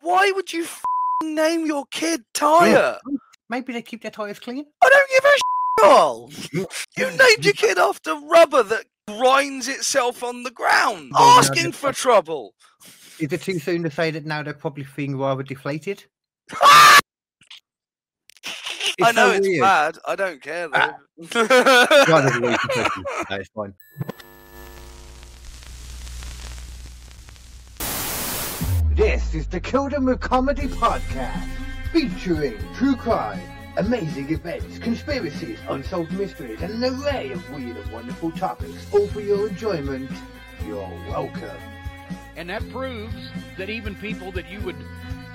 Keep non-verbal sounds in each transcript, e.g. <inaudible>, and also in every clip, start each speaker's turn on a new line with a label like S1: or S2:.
S1: Why would you fing name your kid Tyre?
S2: Maybe they keep their tires clean.
S1: I don't give a shit
S2: <laughs>
S1: all. You named your kid after rubber that grinds itself on the ground,
S2: Oh, no,
S1: asking
S2: no.
S1: for trouble.
S2: Is it too soon to say that now they're probably feeling
S1: <laughs>
S2: rather deflated?
S1: I know
S2: so
S1: it's
S2: weird. Ah.
S1: bad. I don't care though. <laughs>
S2: Right, there's a way to take it. No, it's fine.
S3: This is the Kildom of Comedy Podcast, featuring true crime, amazing events, conspiracies, unsolved mysteries, and an array of weird and wonderful topics, all for your enjoyment. You're welcome.
S4: And that proves that even people that you would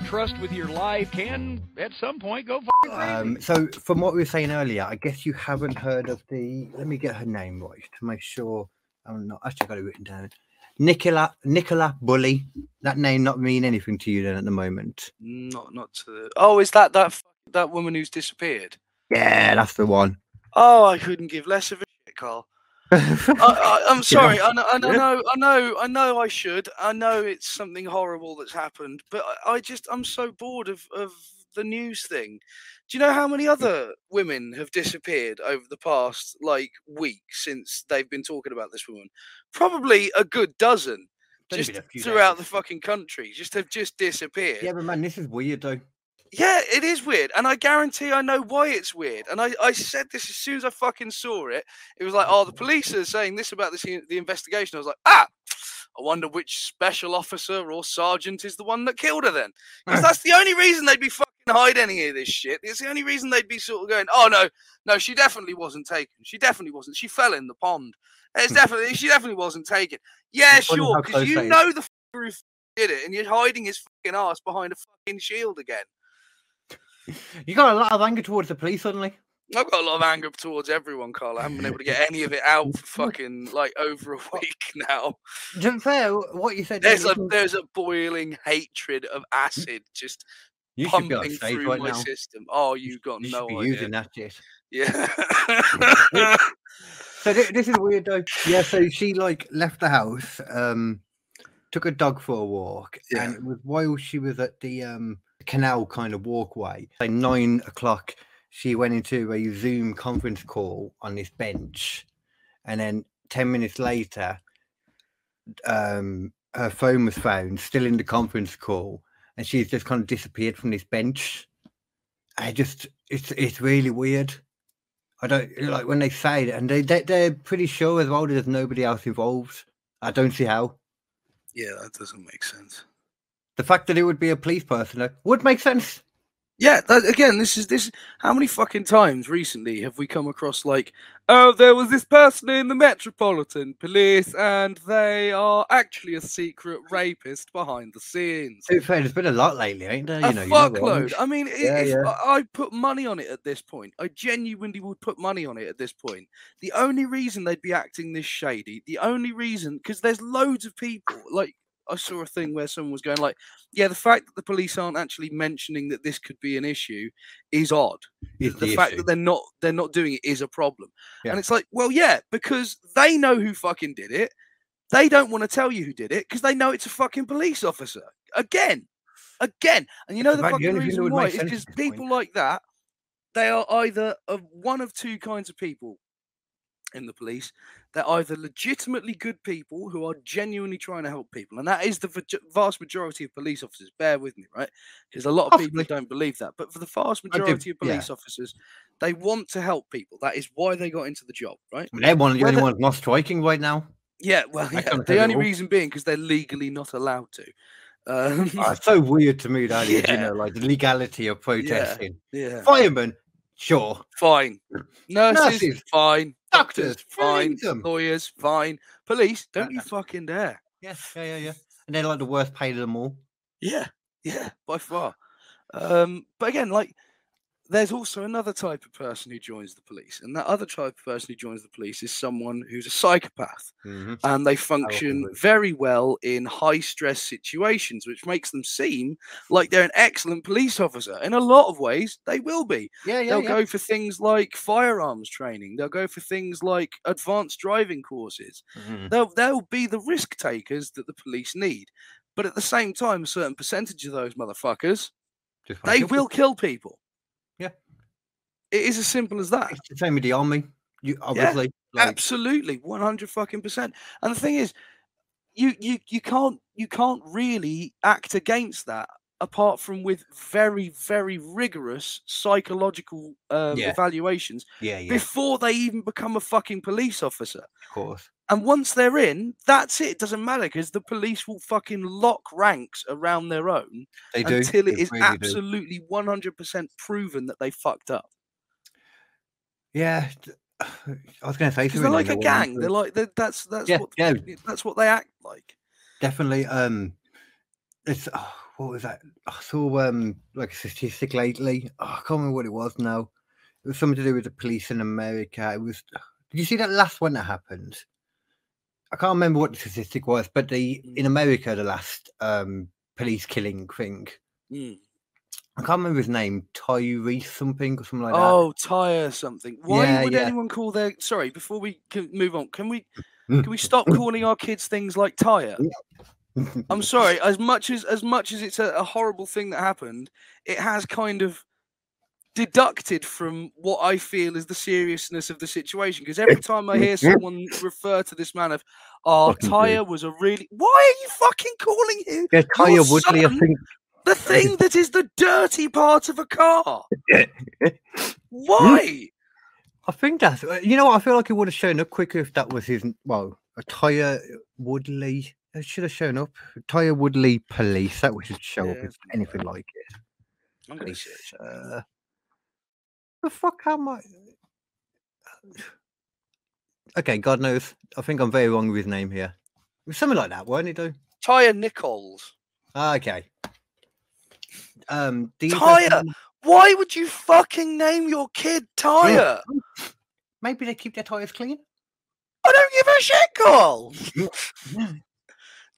S4: trust with your life can, at some point, go f-
S2: Um, so, from what we were saying earlier, I guess you haven't heard of the. Let me get her name right to make sure I'm not. Actually, I got it written down. Nicola Nicola Bully. That name not mean anything to you then at the moment.
S1: Not, not to. Oh, is that that f- that woman who's disappeared?
S2: Yeah, that's the one.
S1: Oh, I couldn't give less of a shit,
S2: <laughs>
S1: Carl. I, I, I'm sorry. I know, I know, I know, I know. I should. I know it's something horrible that's happened, but I, I just I'm so bored of of the news thing. Do you know how
S2: Mm.
S1: many other women have disappeared over the past like week since they've been talking about this woman? Probably a good dozen,
S2: Only
S1: just
S2: been a few
S1: throughout
S2: days.
S1: the fucking country. Just have just disappeared.
S2: Yeah, but man, this is weird though.
S1: Yeah, it is weird, and I guarantee I know why it's weird. And I, I said this as soon as I fucking saw it. It was like, oh,
S2: Mm-hmm.
S1: the police are saying this about this in- the investigation. I was like, ah, I wonder which special officer or sergeant is the one that killed her then,
S2: <laughs>
S1: because that's the only reason they'd be fucking hiding any of this shit. It's the only reason they'd be sort of going, oh no, no, she definitely wasn't taken. She definitely wasn't. She fell in the pond.
S2: <laughs>
S1: It's definitely she definitely wasn't taken. Yeah,
S2: It's funny how
S1: sure, because
S2: close
S1: you
S2: that is.
S1: know the fucker who did it, and you're hiding his fucking ass behind a fucking shield again.
S2: You got a lot of anger towards the police suddenly.
S1: I've got a lot of anger towards everyone, Carl. I haven't been able to get any of it out for fucking like over
S2: <laughs>
S1: a week now.
S2: To be fair, what you said.
S1: There's a
S2: earlier,
S1: there's a boiling hatred of acid just
S2: you should be on
S1: pumping
S2: stage
S1: through
S2: right
S1: my
S2: now.
S1: system. Oh, you've got
S2: You
S1: no
S2: should be
S1: idea.
S2: using that shit. <laughs>
S1: Yeah. <laughs>
S2: So thi- this is weird though. Yeah, so she like left the house, um, took a dog for a walk,
S1: Yeah.
S2: and it was while she was at the um canal kind of walkway, say nine o'clock, she went into a Zoom conference call on this bench, and then ten minutes later, um, her phone was found still in the conference call, and she's just kind of disappeared from this bench. I just it's it's really weird. I don't like when they say it, and they, they they're pretty sure as well that there's nobody else involved. I don't see how
S1: yeah, that doesn't make sense.
S2: the fact that it would be a police person though, would make sense.
S1: Yeah, that, again, this is this. How many fucking times recently have we come across like, oh, there was this person in the Metropolitan Police, and they are actually a secret rapist behind the scenes.
S2: To be fair, there's been a lot lately, ain't there?
S1: a
S2: You know, you're not wrong.
S1: fuckload. I mean, i-
S2: Yeah,
S1: if
S2: yeah.
S1: I I put money on it at this point, I genuinely would put money on it at this point. The only reason they'd be acting this shady, the only reason, because there's loads of people. Like I saw a thing where someone was going like, "Yeah, the fact that the police aren't actually mentioning that this could be an issue is odd.
S2: Is
S1: the,
S2: the
S1: fact
S2: issue.
S1: that they're not they're not doing it is a problem."
S2: Yeah.
S1: And it's like, well, yeah, because they know who fucking did it. They don't want to tell you who did it because they know it's a fucking police officer. Again, again, and you know the
S2: about the
S1: fucking
S2: only thing that
S1: reason
S2: would
S1: why
S2: make
S1: is
S2: sense at
S1: because
S2: this point.
S1: people like that, they are either of one of two kinds of people in the police. They're either legitimately good people who are genuinely trying to help people, and that is the vaj- vast majority of police officers. Bear with me, right? Because a lot of people
S2: Possibly.
S1: don't believe that, but for the vast
S2: do,
S1: majority of
S2: yeah.
S1: police officers, they want to help people. That is why they got into the job, right?
S2: they're one of the only
S1: whether-
S2: ones not striking right now.
S1: Yeah, well, yeah,
S2: can't have
S1: the
S2: it
S1: only
S2: all.
S1: reason being because they're legally not allowed to. Um,
S2: Oh, it's so weird to
S1: <laughs>
S2: me that is, you
S1: Yeah.
S2: know, like the legality of protesting.
S1: yeah,
S2: Firemen, sure. <clears throat>
S1: fine. Nurses,
S2: Nurses,
S1: fine. Doctors,
S2: doctors,
S1: fine.
S2: feed them.
S1: Lawyers, fine. Police, don't you
S2: Yeah.
S1: fucking dare.
S2: Yeah, uh. yeah, yeah, yeah. And they're like the worst paid of them all.
S1: Yeah, yeah, by far. Um, but again, like, there's also another type of person who joins the police, and that other type of person who joins the police is someone who's a psychopath.
S2: Mhm.
S1: and they function
S2: believe.
S1: very well in high stress situations, which makes them seem like they're an excellent police officer. In a lot of ways, they will be.
S2: Yeah, yeah,
S1: They'll
S2: yeah.
S1: go for things like firearms training, they'll go for things like advanced driving courses.
S2: Mhm.
S1: They'll, they'll be the risk takers that the police need. But at the same time, a certain percentage of those motherfuckers,
S2: Just wanna
S1: they
S2: kill
S1: will
S2: people.
S1: kill people.
S2: Yeah.
S1: It is as simple as that.
S2: It's the same with the army. You obviously like,
S1: Absolutely, one hundred fucking percent. And the thing is, you you you can't you can't really act against that apart from with very very rigorous psychological um,
S2: Yeah.
S1: evaluations
S2: yeah, yeah, of
S1: before they even become a fucking police officer.
S2: course.
S1: And once they're in, that's it. It doesn't matter because the police will fucking lock ranks around their own
S2: They do
S1: until it
S2: they
S1: is
S2: really do.
S1: absolutely one hundred percent proven that they fucked up.
S2: Yeah, <sighs> th- I was going to say
S1: Because they're
S2: something. then,
S1: like
S2: I
S1: a
S2: went
S1: gang.
S2: into
S1: They're
S2: it.
S1: like they're, that's that's
S2: Yeah,
S1: what
S2: yeah.
S1: that's what they act like.
S2: definitely. Um, it's oh, what was that? I saw um like a statistic lately. Oh, I can't remember what it was now. It was something to do with the police in America. It was. Did you see that last one that happened? I can't remember what the statistic was, but the in America the last um police killing thing.
S1: Mm.
S2: I can't remember his name. Tyree something or something like that.
S1: oh, tire something. Why
S2: Yeah,
S1: would
S2: yeah.
S1: anyone call their? Sorry, before we can move on, can
S2: <laughs>
S1: we
S2: Mm.
S1: can we stop calling our kids things like tire?
S2: Hmm.
S1: I'm sorry. As much as as much as it's a, a horrible thing that happened, it has kind of deducted from what I feel is the seriousness of the situation. Because every time I
S2: <laughs>
S1: hear someone refer to this man of, "Oh,
S2: Fucking dude.
S1: tire was a really," why are you fucking calling him
S2: <laughs> Yeah, Tyre
S1: your
S2: Woodley, I
S1: son-
S2: think.
S1: the thing that is the dirty part of a
S2: <laughs>
S1: car? Why?
S2: I think that's. uh, You know what? I feel like he would have shown up quicker if that was his. n- Well, a Tyre Woodley. It should have shown up. Tyre Woodley police. That would should show up
S1: Yeah.
S2: if anything like it.
S1: I'm gonna
S2: Police.
S1: search.
S2: Uh, the fuck? How am I? Okay, God knows. I think I'm very wrong with his name here. It was Something like that, weren't it, though?
S1: Tyre Nichols.
S2: Ah, okay. Um, do you
S1: Tyre!
S2: reckon-
S1: Why would you fucking name your kid Tyre?
S2: Maybe they keep their tires clean.
S1: I don't give a shit, Carl. You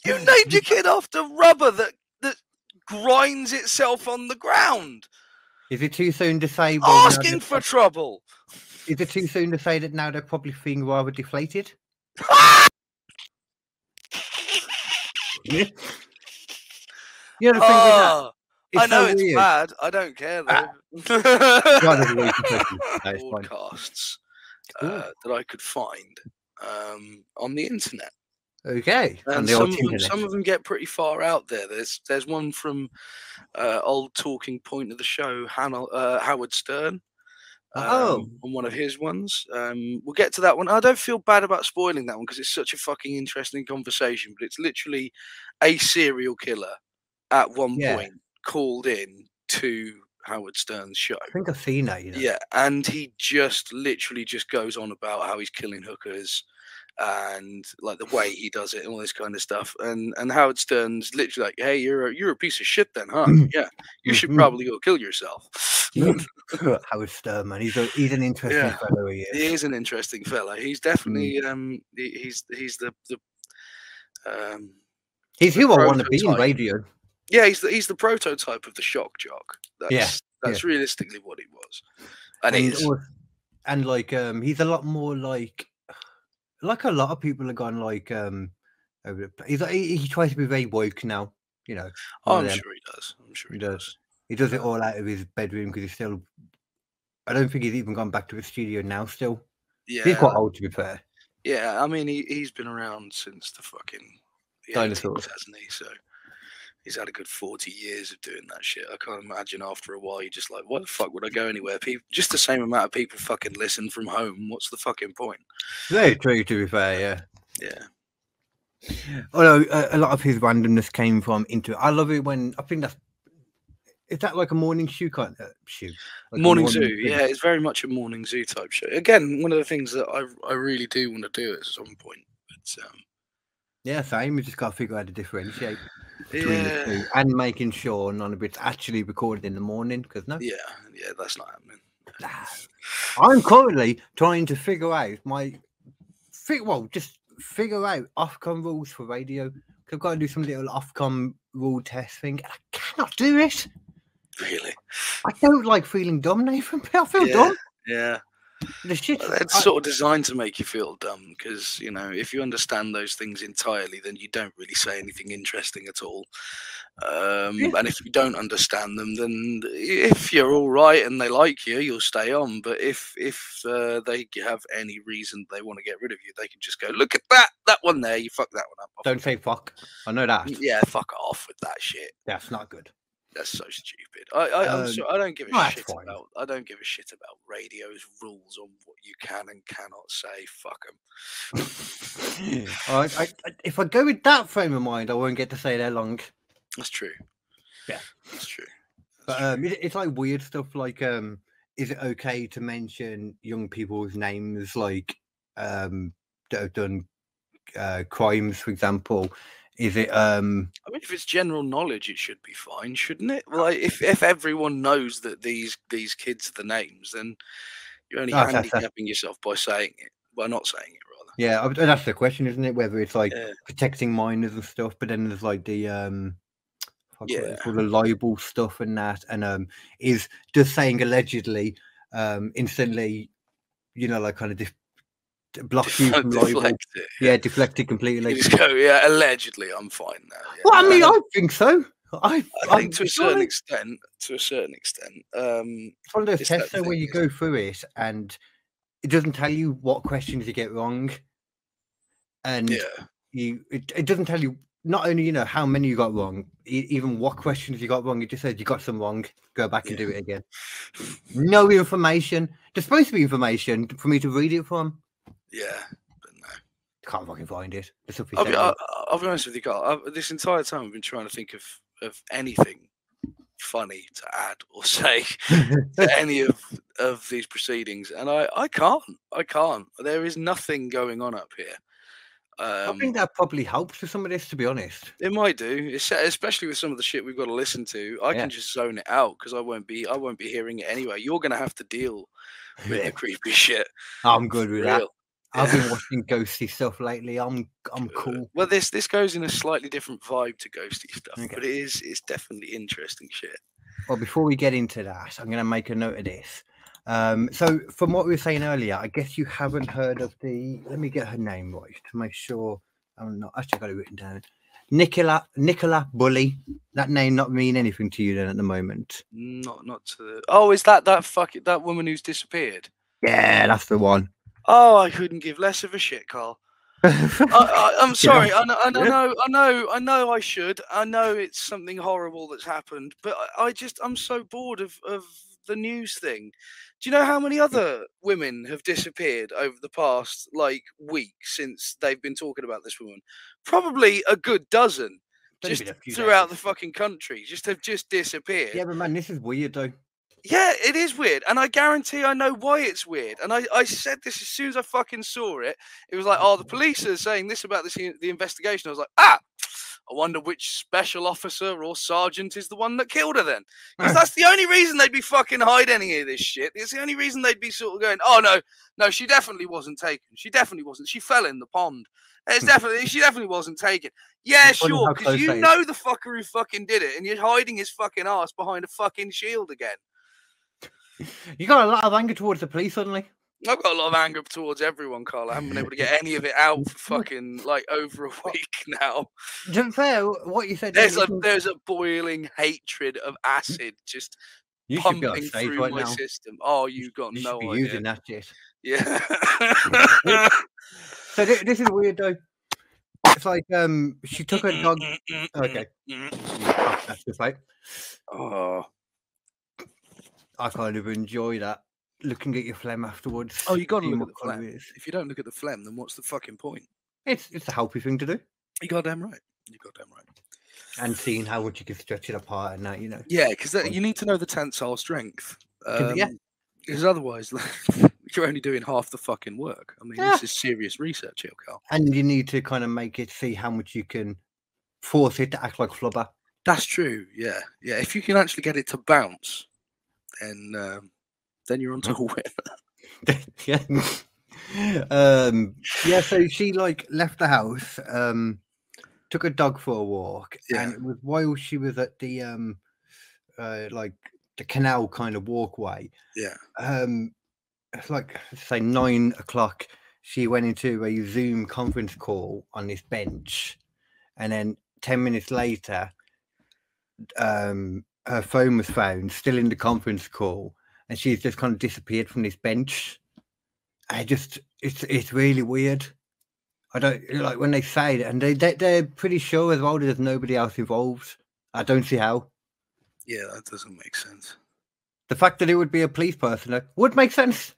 S2: <laughs>
S1: named your kid after rubber that that grinds itself on the ground,
S2: Is it too soon to say? well, now they're
S1: asking for trouble.
S2: prob- Is it too soon to say that now they're probably feeling
S1: <laughs>
S2: rather deflated? you know the thing
S1: Ah,
S2: with that.
S1: I know
S2: so
S1: it's
S2: weird. <laughs>
S1: bad. I don't care
S2: Ah.
S1: <laughs>
S2: God, that's a weird <laughs> question. No, it's
S1: though.
S2: fine.
S1: Broadcasts
S2: Ooh.
S1: uh, that I could find um, on the internet.
S2: Okay.
S1: and
S2: the old
S1: some, of them,
S2: internet.
S1: some of them get pretty far out there. There's there's one from uh, old talking point of the show, Hannah, uh, Howard Stern. um,
S2: Oh.
S1: on one of his ones. Um, we'll get to that one. I don't feel bad about spoiling that one because it's such a fucking interesting conversation. But it's literally a serial killer at one
S2: Yeah.
S1: point called in to Howard Stern's show.
S2: I think I've seen that. You know.
S1: Yeah, and he just literally just goes on about how he's killing hookers and like the way he does it and all this kind of stuff. And and Howard Stern's literally like, "Hey, you're a, you're a piece of shit, then,
S2: <laughs>
S1: huh?
S2: Mm.
S1: yeah, you should
S2: Mhm.
S1: probably go kill yourself."
S2: Mm. Howard Stern, man. He's, a, he's an interesting
S1: Yeah.
S2: fellow. He
S1: he
S2: is. Mm.
S1: is an interesting fella. He's definitely um he, he's he's the the um
S2: He's
S1: the
S2: who I want to be in
S1: prototype.
S2: radio.
S1: yeah he's the he's the prototype of the shock jock. That's
S2: yeah.
S1: that's realistically what he was, and,
S2: he's
S1: it's
S2: always- and like um he's a lot more like like a lot of people have gone like um over the, pla- he's like, he, he tries to be very woke now you know
S1: oh,
S2: one
S1: I'm
S2: of them.
S1: sure he does. I'm sure he
S2: He does.
S1: does.
S2: he does it all out of his bedroom because he's still i don't think he's even gone back to the studio now still
S1: Yeah.
S2: he's quite old to be fair
S1: Yeah, I mean he he's been around since the fucking the 80s,
S2: Dinosaurs.
S1: hasn't he? So he's had a good forty years of doing that shit. I can't imagine after a while you're just like, why the fuck would I go anywhere? People, just the same amount of people fucking listen from home. What's the fucking point?
S2: very true to be fair yeah
S1: Yeah,
S2: although uh, a, a lot of his randomness came from into i love it when i think that's is that like a morning shoe kind of shoe Like a
S1: morning, zoo.
S2: thing?
S1: Yeah, it's very much a morning zoo type show. Again, one of the things that I I really do want to do at some point. But um,
S2: yeah same we just gotta figure out how to differentiate between the
S1: yeah,
S2: two and making sure none of it's actually recorded in the morning because no
S1: yeah, yeah, that's not happening.
S2: i'm currently trying to figure out my fi- well just figure out ofcom rules for radio 'cause i've got to do some little ofcom rule test thing and i cannot do it
S1: Really?
S2: <laughs> i don't like feeling dumb nathan but i feel
S1: Yeah.
S2: dumb
S1: Yeah.
S2: The shit.
S1: Well, It's
S2: I-
S1: sort of designed to make you feel dumb because you know if you understand those things entirely, then you don't really say anything interesting at all. Um,
S2: Yeah.
S1: And if you don't understand them, then if you're all right and they like you, you'll stay on. But if if uh, they have any reason they want to get rid of you, they can just go look at that that one there. You fuck that one up.
S2: don't say fuck. I know that.
S1: Yeah, fuck off with that shit.
S2: That's not good.
S1: That's so stupid. I I, I'm
S2: Um,
S1: sorry, I don't give a
S2: no, that's
S1: shit
S2: fine.
S1: about I don't give a shit about radio's rules on what you can and cannot say. Fuck 'em.
S2: <laughs> All right, I, I, if I go with that frame of mind, I won't get to say they're long.
S1: That's true.
S2: Yeah.
S1: that's true.
S2: But um, it, it's like weird stuff like um, is it okay to mention young people's names like um, that have done uh, crimes, for example? Is it um,
S1: I mean, if it's general knowledge, it should be fine, shouldn't it?
S2: Ah.
S1: Like, if, if everyone knows that these these kids are the names, then you're only
S2: Oh, that's- that's-
S1: handicapping yourself by saying it, by not saying it, rather.
S2: yeah, I- that's the question, isn't it? Whether it's like
S1: Yeah.
S2: protecting minors and stuff, but then there's like the um, fuck, what is it
S1: Yeah.
S2: called, the libel stuff and that, and um, is just saying allegedly um, instantly, you know, like kind of dif- block you from libel.
S1: Deflect it.
S2: Yeah, deflected completely.
S1: You just go, yeah, allegedly, I'm fine now. yeah."
S2: Well, I mean,
S1: And
S2: I think so. I,
S1: I think
S2: I'm
S1: to a
S2: sure
S1: certain
S2: it's
S1: extent, to a certain extent, um,
S2: one of those
S1: it's that
S2: tests though, where
S1: thing,
S2: you
S1: isn't
S2: go through it and it doesn't tell you what questions you get wrong, and
S1: yeah,
S2: you it, it doesn't tell you not only you know how many you got wrong, e- even what questions you got wrong. It just says you got some wrong. Go back and
S1: Yeah.
S2: do it again. No information. There's supposed to be information for me to read it from.
S1: yeah, but no.
S2: Can't fucking find it. The stuff he
S1: I'll
S2: sent
S1: be, uh,
S2: me.
S1: I'll, I'll be honest with you, Carl. I've, this entire time, I've been trying to think of, of anything funny to add or <laughs> say
S2: <laughs>
S1: to any of, of these proceedings, and I, I can't. I can't. There is nothing going on up here.
S2: I
S1: Um,
S2: think that probably helps with some of this, to be honest.
S1: it might do, es- especially with some of the shit we've got to listen to. I
S2: Yeah.
S1: can just zone it out because I won't be I won't be hearing it anyway. You're going to have to deal
S2: <laughs>
S1: with the creepy shit.
S2: I'm good
S1: for
S2: with that.
S1: real.
S2: I've
S1: Yeah.
S2: been watching ghosty stuff lately. I'm I'm
S1: Uh,
S2: cool.
S1: Well, this this goes in a slightly different vibe to ghosty stuff,
S2: Okay.
S1: but it is it's definitely interesting shit.
S2: Well, before we get into that, I'm going to make a note of this. Um, so, from what we were saying earlier, I guess you haven't heard of the. Let me get her name right to make sure I'm not. Actually, I got it written down. Nicola Nicola Bully. That name not mean anything to you then at the moment.
S1: Not not to the oh, is that that fuck that woman who's disappeared?
S2: Yeah, that's the one.
S1: Oh, I couldn't give less of a shit,
S2: <laughs>
S1: Carl. I, I, I'm sorry. I know, I know,
S2: Yeah.
S1: I know, I know. I should. I know it's something horrible that's happened, but I, I just I'm so bored of of the news thing. Do you know how
S2: Mm.
S1: many other women have disappeared over the past like week since they've been talking about this woman? Probably a good dozen,
S2: Only
S1: just
S2: been a few
S1: throughout
S2: days.
S1: the fucking country. Just have just disappeared.
S2: Yeah, but man, this is weird though.
S1: Yeah, it is weird, and I guarantee I know why it's weird. And I, I said this as soon as I fucking saw it. It was like, oh,
S2: Mm-hmm.
S1: the police are saying this about this in- the investigation. I was like, ah, I wonder which special officer or sergeant is the one that killed her then,
S2: <laughs>
S1: because that's the only reason they'd be fucking hiding any of this shit. It's the only reason they'd be sort of going, oh no, no, she definitely wasn't taken. She definitely wasn't. She fell in the pond.
S2: <laughs>
S1: It's definitely she definitely wasn't taken. Yeah,
S2: It's funny how
S1: sure, because
S2: close
S1: you
S2: that is.
S1: know the fucker who fucking did it, and you're hiding his fucking ass behind a fucking shield again.
S2: You got a lot of anger towards the police suddenly.
S1: I've got a lot of anger towards everyone, Carl. I haven't been able to get any of it out for fucking like over a week <laughs> now.
S2: To be fair, what you said.
S1: There's a
S2: earlier,
S1: there's a boiling hatred of acid just
S2: you should be on
S1: pumping
S2: stage
S1: through
S2: right
S1: my
S2: now.
S1: system. Oh, you've got
S2: You
S1: no <laughs>
S2: should be
S1: idea.
S2: using that shit. <laughs>
S1: Yeah.
S2: So thi- this is weird though. It's like um, she took her dog. Okay, that's just like
S1: Oh.
S2: I kind of enjoy that. Looking at your phlegm afterwards.
S1: Oh, you gotta
S2: seeing
S1: look
S2: what
S1: at the
S2: colour
S1: phlegm.
S2: it is.
S1: If you don't look at the phlegm, then what's the fucking point?
S2: It's it's a healthy thing to do,
S1: You goddamn right. You goddamn right.
S2: and seeing how much you can stretch it apart and that, you know.
S1: Yeah, because
S2: Fine.
S1: you need to know the tensile strength.
S2: Could be, yeah.
S1: Because otherwise, <laughs> you're only doing half the fucking work. I mean,
S2: Yeah.
S1: this is serious research here, Carl.
S2: And you need to kind of make it see how much you can force it to act like flubber.
S1: That's true. Yeah, yeah. If you can actually get it to bounce, then um, then you're onto a <laughs> win.
S2: yeah. <laughs> um yeah so she like left the house um took a dog for a walk
S1: Yeah.
S2: and it was while she was at the um uh like the canal kind of walkway
S1: Yeah.
S2: um like say nine o'clock, she went into a Zoom conference call on this bench, and then ten minutes later, um, her phone was found still in the conference call, and she's just kind of disappeared from this bench. I just it's it's really weird. I don't like when they say it, and they, they they're pretty sure as well that there's nobody else involved. I don't see how.
S1: Yeah, that doesn't make sense.
S2: The fact that it would be a police person though, would make sense.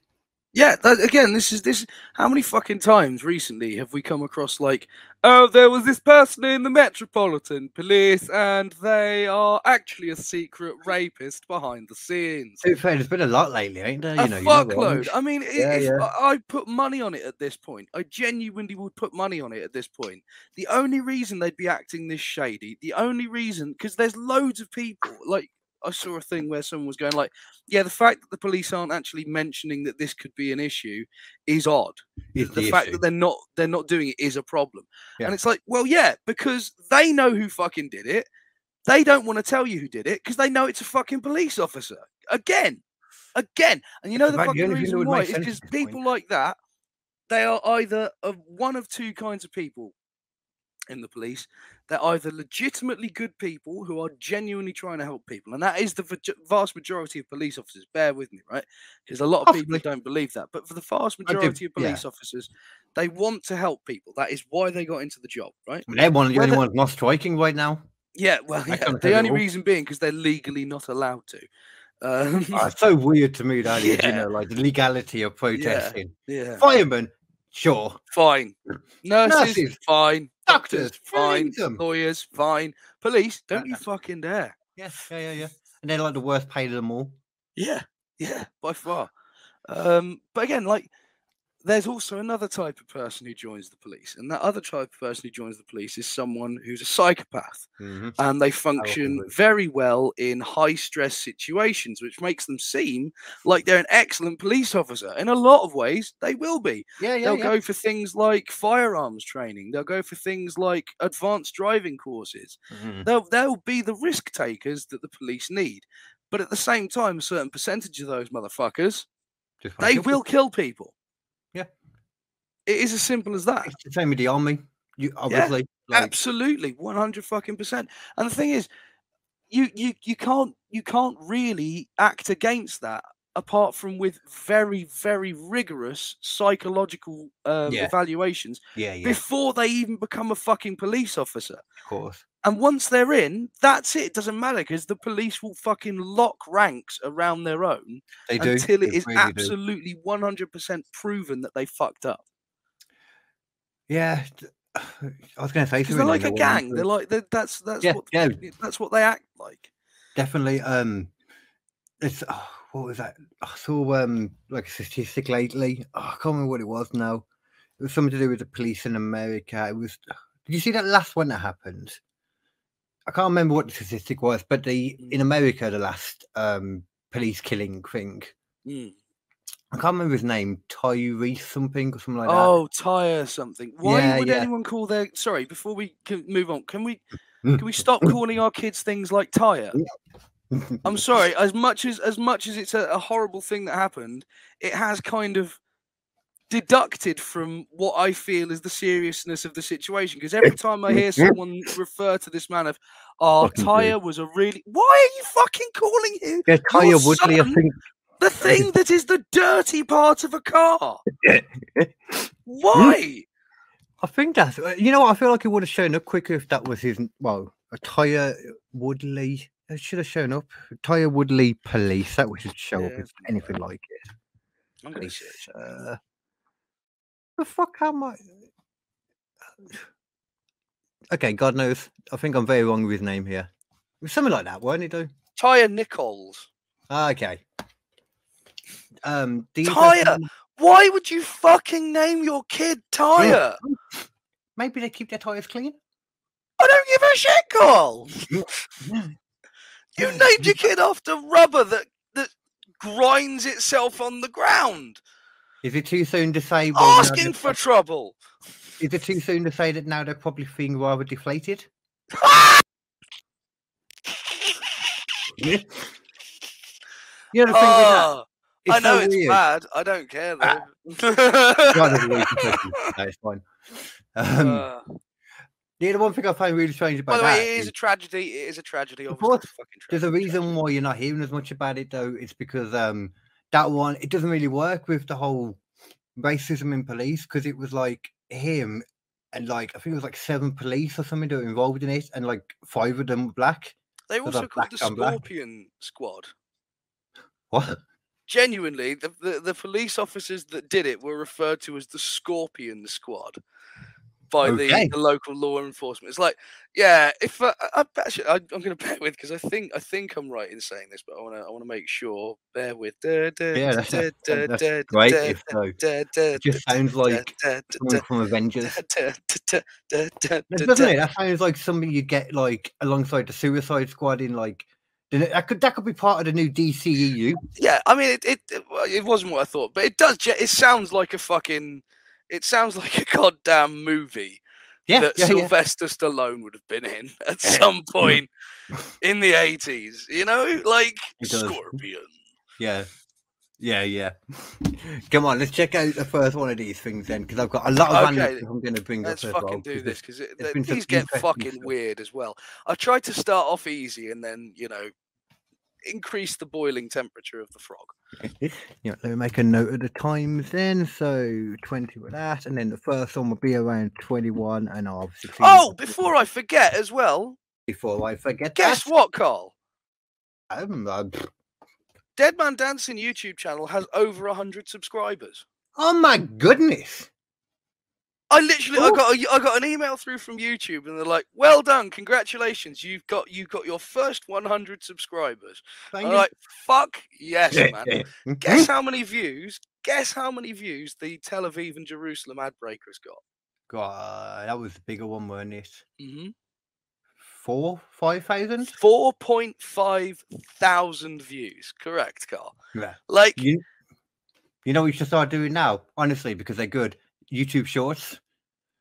S1: Yeah, that, again, this is this. How many fucking times recently have we come across like, oh, there was this person in the Metropolitan Police, and they are actually a secret rapist behind the scenes.
S2: To be fair, there's been a lot lately, ain't there?
S1: a
S2: not
S1: fuckload. I mean, i
S2: Yeah,
S1: if
S2: yeah.
S1: I, I put money on it at this point, I genuinely would put money on it at this point. The only reason they'd be acting this shady, the only reason, because there's loads of people. Like I saw a thing where someone was going like, "Yeah, the fact that the police aren't actually mentioning that this could be an issue is odd.
S2: Is
S1: the,
S2: the
S1: fact
S2: issue.
S1: that they're not they're not doing it is a problem."
S2: Yeah.
S1: And it's like, well, yeah, because they know who fucking did it. They don't want to tell you who did it because they know it's a fucking police officer. Again, again, and you know the
S2: about the
S1: fucking
S2: only thing that
S1: reason
S2: would
S1: why
S2: make
S1: is
S2: sense
S1: because
S2: at this point.
S1: people like that, they are either of one of two kinds of people in the police. They're either legitimately good people who are genuinely trying to help people, and that is the vaj- vast majority of police officers. Bear with me, right? Because a lot of people
S2: Possibly.
S1: don't believe that, but for the vast
S2: do,
S1: majority of
S2: yeah.
S1: police officers, they want to help people. That is why they got into the job, right?
S2: They're one of the only
S1: Whether-
S2: ones not striking right now.
S1: Yeah, well, yeah,
S2: can't have
S1: the
S2: it
S1: only
S2: all.
S1: reason being because they're legally not allowed to. Um,
S2: Oh, it's so weird
S1: <laughs>
S2: to me that is, you
S1: Yeah.
S2: know, like the legality of protesting.
S1: yeah,
S2: Firemen, sure.
S1: fine. Nurses,
S2: Nurses,
S1: fine.
S2: doctors,
S1: Doctors, fine.
S2: freeze 'em.
S1: Lawyers, fine. Police, don't
S2: Uh,
S1: you fucking dare.
S2: Yeah, yeah, yeah, yeah. And they're like the worst paid of them all.
S1: Yeah, yeah, by far. Um, but again, like, there's also another type of person who joins the police, and that other type of person who joins the police is someone who's a psychopath.
S2: Mhm.
S1: and they function
S2: believe.
S1: very well in high stress situations, which makes them seem like they're an excellent police officer. In a lot of ways, they will be.
S2: Yeah, yeah,
S1: They'll
S2: yeah.
S1: go for things like firearms training, they'll go for things like advanced driving courses.
S2: Mhm.
S1: They'll, they'll be the risk takers that the police need. But at the same time, a certain percentage of those motherfuckers,
S2: Just wanna
S1: they
S2: kill
S1: will kill people.
S2: Yeah.
S1: It is as simple as that.
S2: people. It's the same with the army. You obviously like
S1: Absolutely, one hundred fucking percent. And the thing is, you you you can't you can't really act against that apart from with very very rigorous psychological um,
S2: Yeah.
S1: evaluations
S2: yeah, yeah, of
S1: before they even become a fucking police officer.
S2: course.
S1: And once they're in, that's it. It doesn't matter because the police will fucking lock ranks around their own
S2: They do
S1: until it
S2: they
S1: is
S2: really do.
S1: absolutely one hundred percent proven that they fucked up.
S2: Yeah. th- <sighs> I was gonna say
S1: Because they're
S2: something then,
S1: like
S2: I
S1: a
S2: wasn't
S1: gang.
S2: sure.
S1: They're like they're, that's that's
S2: Yeah,
S1: what
S2: yeah.
S1: that's what they act like.
S2: definitely um it's oh, what was that i saw um like a statistic lately oh, i can't remember what it was now it was something to do with the police in america it was <sighs> did you see that last one that happened i can't remember what the statistic was but the
S1: Mm.
S2: in america the last um police killing thing
S1: Mm.
S2: i can't remember his name tyree something or something like that
S1: oh, tire something. Why
S2: Yeah,
S1: would
S2: yeah.
S1: anyone call their? Sorry, before we can move on, can
S2: <laughs>
S1: we
S2: Mm.
S1: can we stop calling our kids things like tire?
S2: <laughs>
S1: I'm sorry. As much as as much as it's a, a horrible thing that happened, it has kind of deducted from what I feel is the seriousness of the situation. Because every time I
S2: <laughs>
S1: hear someone refer to this man of, "Oh,
S2: Fucking
S1: tire was a really," why are you fucking calling him
S2: <laughs> yeah, Tyre
S1: your
S2: Woodley, I
S1: son- <laughs>
S2: think.
S1: the thing that is the dirty part of a
S2: <laughs>
S1: car?
S2: Hmm?
S1: Oh, Why?
S2: I think that's. uh, You know what? I feel like he would have shown up quicker if that was his. n- Well, a Tyre Woodley. It should have shown up. Tyre Woodley police. That would should show up
S1: Yeah.
S2: if anything like it.
S1: I'm gonna search.
S2: Uh, the fuck? How much? Okay, God knows. I think I'm very wrong with his name here. It was Something like that, weren't it? Though.
S1: Tyre Nichols.
S2: Ah, okay. Um, these are
S1: Tyre!
S2: some-
S1: Why would you fucking name your kid Tyre?
S2: Maybe they keep their tires clean.
S1: I don't give a shit,
S2: <laughs>
S1: Carl. You named your kid after rubber that that grinds itself on the ground,
S2: Is it too soon to say? well, now they're
S1: asking for trouble.
S2: Is it too soon to say that now they're probably feeling
S1: <laughs>
S2: rather deflated? you know the thing with
S1: Ah,
S2: that?
S1: I know
S2: so
S1: it's
S2: weird. <laughs>
S1: bad. I don't care
S2: Ah.
S1: <laughs> though.
S2: God, I don't know if you can take it. No, it's fine. Um,
S1: Uh,
S2: the other one thing I find really strange
S1: by
S2: about
S1: the
S2: that
S1: way, it is
S2: is
S1: a tragedy. It is a tragedy.
S2: Of
S1: Obviously,
S2: course.
S1: it's a fucking
S2: there's a
S1: tragedy.
S2: reason why you're not hearing as much about it though. It's because um that one it doesn't really work with the whole racism in police because it was like him and like I think it was like seven police or something that were involved in it, and like five of them were black.
S1: They
S2: there's a
S1: also called
S2: black
S1: the
S2: on black.
S1: Scorpion Squad.
S2: What?
S1: Genuinely, the, the, the police officers that did it were referred to as the Scorpion Squad by
S2: Okay.
S1: the, the local law enforcement. It's like, yeah, if uh, I, I, actually, I, I'm <laughs> going to bet with because I think I think I'm right in saying this, but I want to I want to make sure. Bear with. Yeah,
S2: Yeah, <laughs> that's, that's great. If so, it just sounds like someone from Avengers. That- Doesn't it? That sounds like something you get like alongside the Suicide Squad in like the ne- that could that could be part of the new E DCEU.
S1: yeah i mean it, it it well, it wasn't what i thought but it does ge- it sounds like a fucking it sounds <laughs> like a goddamn movie
S2: Yeah,
S1: that
S2: yeah, Eh. yeah.
S1: sylvester stallone would have been in at some point in the 80s you know like
S2: It does.
S1: scorpion
S2: yeah. Yeah, yeah. <laughs> Come on, let's check out the first one of these things then, because I've got a lot of
S1: Okay,
S2: analysis I'm going to bring
S1: let's
S2: up. as
S1: fucking
S2: well,
S1: do this
S2: because
S1: because
S2: there's been some
S1: these get
S2: interesting
S1: fucking
S2: stuff.
S1: weird as well i tried to start off easy and then you know increase the boiling temperature of the frog
S2: <laughs> Yeah, let me make a note of the times then. So twenty with that, and then the first one will be around twenty-one, and I'll obviously. clean it
S1: oh
S2: up
S1: before i forget as well
S2: before I forget.
S1: guess what carl
S2: that. Um, uh, pff.
S1: Dead Man Dancing YouTube channel has over 100 subscribers.
S2: Oh my goodness!
S1: I literally, I
S2: Cool.
S1: got, a, I got an email through from YouTube, and they're like, "Well done, congratulations, you've got, you got your first 100 subscribers."
S2: Thank
S1: I'm
S2: you.
S1: like, "Fuck yes, man!"
S2: Mhm.
S1: Guess how many views? Guess how many views the Tel Aviv and Jerusalem ad breaker has got?
S2: God, that was the bigger one, weren't it?
S1: Mm-hmm.
S2: Four, five thousand?
S1: 4.5 thousand views. Correct, Carl.
S2: Yeah.
S1: Like,
S2: You, you know what you should start doing now, honestly, because they're good. YouTube Shorts.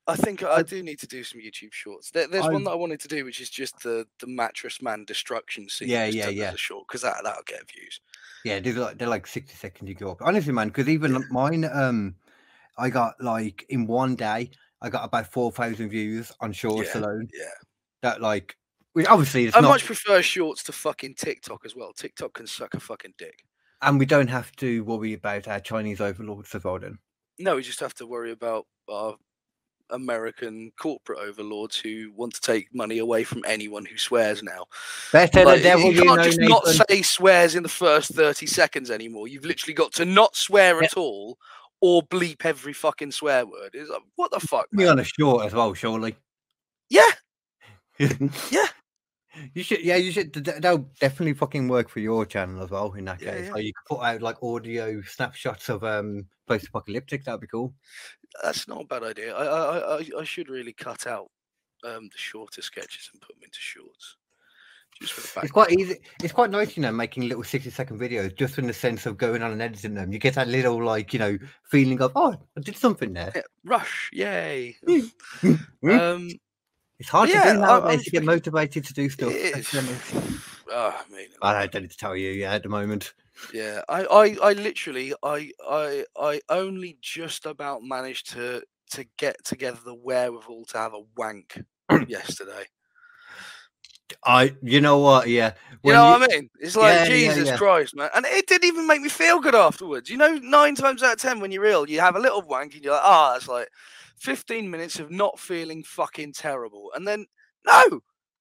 S1: I think I do need to do some YouTube shorts. There, there's one
S2: I've-
S1: that I wanted to do, which is just the the mattress man destruction scene.
S2: Yeah,
S1: just
S2: yeah,
S1: done as
S2: yeah.
S1: a Short because that that'll get views.
S2: Yeah, they're like, they're like 60 seconds you go up. Honestly, man, because even like mine, um, I got like in one day, I got about 4,000 views on Shorts
S1: Yeah,
S2: alone.
S1: yeah.
S2: That like, which obviously it's
S1: I
S2: not,
S1: much prefer shorts to fucking TikTok as well. TikTok can suck a fucking dick.
S2: and we don't have to worry about our Chinese overlords of Odin.
S1: No, we just have to worry about our American corporate overlords who want to take money away from anyone who swears now.
S2: Better
S1: Like,
S2: the devil
S1: you
S2: you
S1: can't
S2: know,
S1: just not
S2: Nathan.
S1: say swears in the first 30 seconds anymore. You've literally got to not swear
S2: Yeah.
S1: at all or bleep every fucking swear word. It's like, what the fuck,
S2: me
S1: man?
S2: on a short as well, surely.
S1: Yeah,
S2: <laughs> yeah. You should, yeah, you should. th- th- That'll definitely fucking work for your channel as well. In that
S1: Yeah,
S2: case,
S1: yeah.
S2: so you could put out like audio snapshots of um post-apocalyptic. That'd be cool.
S1: that's not a bad idea. I I I- I, I should really cut out um, the shorter sketches and put them into shorts. Just for the fact.
S2: It's quite easy. It's quite nice, you know, making little sixty-second videos, just in the sense of going on and editing them. You get that little like, you know, feeling of oh, I did something there.
S1: Yeah, rush, yay!
S2: Mm.
S1: <laughs> um,
S2: It's hard
S1: yeah,
S2: to do
S1: I- I'm
S2: nowadays to get
S1: fucking-
S2: motivated to do stuff.
S1: it
S2: that's the only-
S1: is- Ah, I mean,
S2: I don't need to tell you, yeah, at the moment.
S1: yeah, I, I, I literally, I, I, I only just about managed to to get together the wherewithal to have a
S2: <clears throat>
S1: wank yesterday.
S2: I, you know what, yeah.
S1: You
S2: when
S1: know what I mean? It's like
S2: Yeah, yeah,
S1: Jesus
S2: yeah.
S1: Christ, man. And it didn't even make me feel good afterwards. You know, nine times out of ten, when you're ill, you have a little wank and you're like, ah, it's like 15 minutes of not feeling fucking terrible. And then, no,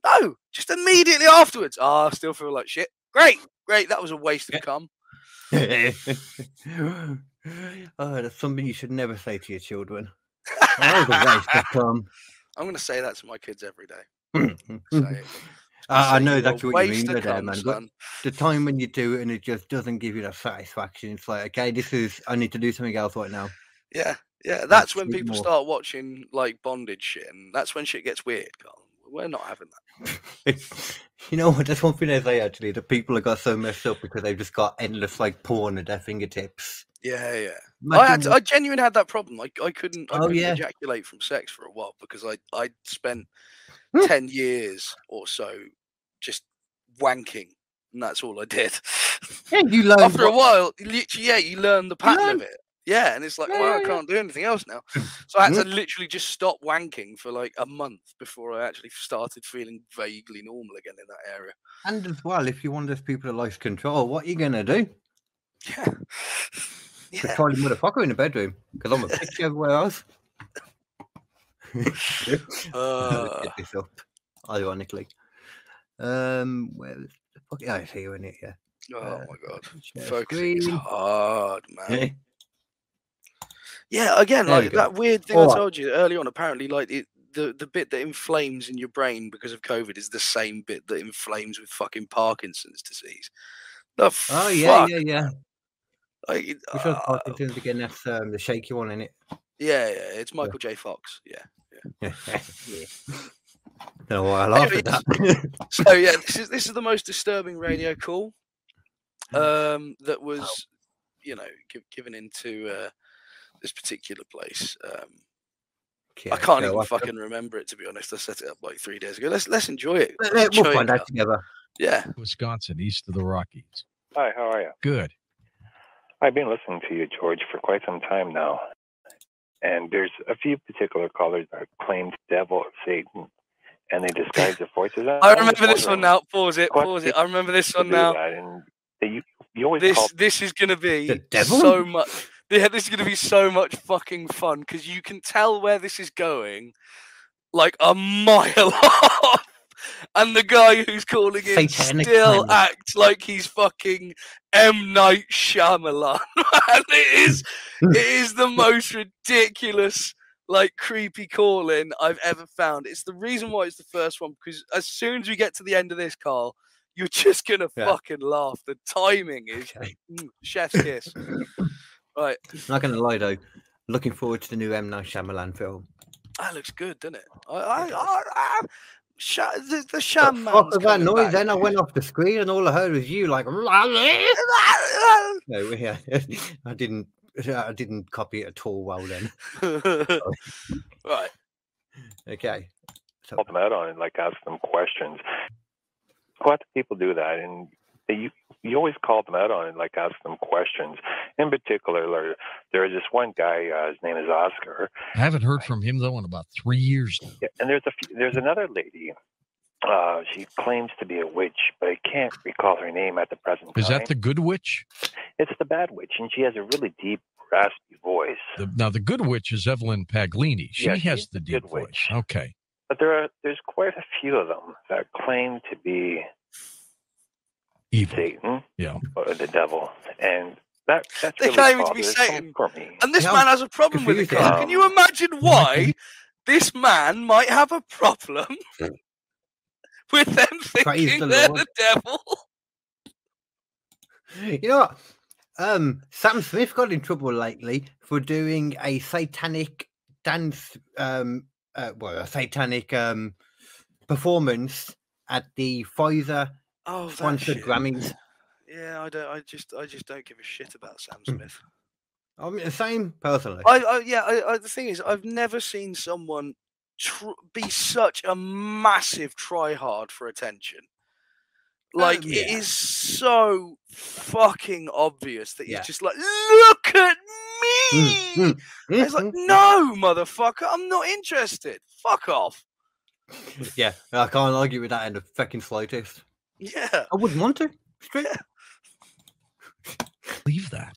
S1: no, just immediately afterwards, ah, I still feel like shit. Great, great. That was a waste
S2: Yeah.
S1: of cum.
S2: oh, <laughs> that's something you should never say to your children. Oh, the waste
S1: <laughs>
S2: of cum.
S1: I'm going to say that to my kids every day.
S2: <clears throat>
S1: <laughs> Say
S2: I,
S1: it.
S2: I
S1: Say,
S2: know
S1: "You're a
S2: exactly what you mean
S1: waste of
S2: by there,
S1: cum,
S2: man. But
S1: son."
S2: the time when you do it and it just doesn't give you that satisfaction, it's like, okay, this is, I need to do something else right now. <laughs>
S1: Yeah, yeah. That's when
S2: sleep
S1: people
S2: more.
S1: start watching like bondage shit, and that's when shit gets weird. Carl. We're not having that.
S2: <laughs> you know what? That's one thing I say actually. The people have got so messed up because they've just got endless like porn at their fingertips.
S1: Yeah, yeah. I, had to, I genuinely had that problem. I, I couldn't, I
S2: Oh,
S1: couldn't
S2: yeah.
S1: ejaculate from sex for a while because I I
S2: <gasps>
S1: spent
S2: Hmm.
S1: ten years or so just wanking, and that's all I did.
S2: Yeah, you learn.
S1: After a
S2: what-
S1: while, you literally, yeah, you learn the pattern
S2: learn.
S1: of it. Yeah, and it's like,
S2: Yeah,
S1: well,
S2: yeah,
S1: I can't do anything else now. So I had to literally just stop wanking for like a month before I actually started feeling vaguely normal again in that area.
S2: And as well, if you're one of those people that likes control, what are you going to do? <laughs>
S1: Yeah.
S2: The
S1: yeah.
S2: Charlie motherfucker in the bedroom because I'm
S1: <laughs>
S2: a bitch everywhere else.
S1: Uh,
S2: Get this up, ironically. Um, where is the fuck? Yeah, it's here, isn't it? Yeah. Uh,
S1: oh my god.
S2: Share
S1: Focusing is
S2: screen.
S1: hard, man.
S2: Mm. Yeah.
S1: Yeah, again,
S2: There you
S1: like
S2: go.
S1: that weird thing I
S2: Alright.
S1: told you early on. Apparently, like it, the the bit that inflames in your brain because of COVID is the same bit that inflames with fucking Parkinson's disease. The
S2: Oh
S1: fuck?
S2: yeah, yeah, yeah.
S1: Like, it-
S2: We should
S1: uh,
S2: have Parkinson's again. That's um, the shaky one, isn't it?
S1: yeah, yeah, it's Michael J. Fox. Yeah.
S2: <laughs> yeah. Don't know why I laughed at
S1: Anyways.
S2: that. <laughs>
S1: <laughs> So yeah, this is this is the most disturbing radio call.
S2: Hmm.
S1: Um, that was, you know, gi- given into uh, this particular place. Um, I
S2: Okay,
S1: can't
S2: so
S1: even
S2: I-
S1: fucking remember it to be honest. I set it up like three days ago. Let's let's enjoy it.
S2: Let- let- We'll
S1: Enjoy
S2: find
S1: it
S2: out
S1: now.
S2: together.
S1: Yeah.
S5: Wisconsin, east of the Rockies.
S6: Hi, how are you?
S5: Good.
S6: I've been listening to you, George, for quite some time now. And there's a few particular callers that claim devil or Satan, and they disguise their voices.
S1: <laughs> I remember this one now. Pause it.
S6: What
S1: Pause
S6: did
S1: it. I remember this one
S6: now.
S1: now.
S6: And they, you, you always call
S1: This this is gonna be
S2: The devil?
S1: so much. Yeah, this is gonna be so much fucking fun because you can tell where this is going, like a mile <laughs> off. And the guy who's calling in
S2: Satanic
S1: still
S2: clamour.
S1: acts like he's fucking M Night Shyamalan, <laughs> and it is
S2: Hmm.
S1: it is the most ridiculous like creepy call in I've ever found. It's the reason why it's the first one because as soon as we get to the end of this, Carl, you're <laughs> just gonna
S2: Yeah.
S1: fucking laugh. The timing is
S2: Okay.
S1: mm, chef's kiss. right,
S2: Not going to lie though. Looking forward to the new M Night Shyamalan film.
S1: that looks good, doesn't it? I, I, I, I sha- the,
S2: <laughs>
S1: the
S2: What
S1: sham
S2: the
S1: man's
S2: fuck was that
S1: coming
S2: noise?
S1: back.
S2: Then I went off the screen and all I heard was you like. No, yeah, <laughs> I didn't. <laughs> I didn't copy it at all. Well
S1: <laughs>
S2: then,
S1: right.
S2: okay. So,
S6: call them out on it, like ask them questions. Lots of people do that, and they, you you always call them out on it, like ask them questions. In particular, there- there's this one guy. Uh, his name is Oscar.
S5: I haven't heard from him though in about three years. now.
S6: Yeah, and there's a few, there's another lady. Uh, she claims to be a witch, but I can't recall her name at the present
S5: Is
S6: time.
S5: that the Good Witch?
S6: It's the bad witch, and she has a really deep, raspy voice.
S5: The, now the Good Witch is Evelyn Paglini. She
S6: Yeah,
S5: has
S6: she's
S5: the
S6: the
S5: deep
S6: Good
S5: voice.
S6: Witch.
S5: Okay.
S6: But there are there's quite a few of them that claim to be
S5: Evil.
S6: Satan
S5: Yeah.
S6: or the devil, and that that's
S1: They
S6: really
S1: claim to be
S6: bothers
S1: Satan.
S6: for me.
S1: And this
S2: Yeah,
S1: man has a problem with it,
S2: confused
S1: Carl.
S6: now.
S1: Can you
S2: <laughs>
S1: imagine why this man might have a problem <laughs> with them thinking
S2: Hmm. the
S1: they're
S2: Lord.
S1: the devil?
S2: you know what? Um, Sam Smith got in trouble lately for doing a satanic dance. Um, uh, well, a satanic um performance at the Pfizer
S1: Oh, that
S2: sponsored
S1: shit.
S2: Grammys.
S1: Yeah, I don't. I just, I just don't give a shit about Sam
S2: Hmm.
S1: Smith.
S2: I'm the same personally.
S1: I, I yeah. I, I, the thing is, I've never seen someone tr- be such a massive tryhard for attention. Like
S2: Um,
S1: it
S2: yeah.
S1: is so fucking obvious that he's
S2: Yeah.
S1: just like, look at me.
S2: Mm, mm,
S1: And It's like,
S2: mm, mm.
S1: no, motherfucker, I'm not interested. Fuck off.
S2: Yeah, I can't argue with that in the fucking slightest.
S1: Yeah.
S2: I wouldn't want to. Straight.
S5: Leave that.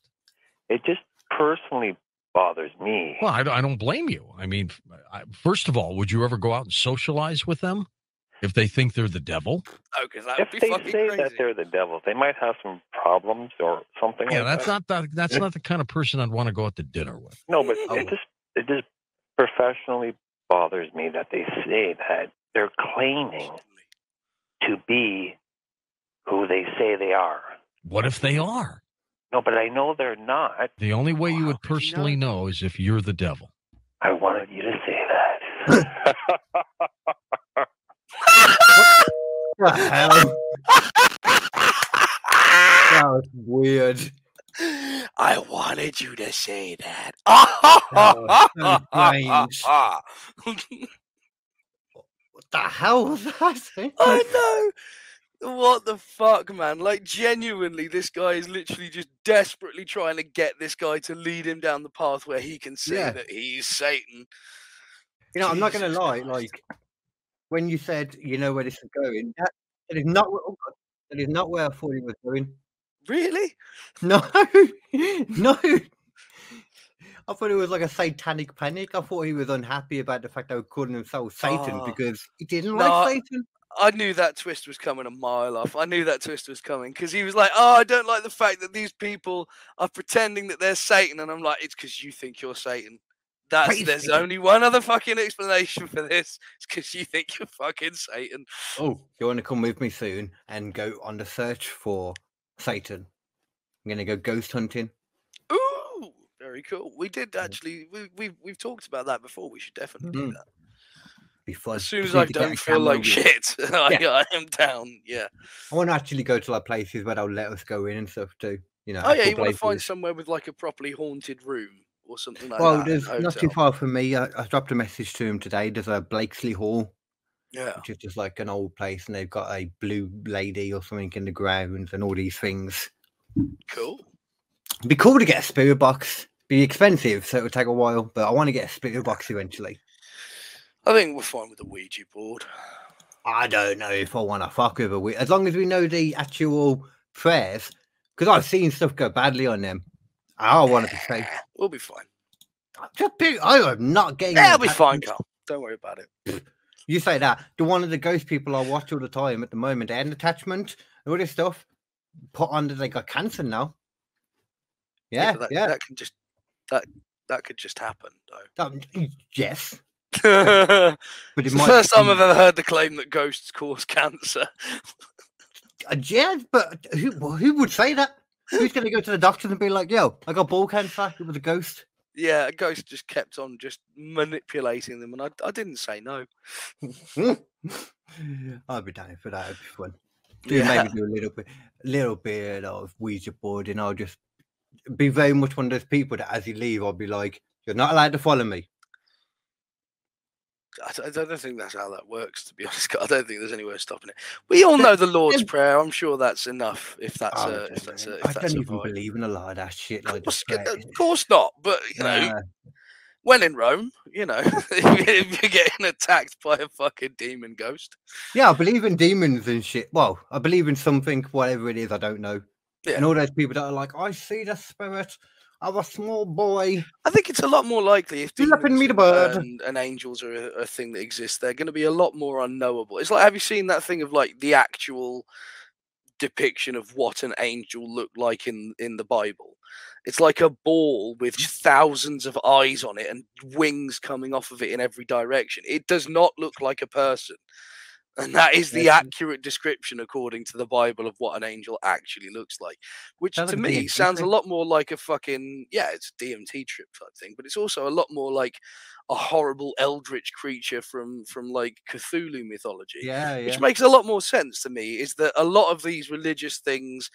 S6: It just personally bothers me.
S5: Well, I, I don't blame you. I mean, I, first of all, would you ever go out and socialize with them if they think they're the devil?
S1: Oh, because that
S6: if
S1: would be
S6: they
S1: fucking
S6: say
S1: crazy.
S6: that they're the devil, they might have some problems or something.
S5: Yeah,
S6: like
S5: that's
S6: that.
S5: not the, that's not the kind of person I'd want to go out to dinner with.
S6: <laughs> No, but
S1: Oh.
S6: it just it just professionally bothers me that they say that they're claiming to be who they say they are.
S5: What if they are?
S6: No, but I know they're not.
S5: The only way you
S1: Wow,
S5: would
S1: could you know
S5: personally
S1: it?
S5: know is if you're the devil.
S6: I wanted you to say that.
S2: What the hell? That was weird.
S1: I wanted you to say that.
S2: was so strange.
S1: oh <laughs>
S2: What the hell was that?
S1: no. What the fuck, man? Like, genuinely, this guy is literally just desperately trying to get this guy to lead him down the path where he can say
S2: Yeah.
S1: that he's Satan.
S2: You know, I'm not going to
S1: Jesus
S2: lie.
S1: Christ.
S2: Like when you said, you know where this is going, that, that is not. where- Oh God, that is not where I thought it was going.
S1: Really?
S2: <laughs> No, no. I thought it was like a satanic panic. I thought he was unhappy about the fact they were calling himself Satan
S1: Ah.
S2: because he
S1: No,
S2: didn't like Satan.
S1: I knew that twist was coming a mile off. I knew that twist was coming because he was like, "Oh, I don't like the fact that these people are pretending that they're Satan," and I'm like, "It's because you think you're Satan." That's
S2: Praise
S1: there's
S2: Satan.
S1: only one other fucking explanation for this. It's because you think you're fucking Satan.
S2: Oh, you want to come with me soon and go on the search for Satan? I'm going to go ghost hunting.
S1: Ooh, very cool. We did actually. We we we've talked about that before. We should definitely do
S2: Mm.
S1: that.
S2: Be fun.
S1: Hmm. As soon as
S2: need
S1: I
S2: to get a
S1: don't feel
S2: camera
S1: like
S2: with-
S1: shit, <laughs> I, I am down. Yeah.
S2: I want to actually go to like places where they'll let us go in and stuff too. You know.
S1: Oh yeah,
S2: actual
S1: you want to find
S2: places.
S1: somewhere with like a properly haunted room or something like
S2: Well,
S1: that.
S2: there's
S1: an
S2: not too
S1: hotel.
S2: far from me. I, I dropped a message to him today. There's a Blakesley Hall,
S1: Yeah.
S2: which is just like an old place, and they've got a blue lady or something in the grounds and all these things.
S1: Cool.
S2: It'd be cool to get a spirit box. Be expensive, so it'll take a while, but I want to get a spirit box eventually.
S1: I think we're fine with the Ouija board.
S2: I don't know if I want to fuck with a we as long as we know the actual prayers, because I've seen stuff go badly on them. I want to be safe.
S1: Eh, We'll be fine.
S2: Just be- I am not getting.
S1: Yeah, we'll
S2: an
S1: be
S2: attack-
S1: fine, Carl. Don't worry about it.
S2: You say that. The one of the ghost people I watch all the time at the moment, and attachment, and all this stuff, put under they got cancer now. Yeah,
S1: but that,
S2: yeah.
S1: That can just that that could just happen though. <laughs>
S2: that- yes. Uh, But
S1: it's
S2: it
S1: the
S2: might
S1: first time
S2: be-
S1: I've ever heard the claim that ghosts cause cancer. <laughs>
S2: uh, yeah, but who well, who would say that? Who's gonna go to the doctor and be like, "Yo, I got ball cancer. It was a ghost."
S1: Yeah, a ghost just kept on just manipulating them, and I, I didn't say no.
S2: <laughs> I'd be down for that. It'd be
S1: <laughs>
S2: fun. Do maybe do a little bit, little bit of Ouija board, and I'll just be very much one of those people that, as you leave, I'll be like, "You're not allowed to follow me."
S1: I, d- I don't think that's how that works. To be <laughs> honest, Carl. I don't think there's anywhere stopping it. We all know the Lord's
S2: Ev-
S1: prayer. I'm sure that's enough. If that's
S2: Oh, I
S1: a,
S2: don't
S1: if that's
S2: know.
S1: a,
S2: I
S1: if that's
S2: don't
S1: a
S2: even
S1: vibe.
S2: believe in a lot of that shit. Like,
S1: course,
S2: just
S1: c-
S2: pray.
S1: of course not. But you know,
S2: Nah,
S1: when in Rome, you know, <laughs> if you're getting <laughs> attacked by a fucking demon ghost.
S2: yeah, I believe in demons and shit. Well, I believe in something, whatever it is, I don't know.
S1: Yeah.
S2: And all those people that are like, I see the spirit of a small boy.
S1: I think it's a lot more likely if
S2: He's up in
S1: demons
S2: me the bird.
S1: and, and angels are a, a thing that exists. They're going to be a lot more unknowable. It's like, have you seen that thing of like the actual depiction of what an angel looked like in in the Bible? It's like a ball with thousands of eyes on it and wings coming off of it in every direction. It does not look like a person. And that is the
S2: Yeah.
S1: accurate description, according to the Bible, of what an angel actually looks like. Which
S2: Sounds
S1: to
S2: like a
S1: me
S2: DMT
S1: sounds a
S2: trip.
S1: lot more like a fucking yeah, it's a DMT trip type thing, but it's also a lot more like a horrible eldritch creature from from like Cthulhu mythology,
S2: Yeah, yeah.
S1: which makes a lot more sense to me. Is that a lot of these religious things?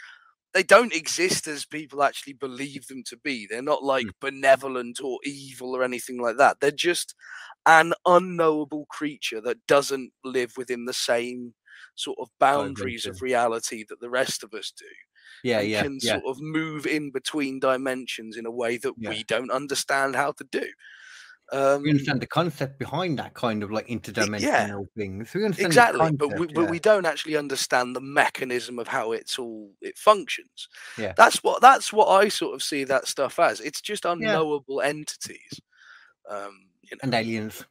S1: They don't exist as people actually believe them to be. They're
S2: Hmm.
S1: not like benevolent or evil or anything like that. They're just an unknowable creature that doesn't live within the same sort of boundaries of
S2: Vibration.
S1: reality that the rest of us do
S2: yeah,
S1: and
S2: yeah,
S1: can
S2: yeah.
S1: sort of move in between dimensions in a way that
S2: Yeah.
S1: we don't understand how to do. Um, E,
S2: We understand the concept behind that kind of like interdimensional things. We understand the
S1: exactly, but we,
S2: concept,
S1: but
S2: yeah.
S1: we don't actually understand the mechanism of how it's all it functions.
S2: Yeah.
S1: that's what that's what I sort of see that stuff as. It's just unknowable entities, um, you know,
S2: and aliens.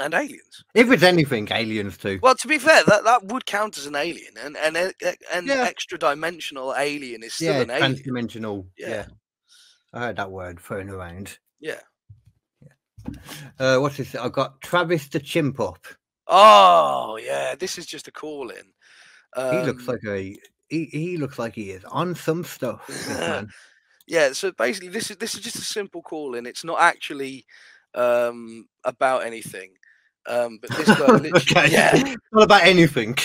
S1: and aliens.
S2: If it's anything, aliens too.
S1: Well, to be fair, that, that would count as an alien, and and a- a- an
S2: Yeah.
S1: extra dimensional alien is still
S2: yeah,
S1: an alien.
S2: transdimensional.
S1: Yeah.
S2: Yeah. I heard that word thrown around.
S1: Yeah.
S2: Uh, what's this? I've got Travis the Chimp up.
S1: Oh yeah, this is just a call in. Um,
S2: he looks like a he, he looks like he is on some
S1: <laughs>
S2: stuff. this man.
S1: yeah. So basically, this is this is just a simple call in. It's not actually um, about anything. Um, but this guy, literally, <laughs>
S2: okay.
S1: yeah,
S2: <laughs> Not about anything.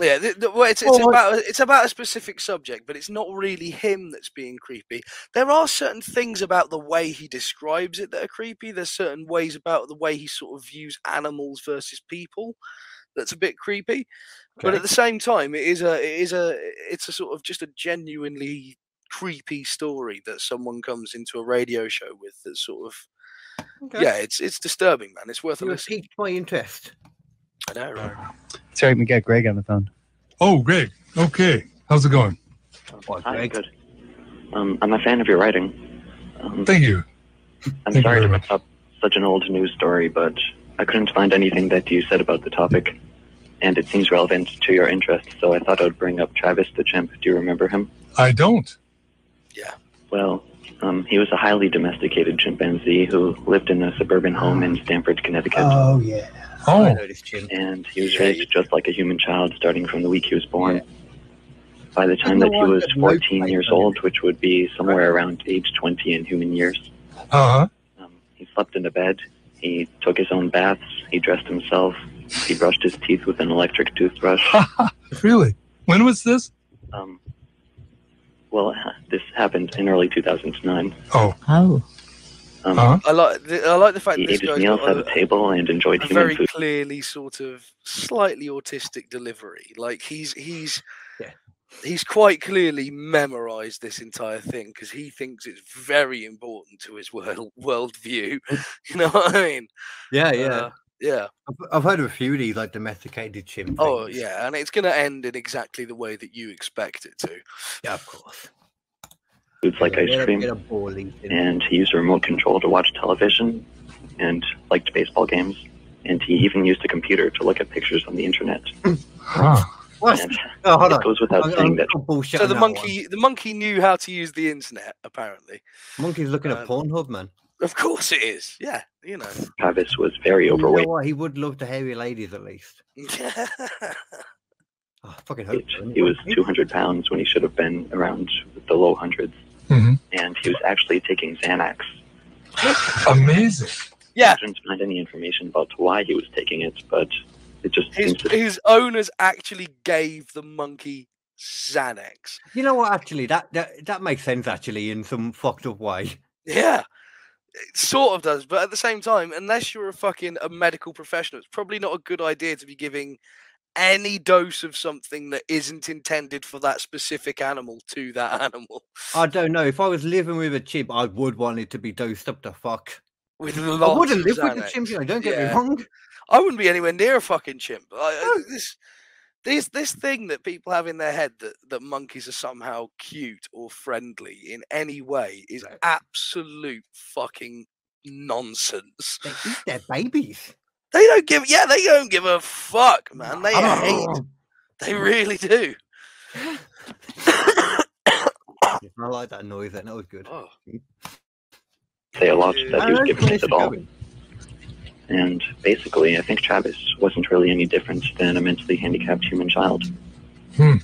S1: yeah. th- th- well, it's, it's
S2: Well,
S1: about it's about a specific subject, but it's not really him that's being creepy. There are certain things about the way he describes it that are creepy. There's certain ways about the way he sort of views animals versus people that's a bit creepy. But at the same time, it is a it is a it's a sort of just a genuinely creepy story that someone comes into a radio show with that sort of yeah, it's it's disturbing, man. It's worth a
S2: You
S1: listen.
S2: piqued my interest.
S1: I know, right?
S7: Sorry, we got Greg on the phone.
S8: Oh, Greg. Okay. How's it going?
S9: Hi, good. Um, I'm a fan of your writing. Um,
S8: Thank you.
S9: I'm
S8: thank
S9: sorry
S8: you very
S9: to
S8: much.
S9: bring up such an old news story, but I couldn't find anything that you said about the topic, and it seems relevant to your interests, so I thought I'd bring up Travis the Chimp. Do you remember him?
S8: I don't.
S9: Well, um, he was a highly domesticated chimpanzee who lived in a suburban home
S8: Ah.
S9: in Stamford, Connecticut,
S2: Oh yeah. I
S8: Oh,
S2: know this Jim.
S9: and he was raised just like a human child starting from the week he was born. By the time
S2: Isn't the
S9: that he
S2: one
S9: was
S2: that Luke
S9: 14
S2: played
S9: years
S2: on it?
S9: old, which would be somewhere around age 20 in human years,
S8: uh huh.
S9: Um, he slept in a bed. He took his own baths. He dressed himself. He brushed his teeth with an electric
S2: <laughs>
S9: toothbrush.
S8: Really? When was this?
S9: Um, well, ha- this happened in early 2009.
S8: Oh,
S7: Oh.
S9: Um,
S2: uh-huh.
S8: uh huh.
S1: I like the, I like the fact
S9: He
S1: that this
S9: ate his
S1: guy's
S9: meals
S1: got
S9: at a
S1: a,
S9: table and enjoyed
S1: a
S9: human
S1: very
S9: food.
S1: clearly sort of slightly autistic delivery. Like he's he's
S2: Yeah.
S1: he's quite clearly memorized this entire thing because he thinks it's very important to his world worldview. <laughs> you know what I mean?
S2: Yeah, yeah.
S1: Uh, yeah.
S2: I've, I've heard of a few of these like domesticated chimps.
S1: Oh, yeah. And it's going to end in exactly the way that you expect it to.
S2: Yeah, of course.
S9: Foods like
S2: Get
S9: ice
S2: a-
S9: cream.
S2: Get a ball eating.
S9: And he used a remote control to watch television and liked baseball games. And he even used a computer to look at pictures on the internet.
S8: Huh.
S2: What?
S9: And
S2: Oh, hold
S9: it
S2: on.
S9: goes without
S2: I'm-
S9: saying
S2: I'm
S9: that
S2: gonna bullshit
S1: So
S2: on
S1: the
S2: that one.
S1: monkey, the monkey knew how to use the internet. Apparently,
S2: monkey's looking
S1: uh,
S2: at Pornhub, man.
S1: of course it is. Yeah, you know.
S9: Travis was very
S2: You know
S9: overweight.
S2: what? He would love the hairy ladies
S1: <laughs>
S2: at least. Oh, I fucking hope. so,
S9: He was
S2: anyway.
S9: 200 pounds when he should have been around the low hundreds.
S8: hmm
S9: and he was actually taking Xanax.
S8: Amazing.
S1: Yeah.
S9: I couldn't find any information about why he was taking it, but it just
S1: his
S9: seems to
S1: his owners actually gave the monkey Xanax.
S2: You know what? Actually, that, that that makes sense. Actually, in some fucked up way.
S1: Yeah, it sort of does, but at the same time, unless you're a fucking a medical professional, it's probably not a good idea to be giving any dose of something that isn't intended for that specific animal to that <laughs> animal
S2: I don't know. If I was living with a chimp, I would want it to be dosed up to fuck.
S1: with
S2: <laughs> I
S1: lots
S2: wouldn't
S1: of
S2: live with a
S1: Xanax.
S2: chimp. You know, don't get
S1: Yeah.
S2: me wrong.
S1: I wouldn't be anywhere near a fucking chimp. I, I- this, this, this thing that people have in their head that, that monkeys are somehow cute or friendly in any way is absolute fucking nonsense.
S2: They eat their babies.
S1: <laughs> They don't give, yeah, they don't give a fuck, man. They hate,
S2: <laughs>
S1: they really do.
S2: I like that noise. Then that was good.
S1: Oh,
S9: say a lot that
S2: I
S9: he was
S2: like
S9: given
S2: where
S9: it
S2: this is
S9: at all.
S2: going.
S9: And basically, I think Travis wasn't really any different than a mentally handicapped human child.
S8: Hmm.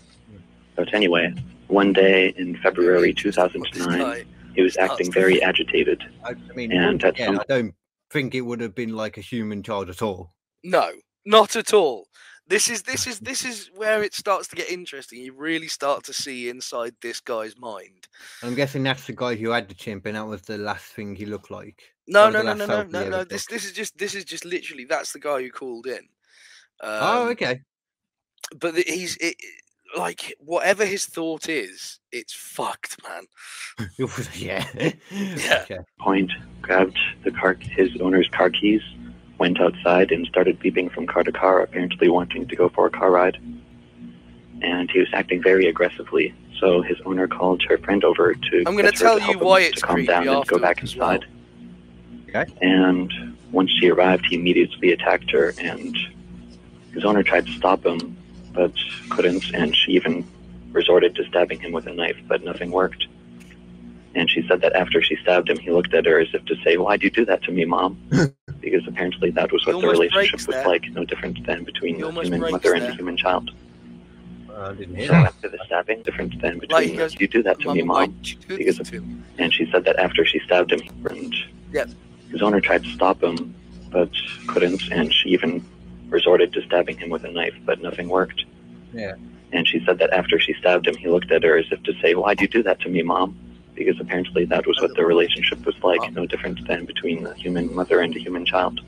S9: But anyway, one day in February 2009,
S1: guy.
S9: he was
S1: nuts.
S9: acting very agitated.
S2: I, I mean,
S9: And at
S2: yeah,
S9: some-
S2: I don't think it would have been like a human child at all.
S1: No, not at all. This is this is this is where it starts to get interesting. You really start to see inside this guy's mind.
S2: I'm guessing that's the guy who had the chimp, and that was the last thing he looked like.
S1: No,
S2: Or
S1: no, no,
S2: the
S1: no,
S2: last
S1: no,
S2: selfie
S1: no,
S2: ever
S1: no. This, this is just, this is just literally. That's the guy who called in. Um,
S2: oh, okay.
S1: But the- he's it, it- like, whatever his thought is, it's fucked, man.
S2: <laughs> yeah.
S8: Hmm.
S1: Yeah.
S2: Okay.
S9: point, grabbed the car, his owner's car keys, went outside, and started beeping from car to car, apparently wanting to go for a car ride. And he was acting very aggressively, so his owner called her friend over to.
S1: I'm gonna
S9: get her
S1: tell
S9: help
S1: you
S9: him
S1: why
S9: to
S1: it's
S9: calm
S1: creepy
S9: down and go
S1: afterwards
S9: back
S1: as well.
S9: inside.
S2: Okay.
S9: And once she arrived, he immediately attacked her, and his owner tried to stop him, but couldn't, and she even resorted to stabbing him with a knife, but nothing worked. And she said that after she stabbed him, he looked at her as if to say, Why'd you do that to me, mom? because apparently that was
S1: He
S9: what the
S1: almost
S9: relationship
S1: breaks
S9: was
S1: there.
S9: like, no different than between
S1: He
S9: a
S1: almost
S9: human
S1: breaks
S9: mother and
S1: there.
S9: a human child.
S2: Well, I didn't
S9: So
S2: hear that.
S9: after the stabbing, different than between,
S1: Like, he goes,
S9: Why'd you do that to me,
S1: Mum, why
S9: mom?
S1: did you do
S9: because
S1: this
S9: of-
S1: to me?
S9: And she said that after she stabbed him, and
S1: Yep.
S9: his owner tried to stop him, but couldn't, and she even resorted to stabbing him with a knife, but nothing worked.
S2: Yeah.
S9: And she said that after she stabbed him, he looked at her as if to say, Why'd you do that to me, mom? Because apparently that was what the relationship was like, no different than between a human mother and a human child.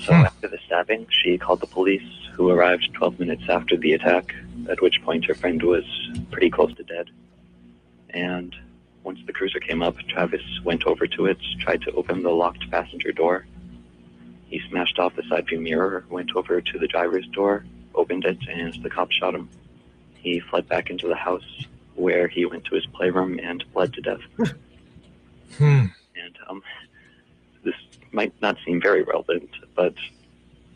S9: So
S8: Hmm.
S9: after the stabbing, she called the police, who arrived 12 minutes after the attack, at which point her friend was pretty close to dead. And once the cruiser came up, Travis went over to it, tried to open the locked passenger door. He smashed off the side view mirror, went over to the driver's door, opened it, and the cop shot him. He fled back into the house, where he went to his playroom and bled to death.
S8: Hmm.
S9: And um, this might not seem very relevant, but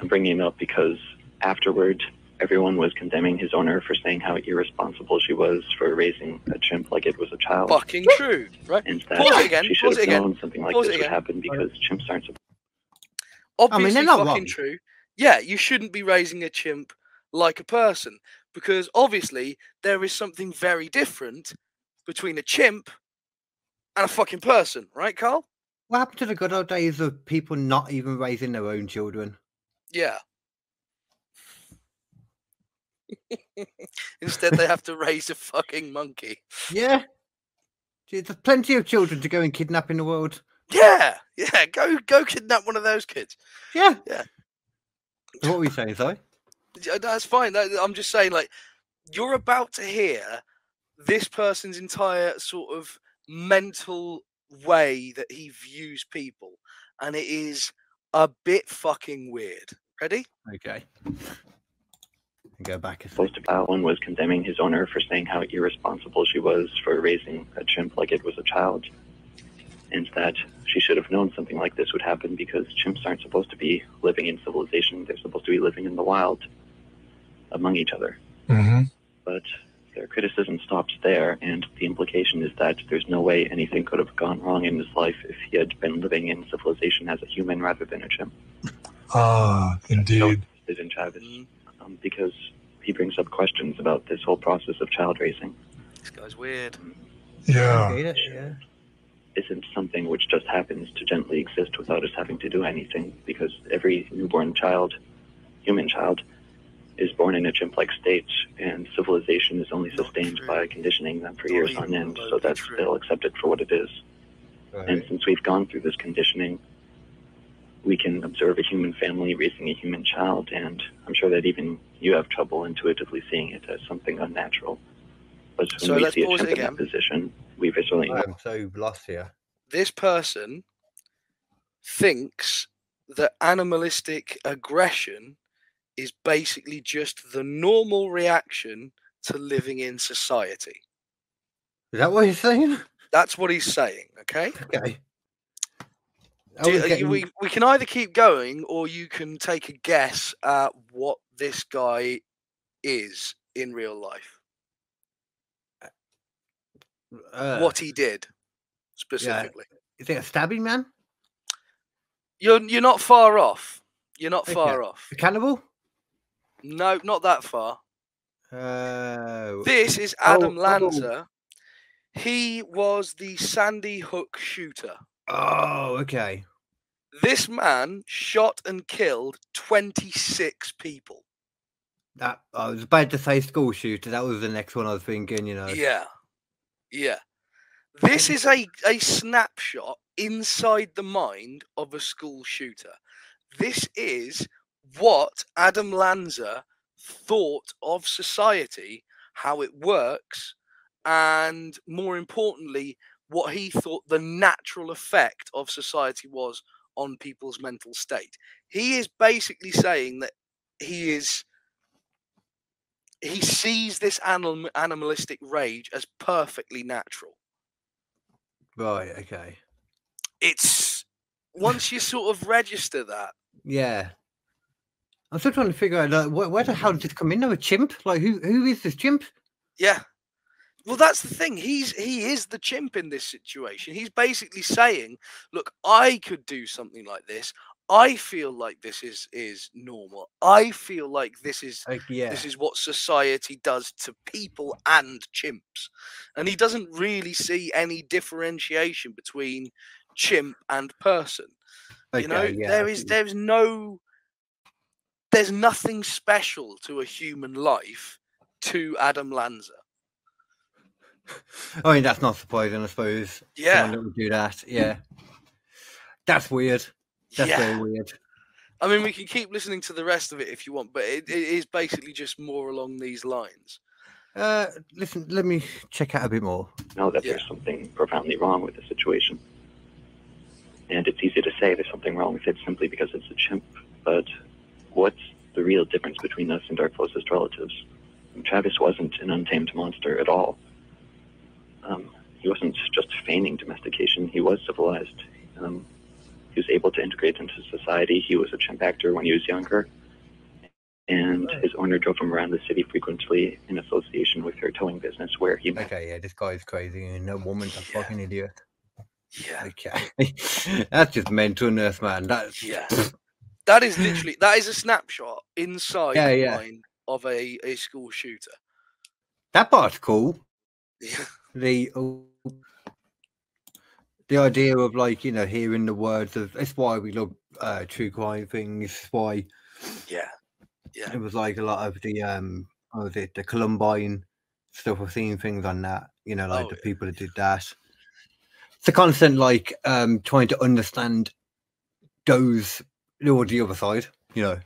S9: I'm bringing it up because afterward, everyone was condemning his owner for saying how irresponsible she was for raising a chimp like it was a child.
S1: Fucking true, right?
S9: And that
S1: Pause it again.
S9: she should
S1: Pause
S9: have
S1: it again.
S9: known something like
S1: Pause it
S9: this would
S1: again.
S9: happen because chimps aren't supposed
S2: I mean,
S1: Obviously,
S2: they're not
S1: fucking
S2: wrong.
S1: true. Yeah, you shouldn't be raising a chimp like a person because obviously there is something very different between a chimp and a fucking person, right, Carl?
S2: What happened to the good old days of people not even raising their own children?
S1: Yeah. Instead, they
S2: <laughs>
S1: have to raise a fucking monkey.
S2: Yeah. Gee, There's plenty of children to go and kidnap in the <laughs> world.
S1: Yeah, yeah. Go, go, kidnap one of those kids.
S2: Yeah.
S1: Yeah.
S2: So What were you saying, Si?
S1: Yeah, That's fine. that- I'm just saying, like, you're about to hear this person's entire sort of mental way that he views people, and it is a bit fucking weird. Ready?
S2: Okay. And go back a sec.
S9: supposed to. Uh, one was condemning his owner for saying how irresponsible she was for raising a chimp like it was a child, and that she should have known something like this would happen because chimps aren't supposed to be living in civilization. They're supposed to be living in the wild, among each other.
S8: Mm-hmm.
S9: But their criticism stops there, and the implication is that there's no way anything could have gone wrong in his life if he had been living in civilization as a human rather than a chimp.
S8: Ah, indeed.
S9: Did in Travis, um, because he brings up questions about this whole process of child raising.
S1: This guy's weird.
S8: Yeah.
S2: Okay, yeah, yeah.
S9: isn't something which just happens to gently exist without us having to do anything because every newborn child, human child, is born in a chimp like state and civilization is only
S1: Not
S9: sustained
S1: true.
S9: by conditioning them for
S1: Not
S9: years
S1: even
S9: on end so
S1: remotely
S9: that
S1: true.
S9: they'll accept it for what it is. And
S2: Right.
S9: since we've gone through this conditioning, we can observe a human family raising a human child, and I'm sure that even you have trouble intuitively seeing it as something unnatural. But when
S1: So
S9: we
S1: let's
S9: see a
S1: pause it
S9: chimp in that
S1: again.
S9: position, we visually
S2: I am so lost here.
S1: This person thinks that animalistic aggression is basically just the normal reaction to living in society.
S2: Is that what you're saying?
S1: That's what he's saying, okay?
S2: Okay. I
S1: Do,
S2: was
S1: you-
S2: getting-
S1: we, we can either keep going or you can take a guess at what this guy is in real life,
S2: uh,
S1: what he did specifically.
S2: is it? A stabbing man?
S1: You're, you're not far off. You're not
S2: Okay.
S1: far off.
S2: A cannibal?
S1: No, not that far.
S2: Uh,
S1: This is
S2: Oh,
S1: Adam
S2: oh.
S1: Lanza. He was the Sandy Hook shooter.
S2: oh, okay.
S1: This man shot and killed 26 people.
S2: That I was about to say school shooter. That was the next one I was thinking. You know.
S1: Yeah. Yeah. This is a, a snapshot inside the mind of a school shooter. This is what Adam Lanza thought of society, how it works, and more importantly, what he thought the natural effect of society was on people's mental state. He is basically saying that he is he sees this anim- animalistic rage as perfectly natural.
S2: Right. Okay.
S1: It's once you sort of register that,
S2: Yeah. I'm still trying to figure out like, where, where the hell did this come in? though? a chimp? Like who? Who is this chimp?
S1: yeah. Well, that's the thing. He's he is the chimp in this situation. He's basically saying, "Look, I could do something like this. I feel like this is is normal. I feel like this is
S2: Like, Uh, yeah.
S1: this is what society does to people and chimps and he doesn't really see any differentiation between chimp and person
S2: okay,
S1: you know
S2: yeah,
S1: there
S2: I
S1: is
S2: see.
S1: there's no there's nothing special to a human life to adam lanza
S2: I mean, that's not surprising, I suppose.
S1: yeah
S2: Someone that would do that. Yeah. That's weird. That's
S1: yeah
S2: very weird.
S1: I mean, we can keep listening to the rest of it if you want, but it, it is basically just more along these lines.
S2: Uh, listen, let me check out a bit more.
S9: know that
S1: Yeah.
S9: there's something profoundly wrong with the situation. And it's easy to say there's something wrong with it simply because it's a chimp, but what's the real difference between us and our closest relatives? Travis wasn't an untamed monster at all. Um, he wasn't just feigning domestication, he was civilized. Um, he was able to integrate into society. He was a chimp actor when he was younger, and his owner drove him around the city frequently in association with her towing business, where he met
S2: Okay, yeah, this guy's crazy and that woman's a
S1: Yeah.
S2: fucking idiot. <laughs>
S1: Yeah,
S2: Okay. That's just mental nurse man. That's
S1: yeah. That is literally that is a snapshot inside
S2: Yeah,
S1: the
S2: yeah.
S1: line of a, a school shooter.
S2: that part's cool.
S1: Yeah.
S2: The uh, the idea of like, you know, hearing the words of it's why we love uh true crime things, it's why
S1: Yeah. Yeah.
S2: it was like a lot of the um what was it, the Columbine stuff I've seen things on that, you know, like
S1: Oh,
S2: the
S1: yeah.
S2: people that did that. It's a constant like um trying to understand those or the other side, you know.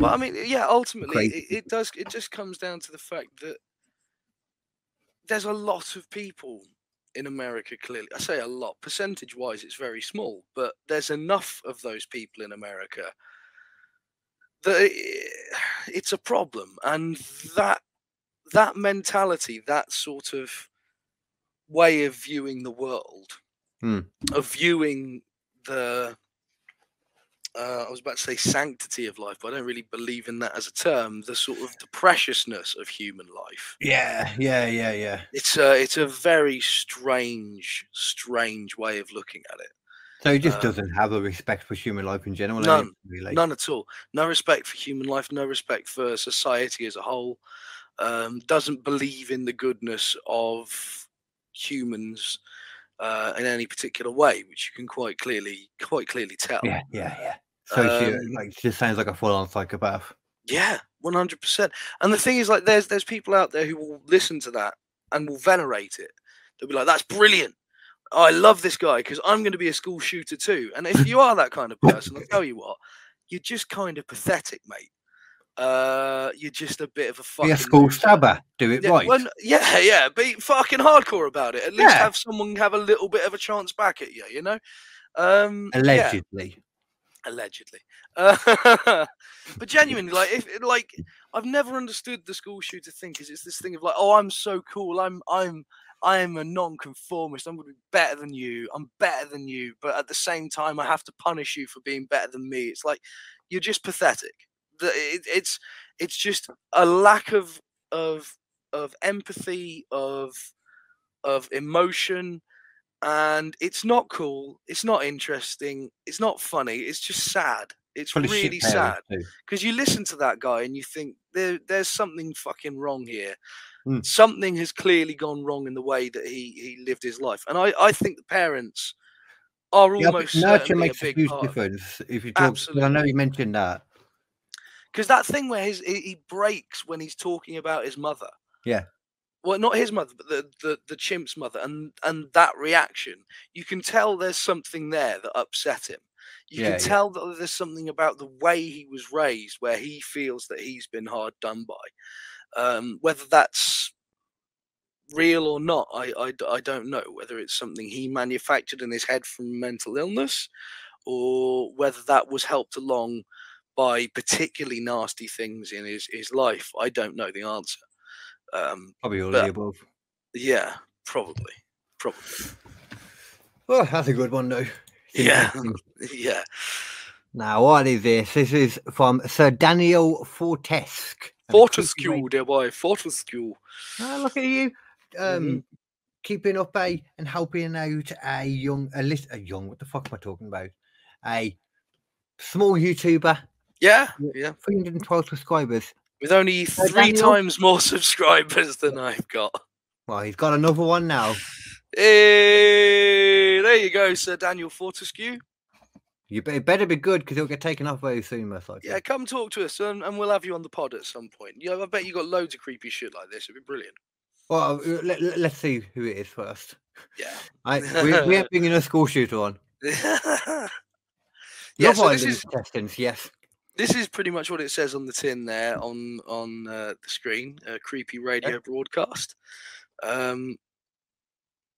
S1: But I mean, yeah, ultimately,
S2: Crazy.
S1: it, it does. It just comes down to the fact that there's a lot of people in America. Clearly, I say a lot. Percentage-wise, it's very small, but there's enough of those people in America that it, <sighs> it's a problem, and that that mentality, that sort of way of viewing the world,
S2: Hmm.
S1: of viewing the uh, I was about to say sanctity of life, but I don't really believe in that as a term. The sort of the preciousness of human life.
S2: Yeah, yeah, yeah, yeah.
S1: It's a it's a very strange, strange way of looking at it.
S2: So he just
S1: Uh,
S2: doesn't have a respect for human life in general. eh,
S1: none,
S2: really.
S1: None at all. No respect for human life. No respect for society as a whole. Um, doesn't believe in the goodness of humans uh, in any particular way, which you can quite clearly quite clearly tell.
S2: Yeah, yeah, yeah. So she, uh,
S1: Um,
S2: like, she just sounds like a full-on psychopath.
S1: Yeah, one hundred percent. And the thing is, like, there's there's people out there who will listen to that and will venerate it. They'll be like, "That's brilliant! I love this guy because I'm going to be a school shooter too." And if you are that kind of person, I tell you what, you're just kind of pathetic, mate. Uh, you're just a bit of a fucking
S2: Be a <laughs> school
S1: loser.
S2: stabber. Do it
S1: Yeah,
S2: right.
S1: well, yeah, yeah. Be fucking hardcore about it. At least
S2: Yeah.
S1: have someone have a little bit of a chance back at you. You know. Um, yeah
S2: Allegedly.
S1: allegedly Uh, <laughs> but genuinely like if it- like i've never understood the school shooter thing because it's this thing of like oh i'm so cool i'm i'm i am a non-conformist i'm gonna be better than you i'm better than you but at the same time i have to punish you for being better than me it's like you're just pathetic The- it, it's it's just a lack of of of empathy of of emotion and it's not cool it's not interesting it's not funny it's just sad it's
S2: Full of shit
S1: really
S2: parents,
S1: sad
S2: too.
S1: because you listen to that guy and you think there there's something fucking wrong here
S2: Mm.
S1: something has clearly gone wrong in the way that he he lived his life and i i think the parents are
S2: Yeah, but
S1: almost
S2: nurture
S1: certainly a
S2: makes a,
S1: big
S2: huge
S1: part of it.
S2: difference. If you talk, 'cause I know
S1: Absolutely.
S2: you mentioned that.
S1: because that thing where his he he breaks when he's talking about his mother.
S2: Yeah.
S1: Well, not his mother, but the, the the chimp's mother, and and that reaction, you can tell there's something there that upset him. You
S2: Yeah, yeah.
S1: can tell that there's something about the way he was raised where he feels that he's been hard done by. Um, whether that's real or not, I, I d- I don't know. Whether it's something he manufactured in his head from mental illness, or whether that was helped along by particularly nasty things in his, his life? I don't know the answer. Um,
S2: Probably all
S1: But-
S2: of the above.
S1: yeah, probably. Probably.
S2: Oh, that's a good one, though.
S1: Yeah.
S2: Interesting.
S1: <laughs> Yeah.
S2: Now, what is this? This is from Sir Daniel Fortesque. and it keeps me-
S1: Fortescue, dear boy. Fortescue.
S2: Ah, look at you. Um,
S1: Mhm.
S2: Keeping up a and helping out a young, a, lit, a young, what the fuck am I talking about? A small YouTuber,
S1: Yeah.
S2: Yeah.
S1: Yeah.
S2: 312 subscribers.
S1: With only three
S2: Daniel.
S1: times more <laughs> subscribers than I've got.
S2: Well, he's got another one now.
S1: Hey, Eh, there you go, Sir Daniel Fortescue.
S2: You be- it better be good because he'll get taken off very soon, most likely.
S1: Yeah, come talk to us and, and we'll have you on the pod at some point. You know, I bet you got loads of creepy shit like this. It'd be brilliant.
S2: Well, uh, let, let, us see who it is first.
S1: Yeah.
S2: I, we,
S1: <laughs>
S2: we <laughs> ain't bringing a school shooter on.
S1: yeah,
S2: Love
S1: so
S2: Island
S1: this is
S2: contestants, yes.
S1: this is pretty much what it says on the tin there on on uh, the screen. Uh, creepy radio broadcast. Um,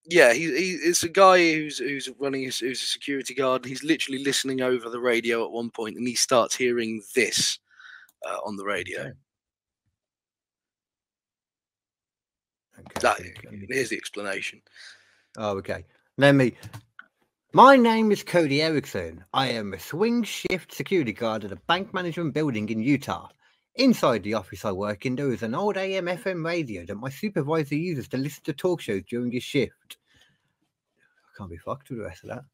S1: yeah, he, he it's a guy who's who's running who's a security guard. He's literally listening over the radio at one point, and he starts hearing this uh, on the radio.
S2: Okay,
S1: That-
S2: here we go.
S1: here's the explanation.
S2: Oh, okay. Let me. My name is Cody Erickson. I am a swing shift security guard at a bank management building in Utah. Inside the office I work in, there is an old AM FM radio that my supervisor uses to listen to talk shows during his shift. I can't be fucked with the rest of that.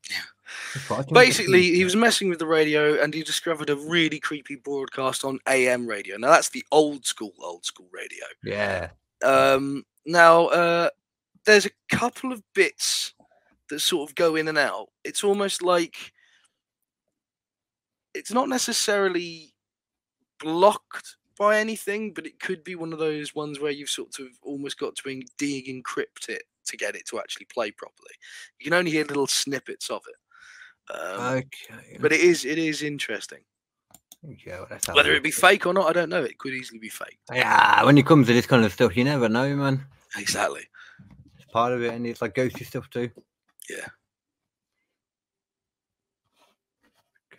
S2: Surprised I'm not
S1: Basically,
S2: confused
S1: he was messing with the radio and he discovered a really creepy broadcast on AM radio. Now that's the old school, old school radio.
S2: there. Yeah.
S1: Um, now, uh, there's a couple of bits that sort of go in and out. It's almost like it's not necessarily blocked by anything, but it could be one of those ones where you've sort of almost got to en- de-encrypt it to get it to actually play properly. You can only hear little snippets of it. Um,
S2: Okay.
S1: but it is it is interesting.
S2: yeah, well, let's have a
S1: Whether
S2: look
S1: it be
S2: at
S1: fake or not, I don't know. It could easily be fake.
S2: Yeah, when it comes to this kind of stuff, you never know, man.
S1: Exactly.
S2: It's part of it, and it's like ghosty stuff too.
S1: Yeah.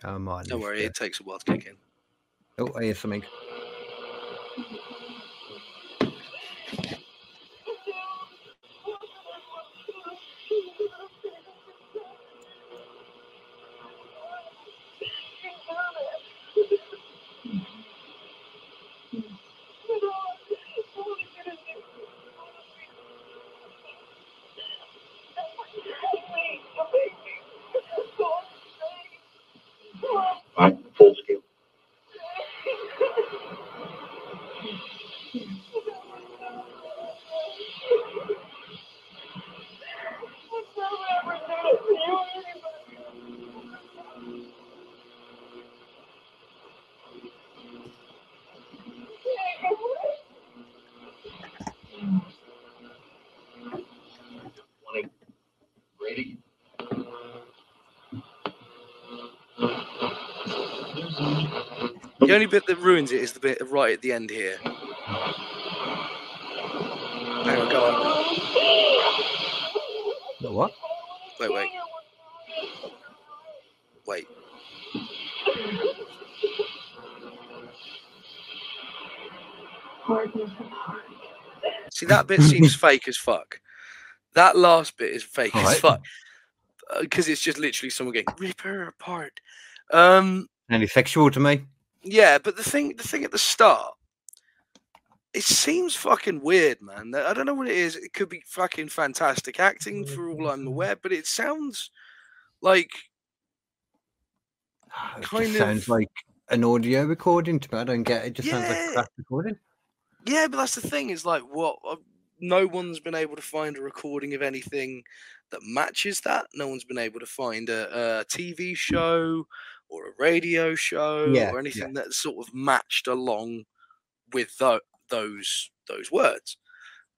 S2: Come on.
S1: Don't
S2: this
S1: worry,
S2: stuff.
S1: it takes a while to kick in.
S2: Oh, I hear something.
S9: Right, full scale.
S1: The only bit that ruins it is the bit right at the end here. Hang on, go on.
S2: The what?
S1: Wait, wait. Wait. See, that bit
S2: <laughs>
S1: seems fake as fuck. That last bit is fake as
S2: Alright.
S1: fuck. Because it's just literally someone going, rip her apart. Um,
S2: And it's sexual to me.
S1: Yeah, but the thing, the thing at the start, it seems fucking weird, man. I don't know what it is. It could be fucking fantastic acting for all I'm aware, but it sounds like
S2: Ah, It just
S1: Kind
S2: sounds
S1: of-
S2: like an audio recording to me. I don't get it. It just sounds
S1: Yeah.
S2: like crap recording.
S1: yeah, but that's the thing. Is like what uh, no one's been able to find a recording of anything that matches that. No one's been able to find a, a TV show or a radio show
S2: Yeah,
S1: or
S2: yeah.
S1: anything that sort of matched along with tho- those those words.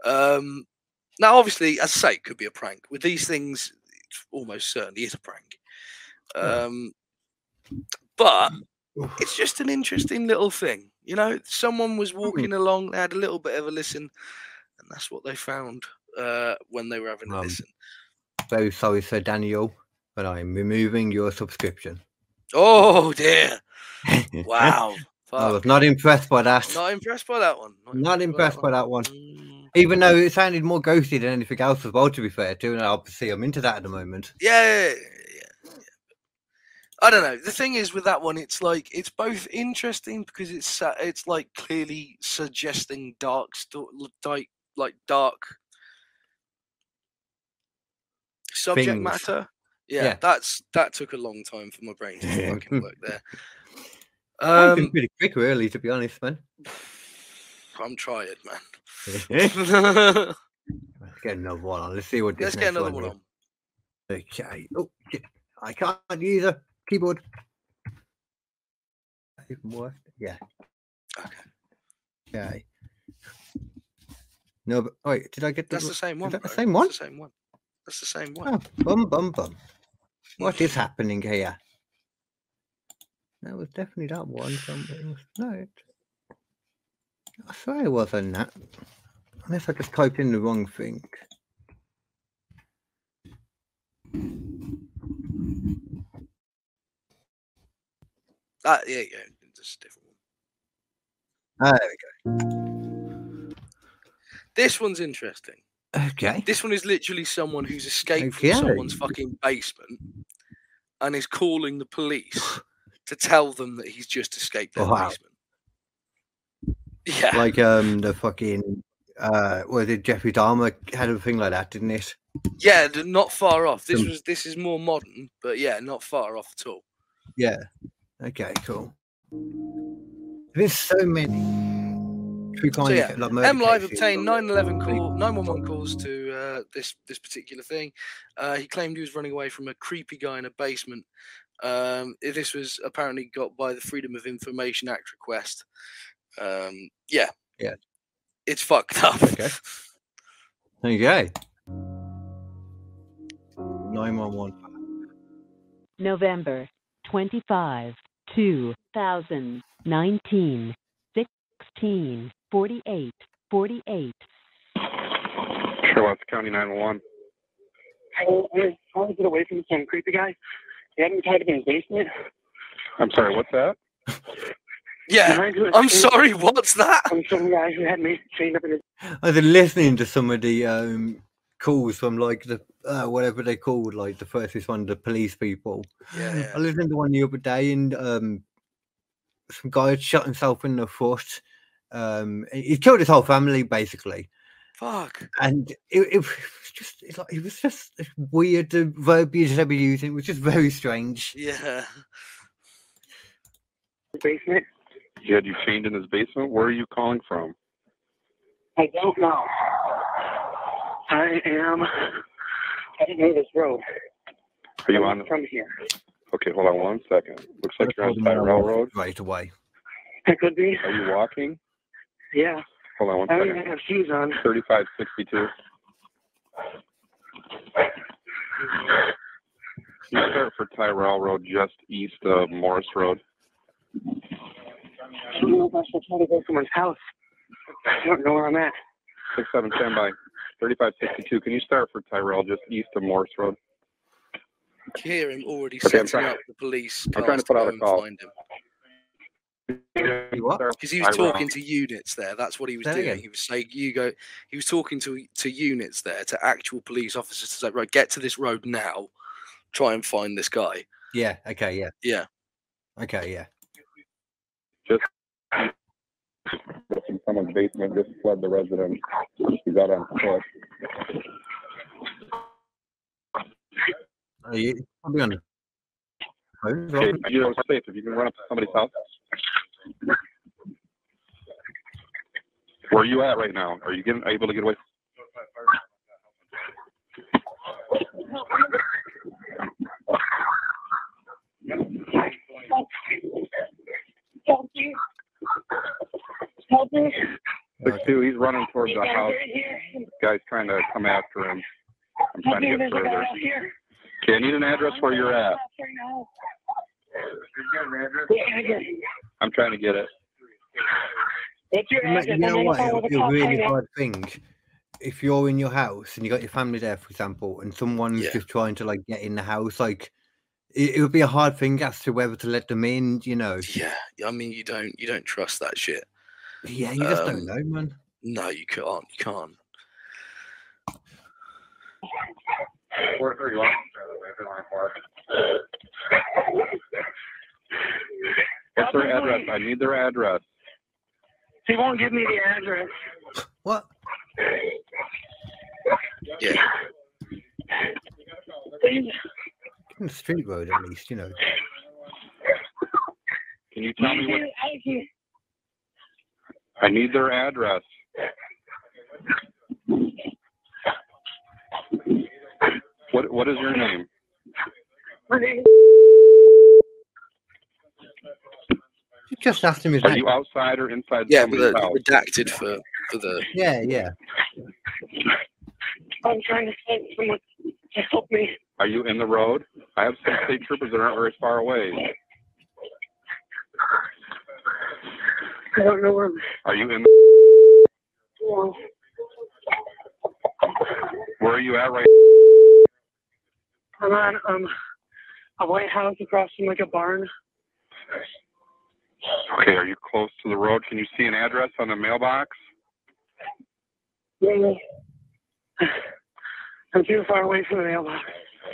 S1: Um, now, obviously, as I say, it could be a prank. With these things, it almost certainly is a prank. Um, But
S2: Mm. Oof.
S1: it's just an interesting little thing. You know, someone
S2: Hmm.
S1: was walking along, they had a little bit of a listen, and that's what they found uh, when they were having a
S2: Um,
S1: listen.
S2: Very sorry, Sir Daniel, but I'm removing your subscription.
S1: Oh, dear. <laughs>
S2: <laughs>
S1: Wow.
S2: I
S1: Fuck.
S2: was not impressed by that.
S1: Not impressed by that one.
S2: Not impressed by that one.
S1: Mm.
S2: Even though it sounded more ghosty than anything else as well, to be fair, too. And obviously I'm into that at the moment.
S1: yeah, yeah, yeah, yeah, yeah. I don't know. The thing is with that one, it's like it's both interesting because it's sa- it's like clearly suggesting dark sto- l- like like dark subject
S2: Things.
S1: matter. Yeah,
S2: Yeah.
S1: that's that took a long time for my brain to fucking work there.
S2: I've been
S1: Um,
S2: pretty quick, really, to be honest, man.
S1: I'm tired, man. <laughs>
S2: <laughs> Let's
S1: Let's
S2: get another one on. Let's see what this
S1: get
S2: next
S1: another one
S2: is.
S1: on.
S2: Okay. Oh, shit. I can't use a keyboard. That Even worse. Yeah.
S1: Okay.
S2: Okay. No, but oh, wait, did I get
S1: That's
S2: the
S1: the same one.
S2: that the
S1: bro.
S2: same one?
S1: That's the same one. That's the same one.
S2: Oh, bum bum bum? What is happening here? That was definitely that one. Somebody was no. it- I swear it wasn't that. Unless I just typed in the wrong thing.
S1: Ah, yeah, yeah. Just a different one.
S2: Oh,
S1: This one's interesting.
S2: okay.
S1: This one is literally someone who's escaped
S2: Okay.
S1: from someone's fucking basement and is calling the
S2: <sighs>
S1: police to tell them that he's just escaped their
S2: Wow.
S1: basement. Yeah.
S2: Like um the fucking uh was it Jeffrey Dahmer had a thing like that, didn't it?
S1: Yeah, th- not far off. This
S2: Some-
S1: was this is more modern, but yeah, not far off at all.
S2: Yeah. Okay, cool. There's so many. True crime,
S1: yeah,
S2: like murder
S1: M Live
S2: cases.
S1: obtained 911 call, 911 calls to uh, this this particular thing. Uh, he claimed he was running away from a creepy guy in a basement. Um, i- this was apparently got by the Freedom of Information Act request. Um, yeah,
S2: Yeah.
S1: it's fucked up.
S2: Okay. There you go. 911.
S10: November 25, 2019, 16, 48, 48.
S11: Charlotte County 911.
S12: I was trying to get away from some creepy guy. He had me tied up in his basement.
S11: I'm sorry, what's that?
S1: Yeah, I'm sorry. What's that?
S12: I'm some guy who had me chained up in his.
S2: I've been listening to some of the um, calls from like the uh, whatever they called like the first responder, the police people.
S1: Yeah, yeah.
S2: I listened to one the other day, and um, some guy had shot himself in the foot. Um, he he killed his whole family basically,
S1: <laughs> Fuck.
S2: and it, it was just it's like it was just weird the verbiage they were using. It was just very strange.
S1: Yeah.
S12: basement.
S11: He had you chained in his basement. Where are you calling from?
S12: I don't know. I am. I don't know this road.
S11: Are you on?
S12: From here,
S11: Okay, hold on one second. Looks like you're on Tyrell Road.
S2: Right away.
S12: it could be.
S11: Are you walking?
S12: Yeah.
S11: Hold on one
S12: I don't even
S11: second.
S12: have shoes on.
S11: 3562. You start for Tyrell Road, just east of Morris Road.
S12: I don't know if I should try to go to someone's house. I don't know where I'm at.
S11: Six seven ten by 3562. Can you start for Tyrell, just east of Morris Road?
S1: I can hear him already
S11: Okay, I'm
S1: setting
S11: trying-
S1: up the police. um,
S11: I'm trying
S1: cars
S11: to put
S1: go
S11: out a
S1: and
S11: call.
S1: find him.
S11: What?
S1: Because he was talking to units there. That's what he was
S11: Say that
S1: doing.
S11: again.
S1: He was saying, "You go." He was talking to to units there, to actual police officers. To say, "Right, get to this road now. Try and find this guy."
S2: Yeah. Okay. Yeah.
S1: Yeah.
S2: Okay. Yeah.
S11: in someone's basement, just fled the residence. He's out on foot.
S2: Are you probably on the phone as well?
S11: Okay, you know, it's safe. If you can run up to somebody's house. Where are you at right now? Are you getting able to get away?
S12: Help me. Help me.
S11: Six two. He's running towards the
S12: There's a guy
S11: house.
S12: right here.
S11: Guy's trying to come after him. I'm
S12: Help
S11: trying
S12: me.
S11: to
S12: There's
S11: get
S12: a guy
S11: further.
S12: out here.
S11: Okay, I need an address where you're at.
S12: Right now. What address?
S11: I'm trying to get it.
S12: What's your
S2: You know-
S12: address?
S2: you
S12: I'm
S2: know
S12: gonna
S2: what?
S12: call
S2: It'll
S12: the
S2: be a
S12: cops
S2: really
S12: right now.
S2: hard thing if you're in your house and you got your family there, for example, and someone's just trying to like get in the house. Like it, it would be a hard thing as to whether to let them in. You know?
S1: Yeah. I mean, you don't you don't trust that shit.
S2: Yeah, you just
S1: Um,
S2: don't know, man.
S1: No, you can't. You can't.
S11: What's their address? I need their address.
S12: He won't give me the address.
S2: What?
S1: Yeah.
S2: On the street road, at least, you know.
S11: Can you tell me what? I need their address. What What is your name?
S12: My name-
S2: You just asked him his
S11: Are
S2: name.
S11: you outside or inside
S1: Yeah, but
S11: somebody's
S1: uh,
S11: house?
S1: redacted for for the.
S2: Yeah, yeah.
S12: I'm trying to find someone to help me.
S11: Are you in the road? I have some state troopers that aren't very far away.
S12: I don't know where I'm
S11: Are you in?
S12: going.
S11: Where are you at right?
S12: I'm at um, a white house across from like a barn.
S11: Okay. Are you close to the road? Can you see an address on the mailbox?
S12: Yeah, yeah. I'm too far away from the mailbox.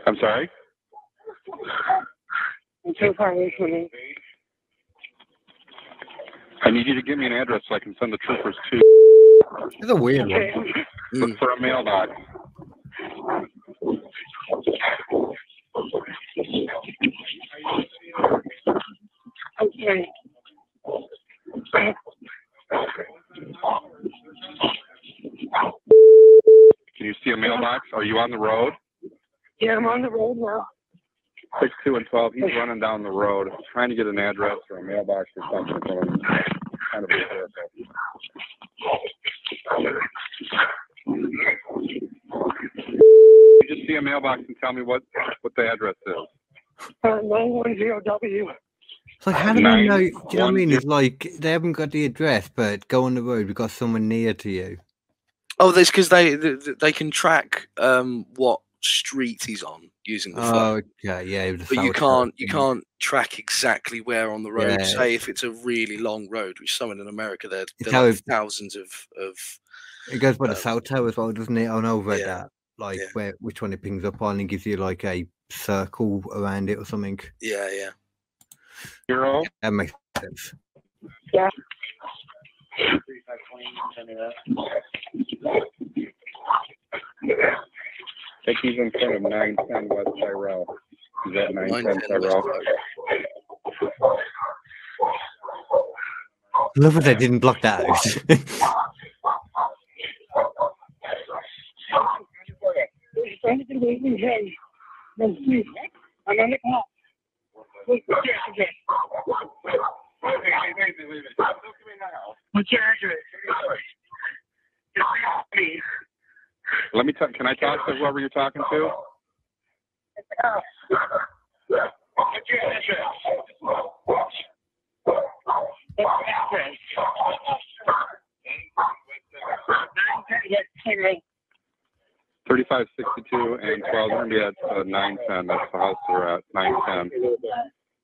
S11: I'm sorry.
S12: I'm too far away from it.
S11: I need you to give me an address so I can send the troopers to.
S2: It's a weird
S12: Okay.
S2: one.
S1: Hmm.
S11: Look for a mailbox.
S12: Okay.
S11: Can you see a mailbox? Are you on the road?
S12: Yeah, I'm on the road now.
S11: Six two and twelve. He's running down the road, trying to get an address or a mailbox or something. So I'm trying to be careful. You just see a mailbox and tell me what what the address is.
S12: Uh, 910W.
S2: It's like, how do they
S11: Nine,
S2: know? Do you know what I
S11: one,
S2: mean? It's like they haven't got the address, but go on the road. We've got someone near to you.
S1: Oh, that's because they th- th- they can track um, what street he's on using the phone.
S2: Oh, yeah, yeah. the
S1: But you
S2: cell
S1: can't you
S2: tower
S1: can't track exactly where on the road.
S2: Yeah.
S1: Say if it's a really long road, which someone in America there
S2: It's
S1: there are like
S2: how-
S1: thousands of of
S2: thing. It goes by the
S1: um,
S2: cell tower as well, doesn't it? I know read
S1: yeah,
S2: that. Like
S1: yeah.
S2: where which one it pings up on and gives you like a circle around it or something.
S1: yeah yeah.
S11: Zero.
S2: That makes sense.
S12: Yeah.
S11: I think he's in front of nine ten West Tyrell. Is that nine ten
S1: 910 West
S11: Tyrell?
S2: Love that they didn't block that out. <laughs>
S12: There's trying to get away from him. No, please. I'm on the clock. What's your address? What's your address? Just ask me.
S11: Let me talk. Can I talk to whoever you're talking to?
S12: What's your address? What's your address? Nine ten West Henry.
S11: Thirty-five sixty-two and twelve. We're gonna be at uh, nine ten. That's the house we're at. Nine ten.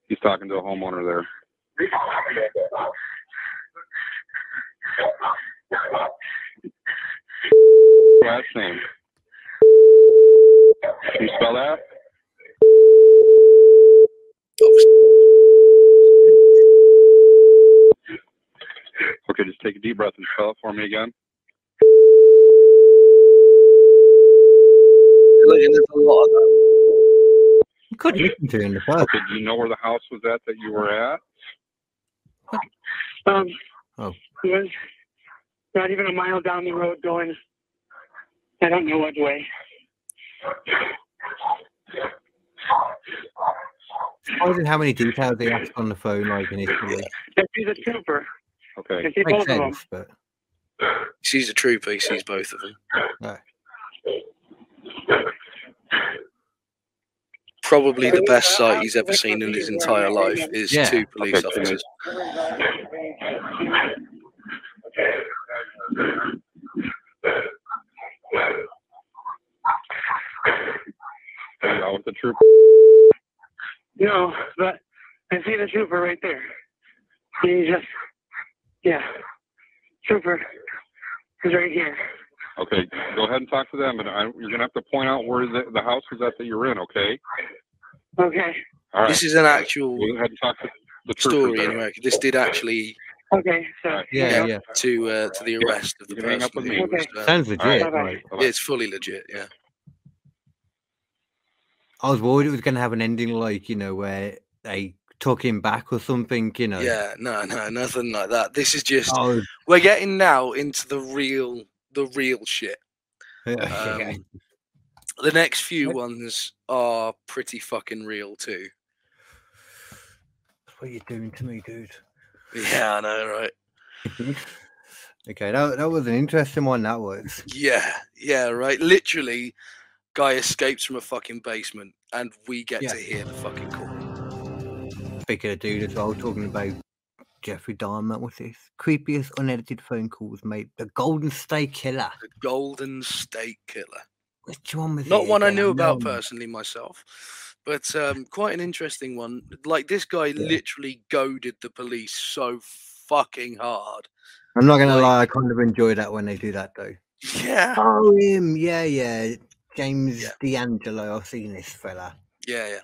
S11: He's talking to a homeowner there. Last name. Can you spell that? Okay, just take a deep breath and spell it for me again.
S2: you could listen to it in the first.
S11: Okay, do you know where the house was at that you were at?
S12: Um,
S2: Oh.
S12: it was not even a mile down the road going, I don't know what way.
S2: Surprising how many details they asked on the phone, like initially.
S12: If he's a trooper,
S11: Okay.
S12: if he both
S2: Makes
S12: of them.
S2: sense, but
S1: He sees a trooper. He sees both of them.
S2: no.
S1: Probably the best sight he's ever seen in his entire life is
S2: Yeah.
S1: two police
S11: Okay, can I-
S1: officers.
S11: Yeah, with the troop.
S12: No, but I see the trooper right there. He just, yeah, trooper is right here.
S11: Okay, go ahead and talk to them, and I, you're gonna have to point out where the, the house was at that you're in. Okay.
S12: Okay,
S11: All right.
S1: This is an actual
S11: Go ahead and talk to the troopers
S1: story
S11: there.
S1: in America. This did actually
S12: okay, so
S11: All right.
S2: Yeah,
S1: yeah,
S2: yeah.
S1: to uh, to the
S11: Yeah,
S1: arrest of the
S11: you can hang
S1: person.
S11: up with
S1: who
S11: me.
S1: was, uh,
S2: Sounds
S11: All right.
S2: legit.
S12: bye-bye.
S2: Like,
S11: Bye-bye.
S1: yeah, it's fully legit. Yeah,
S2: I was worried it was going to have an ending like you know where they took him back or something. You know.
S1: yeah, no, no, nothing like that. This is just
S2: Oh.
S1: we're getting now into the real the real shit.
S2: <laughs> yeah.
S1: Um, the next few
S2: What-
S1: ones are pretty fucking real too.
S2: That's what you're doing to me, dude.
S1: Yeah, I know, right?
S2: <laughs> Okay, that, that was an interesting one. That was.
S1: Yeah, yeah, right. Literally, guy escapes from a fucking basement, and we get
S2: Yeah.
S1: to hear the fucking call.
S2: Speaking of dude as well, talking about Jeffrey Dahmer. What's this? Creepiest unedited phone call was made. The Golden State Killer.
S1: The Golden State Killer.
S2: Which one was
S1: Not
S2: it
S1: one I
S2: again?
S1: knew about
S2: know.
S1: personally myself, but um, quite an interesting one. Like this guy literally goaded the police so fucking hard.
S2: I'm not gonna lie, I kind of enjoy that when they do that though.
S1: Yeah.
S2: Oh, him. Yeah, yeah. James D'Angelo. I've seen this fella.
S1: Yeah, yeah,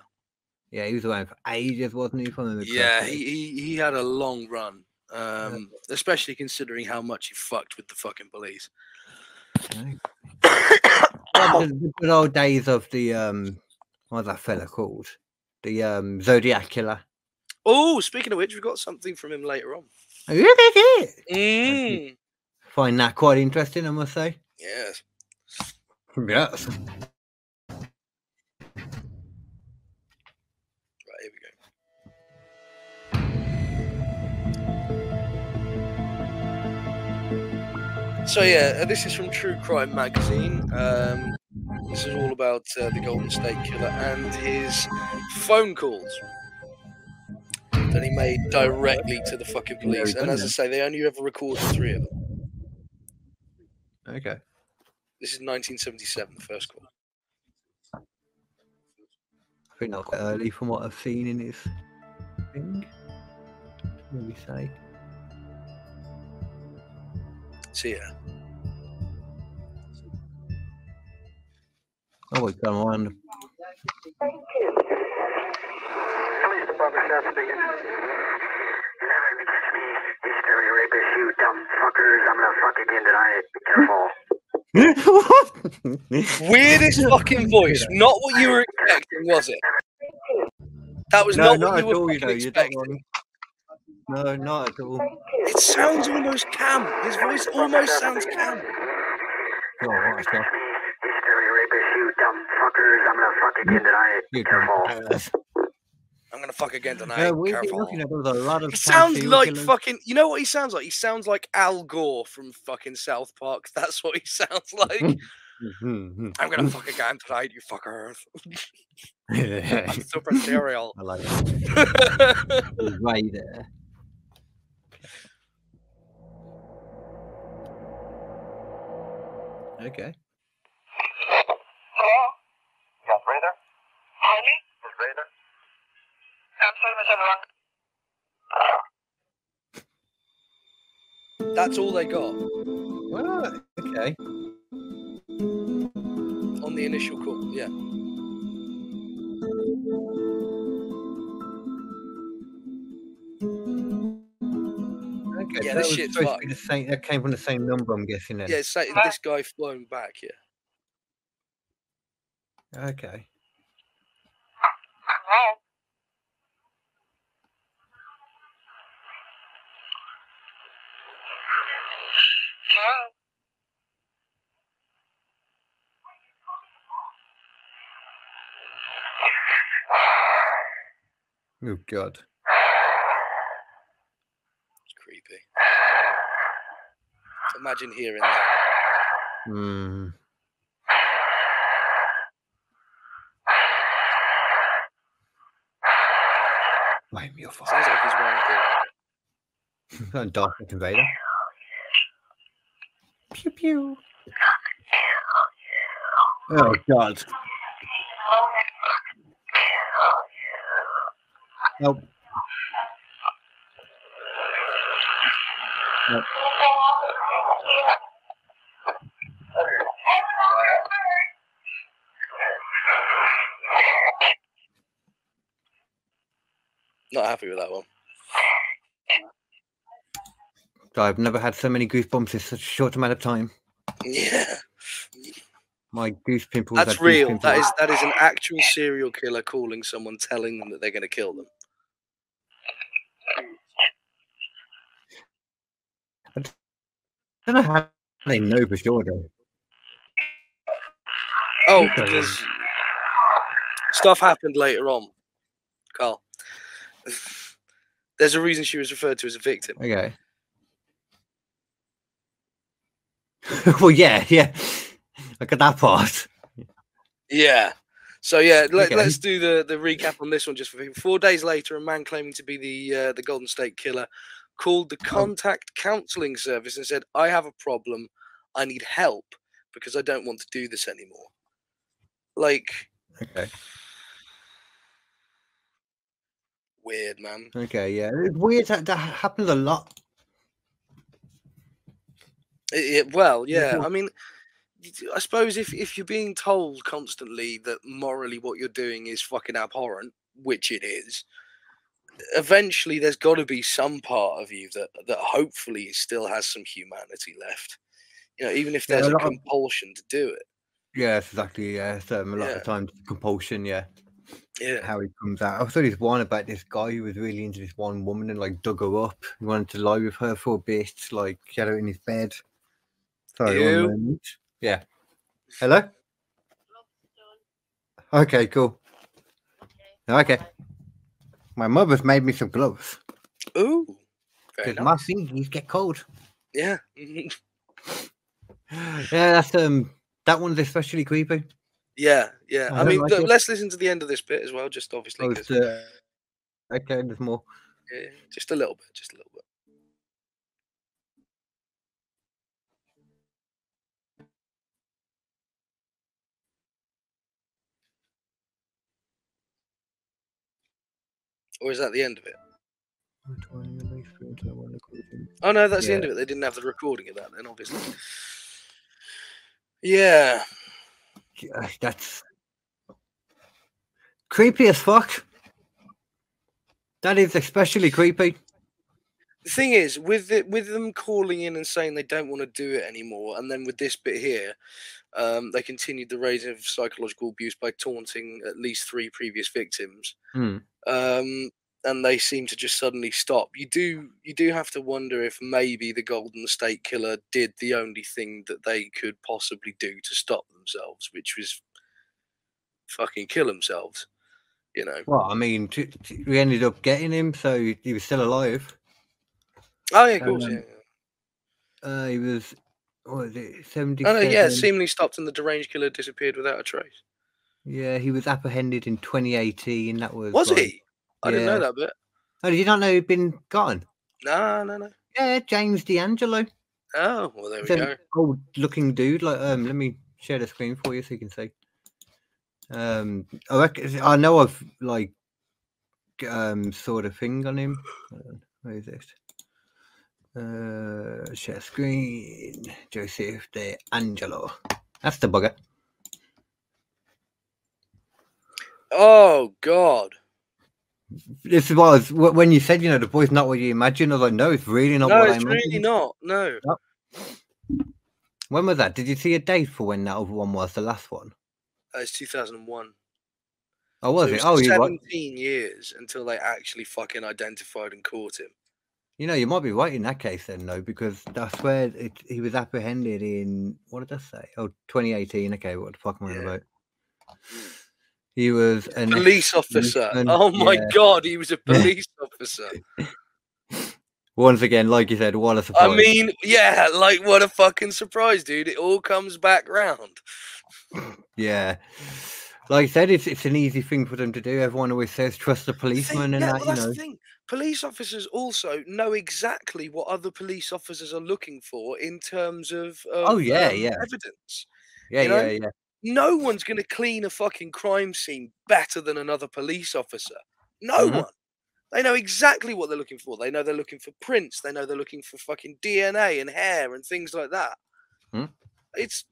S2: Yeah, he was around for ages, wasn't he? From the
S1: yeah. He, he he had a long run, um, especially considering how much he fucked with the fucking police.
S2: <coughs> the, the good old days of the um, what's that fella called? The um, Zodiac Killer.
S1: Oh, speaking of which, we got something from him later on.
S2: Oh, <laughs> yeah, that's it.
S1: Mm.
S2: Find that quite interesting, I must say.
S1: Yes.
S2: Yes.
S1: Right, here we go. So yeah, uh, this is from True Crime Magazine. Um, this is all about uh, the Golden State Killer and his phone calls that he made directly to the fucking police. And as I say, they only ever recorded three of them.
S2: <coughs> Okay.
S1: This is 1977, the first call.
S2: I think that was quite early from what I've seen in his thing. What do we say?
S1: So yeah,
S2: Oh, wait, come on. <laughs>
S1: weirdest fucking voice. Not what you were expecting, was it? That was
S2: No,
S1: not, what
S2: not
S1: you
S2: at
S1: were
S2: all, you
S1: fucking
S2: know, you're not
S1: expecting.
S2: No, not
S1: <laughs>
S2: at all.
S1: It sounds almost camp. His voice almost sounds camp.
S2: Oh, what a shot. You dumb ass.
S1: <laughs> I'm gonna fuck again tonight.
S2: No, we've been
S1: Careful.
S2: looking at there was a lot of
S1: He sounds
S2: serial
S1: like
S2: killers.
S1: fucking. You know what he sounds like? He sounds like Al Gore from fucking South Park. <laughs> That's what he sounds
S2: <laughs>
S1: like. <laughs> I'm gonna fuck again tonight, you fucker. <laughs> I'm super serial.
S2: I like it.
S1: <laughs>
S2: He's right there. Okay.
S12: Hello?
S13: You got Raider?
S12: Honey?
S13: Is Raider?
S12: I'm sorry, Mr. Wrong.
S1: That's all they got
S2: Well, okay.
S1: on the initial call. Yeah.
S2: Okay,
S1: Yeah, this
S2: so that was
S1: shit's
S2: supposed to be the same. That came from the same number, I'm guessing. Then.
S1: Yeah. So this guy flown back. Yeah.
S2: Okay.
S12: Hello? Hello?
S2: Oh God. <laughs>
S1: It's creepy. Imagine hearing that.
S2: Hmm. Why am you
S1: Sounds like he's wearing a-
S2: on Darth Vader? Pew pew. Oh God. Nope. Nope.
S1: Not happy with that one.
S2: God, I've never had so many goosebumps in such a short amount of time.
S1: Yeah.
S2: My goose pimples. are
S1: That's
S2: goose
S1: real. That
S2: pimples.
S1: is that is an actual serial killer calling someone, telling them that they're going to kill them.
S2: I don't know how they know for sure though.
S1: Oh,
S2: Okay.
S1: because stuff happened later on, Carl. <laughs> There's a reason she was referred to as a victim.
S2: Okay. <laughs> well, yeah, yeah. Look at that part.
S1: Yeah. So yeah, let,
S2: Okay.
S1: let's do the, the recap on this one just for people. Four days later, a man claiming to be the uh, the Golden State Killer called the Contact Counseling Service and said, I have a problem. I need help because I don't want to do this anymore. Like,
S2: Okay.
S1: weird, man.
S2: Okay. Yeah. It's weird that that happens a lot.
S1: It, it, well,
S2: Yeah.
S1: yeah. I mean, y- t- I suppose if, if you're being told constantly that morally what you're doing is fucking abhorrent, which it is, eventually there's got to be some part of you that, that hopefully still has some humanity left. You know, even if
S2: Yeah,
S1: there's
S2: a
S1: a
S2: lot of-
S1: compulsion to do it.
S2: Yeah, that's exactly. Yeah, it's, um, a lot
S1: Yeah.
S2: of times compulsion. Yeah,
S1: Yeah.
S2: how he comes out. I saw this one about this guy who was really into this one woman and like dug her up. He wanted to lie with her for a bit, like she had her in his bed. Sorry, one
S1: Ew.
S2: moment. Yeah. Hello. Okay, cool. Okay. My mother's made me some gloves
S1: Ooh. Very
S2: because
S1: nice.
S2: my fingers get cold.
S1: Yeah. <laughs>
S2: Yeah, that's um, that one's especially creepy.
S1: yeah. Yeah.
S2: I
S1: I,
S2: don't
S1: mean,
S2: like
S1: look,
S2: it.
S1: let's listen to the end of this bit as well, just obviously.
S2: Oh,
S1: 'cause-
S2: it's, uh, okay, there's more.
S1: Yeah, just a little bit, just a little bit. Or is that the end of it? Oh no, that's the end of it. They didn't have the recording of that then, obviously. Yeah.
S2: Yeah, That's creepy as fuck. That is especially creepy.
S1: The thing is, with it, with them calling in and saying they don't want to do it anymore, and then with this bit here, um, they continued the raising of psychological abuse by taunting at least three previous victims. um, and they seem to just suddenly stop. You do you do have to wonder if maybe the Golden State Killer did the only thing that they could possibly do to stop themselves, which was fucking kill themselves. You know.
S2: Well, I mean, t- t- we ended up getting him, so he he was still alive.
S1: Oh yeah, of course.
S2: Um,
S1: yeah.
S2: Uh, he was, what was it, 70?
S1: Oh no, yeah. Seemingly stopped, and the deranged killer disappeared without a trace.
S2: yeah, he was apprehended in 2018. That was.
S1: Was
S2: like-
S1: he? I didn't know
S2: yeah.
S1: that bit.
S2: Oh, did you not know he'd been gone?
S1: No, no, no.
S2: Yeah, James D'Angelo.
S1: Oh well, there we
S2: He's an
S1: go.
S2: Old looking dude. Like, um, let me share the screen for you so you can see. Um, I reckon, I know I've like um sort of thing on him. Hold on, Where is this? Uh, share screen. Joseph De Angelo. That's the bugger.
S1: Oh god.
S2: This was wh- when you said you know the boy's not what you imagine. I was like, no, it's really not
S1: No,
S2: what I
S1: it's
S2: imagined.
S1: really not. No.
S2: When was that? Did you see a date for when that other one was the last one?
S1: Uh, it's 2001.
S2: Oh, was
S1: So
S2: it? Oh, you're right.
S1: 17 years until they actually fucking identified and caught him.
S2: You know, you might be right in that case then, though, because that's where it, he was apprehended in what did I say? Oh, 2018. Okay, what the fuck am I on about? He was a
S1: Police officer. Oh my god, he
S2: <laughs>
S1: was a police officer.
S2: Once again, like you said, what a surprise!
S1: I mean, yeah, like what a fucking surprise, dude. It all comes back round.
S2: yeah, like I said, it's it's an easy thing for them to do. Everyone always says trust the policeman, and
S1: yeah,
S2: that
S1: well, that's
S2: you know.
S1: the thing. Police officers also know exactly what other police officers are looking for in terms of,
S2: Oh,
S1: of,
S2: yeah,
S1: um,
S2: yeah.
S1: evidence.
S2: Yeah,
S1: you know?
S2: yeah, yeah.
S1: No one's going to clean a fucking crime scene better than another police officer. No
S2: Mhm.
S1: one. They know exactly what they're looking for. They know they're looking for prints. They know they're looking for fucking DNA and hair and things like that.
S2: Mhm.
S1: It's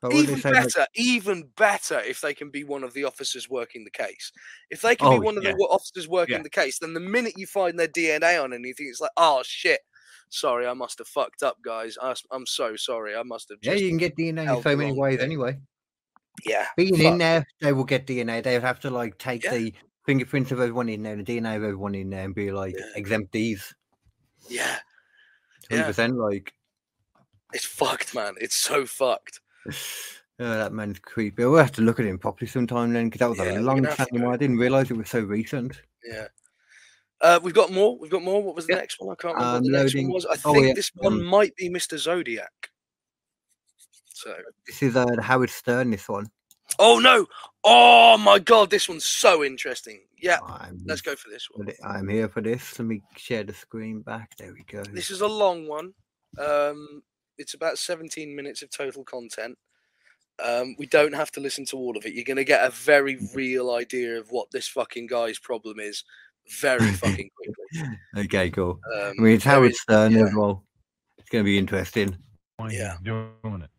S2: But what they
S1: even
S2: say, like-
S1: better, even better if they can be one of the officers working the case. If they can be
S2: Oh,
S1: one of
S2: yeah.
S1: the wo- officers working
S2: Yeah.
S1: the case, then the minute you find their DNA on anything, it's like, oh shit, sorry, I must have fucked up, guys. I, am so sorry. I must have.
S2: yeah,
S1: just
S2: you can get DNA in
S1: held
S2: so
S1: the
S2: many
S1: wrong
S2: ways
S1: thing."
S2: anyway.
S1: Yeah,
S2: being
S1: fuck.
S2: in there, they will get DNA. They would have to like take
S1: Yeah.
S2: the fingerprints of everyone in there, the DNA of everyone in there, and be like exempt these.
S1: Yeah,
S2: Hundred
S1: yeah.
S2: percent. Like <sighs>
S1: It's fucked, man. It's so fucked.
S2: oh, that man's creepy. We'll have to look at him properly sometime then, because that was
S1: Yeah,
S2: a
S1: we're
S2: long
S1: gonna have
S2: time. ago. I didn't realize it was so recent.
S1: Yeah. Uh, we've got more. We've got more. What was the next one? I can't remember
S2: Um,
S1: what the next
S2: loading-
S1: one was. I
S2: oh,
S1: think
S2: yeah,
S1: this one
S2: um,
S1: might be Mr. Zodiac. So,
S2: This is uh, the Howard Stern. This one.
S1: oh no! Oh my god, this one's so interesting. Yeah, let's go for this one.
S2: But I'm here for this. Let me share the screen back. There we go.
S1: This is a long one. Um, it's about 17 minutes of total content. Um, we don't have to listen to all of it. You're going to get a very real idea of what this fucking guy's problem is very fucking quickly.
S2: Okay, cool.
S1: Um,
S2: I mean, it's
S1: there
S2: Howard
S1: is-
S2: Stern as well. It's going to be interesting.
S1: Yeah.
S13: Doing it.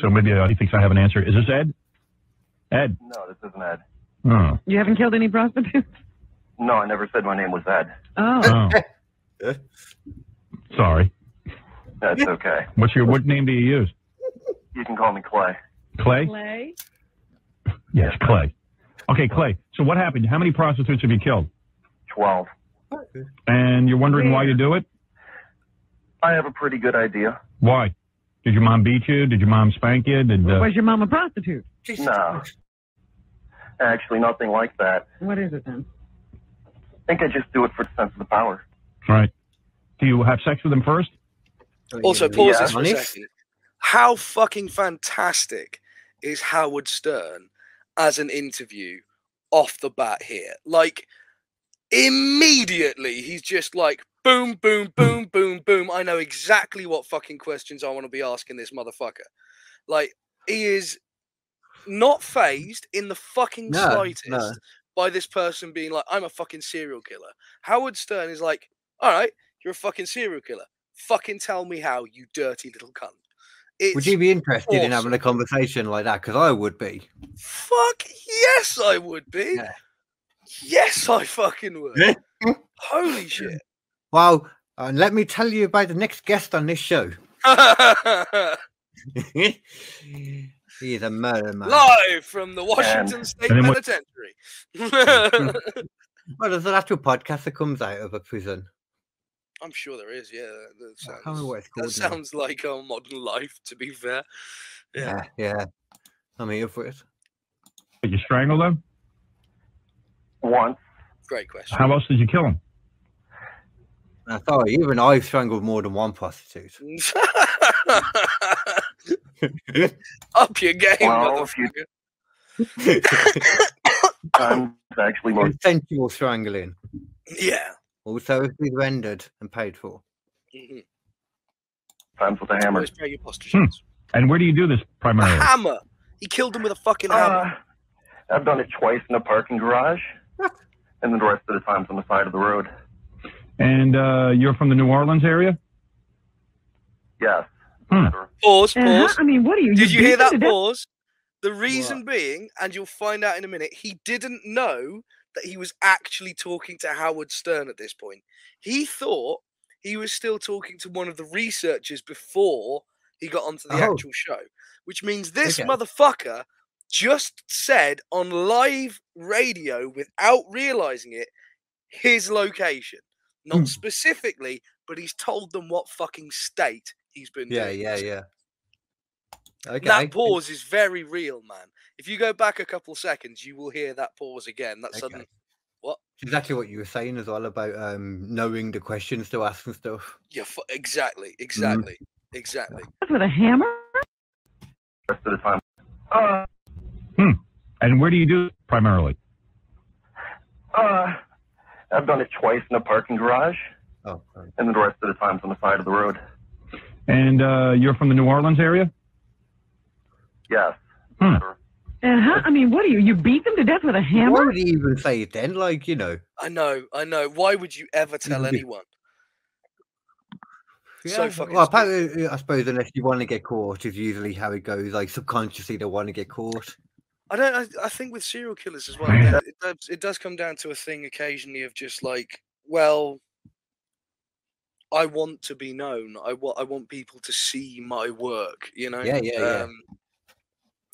S13: So maybe uh, he thinks I have an answer. Is this Ed? Ed?
S14: No, this isn't Ed.
S13: Oh.
S15: You haven't killed any prostitutes?
S14: No, I never said my name was Ed.
S15: <laughs>
S1: <laughs>
S15: Oh.
S13: Sorry.
S14: That's okay.
S13: What's your what name do you use?
S14: You can call me Clay.
S13: Clay?
S15: Clay?
S13: Yes, Clay. Okay, Clay. So what happened? How many prostitutes have you killed?
S14: Twelve.
S13: And you're wondering why you do it?
S14: I have a pretty good idea.
S13: Why? Did your mom beat you? Did your mom spank you? Did uh,
S15: Was your mom a prostitute?
S14: No. Actually, nothing like that.
S15: What is it then?
S14: I think I just do it for the sense of the power.
S13: right? Do you have sex with them first?
S1: Also,
S13: Oh, Yeah.
S1: pause this for a
S13: Nice.
S1: second. How fucking fantastic is Howard Stern as an interview off the bat here? Like, immediately he's just like, boom, boom, boom, boom, boom. I know exactly what fucking questions I want to be asking this motherfucker. Like, he is not phased in the fucking
S2: No,
S1: slightest
S2: no.
S1: by this person being like, I'm a fucking serial killer. Howard Stern is like, all right, you're a fucking serial killer. Fucking tell me how, you dirty little cunt. It's
S2: would you be interested
S1: awesome.
S2: in having a conversation like that? Because I would be.
S1: Fuck yes, I would be. Yes, I fucking would. Holy shit.
S2: Well, uh, let me tell you about the next guest on
S1: <laughs>
S2: this show. he is a murder man.
S1: Live from the Washington State
S2: and then what-
S1: Penitentiary.
S2: <laughs> Well, there's an actual podcast that comes out of a prison.
S1: <laughs> I'm sure there is. Yeah, that- that sounds,
S2: can't remember what it's
S1: that
S2: called now.
S1: sounds like our modern life. To be fair, <laughs>
S2: Yeah, yeah. I'm here for it.
S13: Did you strangle them?
S14: Once.
S1: great question.
S13: How else did you kill them?
S2: Uh, sorry, even I've strangled more than
S1: <laughs>
S2: one prostitute.
S1: Up your game,
S14: Well, if you-
S1: motherfucker. <laughs>
S14: I'm actually more.
S2: Consensual strangling.
S1: Yeah.
S2: Also, if it's rendered and paid for.
S1: Mhm.
S14: Times with a hammer.
S1: Always pay your posture.
S13: Hmm. And where do you do this primarily?
S1: Hammer. He killed him with a fucking hammer.
S14: Uh, I've done it twice in a parking garage, and then the rest of the times on the side of the road.
S13: And uh, you're from the New Orleans area?
S14: Yes.
S13: Hmm.
S1: Pause.
S15: Uh-huh,
S1: Pause.
S15: I mean, what are you?
S1: Did you hear
S15: beat them to
S1: that
S15: death?
S1: pause? The reason being, and you'll find out in a minute, he didn't know that he was actually talking to Howard Stern at this point. He thought he was still talking to one of the researchers before he got onto the
S16: Oh.
S1: actual show, which means this
S16: Okay.
S1: motherfucker just said on live radio without realizing it his location. Not
S2: Hmm.
S1: specifically, but he's told them what fucking state he's been
S2: Yeah,
S1: doing
S2: yeah,
S1: this
S2: yeah. Okay.
S1: that pause is very real, man. If you go back a couple seconds, you will hear that pause again. That sudden, what?
S2: Exactly what you were saying as well about um, knowing the questions to ask and stuff.
S1: Yeah, fu- exactly, exactly, exactly.
S15: With a hammer?
S14: The Mm-hmm. rest of the time.
S1: Uh,
S13: Hmm. And where do you do it primarily?
S14: Uh, I've done it twice in a parking garage,
S2: oh,
S14: and then the rest of the times on the side of the road.
S13: And uh, you're from the New Orleans area?
S14: Yes.
S13: Hmm.
S15: Uh-huh, I mean, what are you? You beat them to death with a hammer?
S2: Why would he even say it then? Like, you know.
S1: I know, I know. Why would you ever tell
S2: <laughs> Mhm.
S1: anyone? So
S2: Yeah,
S1: fucking.
S2: well,
S1: stupid.
S2: apparently, I suppose unless you want to get caught is usually how it goes. Like subconsciously, they want to get caught.
S1: I don't. I, I think with serial killers as well, yeah, it, does, it does come down to a thing occasionally of just like, well, I want to be known. I want. I want people to see my work. You know. Um,
S2: Yeah, yeah, yeah.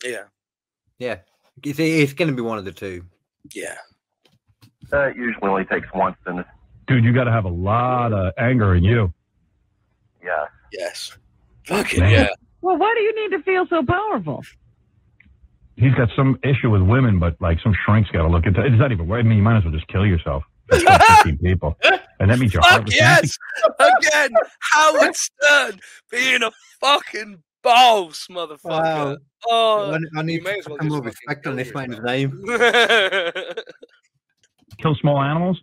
S1: yeah. Yeah.
S2: Yeah, it's, it's going to be one of the two.
S1: Yeah.
S14: Uh, it usually only takes once, and
S13: Dude, you got to have a lot of anger in you.
S14: yeah.
S1: Yes. Fucking
S13: Man. yeah.
S15: Well, why do you need to feel so powerful?
S13: He's got some issue with women, but like some shrink's got to look into it. It's not even worth I mean, you might as well just kill yourself.
S1: <laughs>
S13: That's like 15 people. And that means you're
S1: Fuck
S13: heartless.
S1: yes! Again, Howard Stern being a fucking balls, motherfucker. Oh,
S2: I, I need
S1: you may
S2: to
S1: as well
S2: put some
S1: just
S2: more respect on this man's name.
S13: Kill small animals?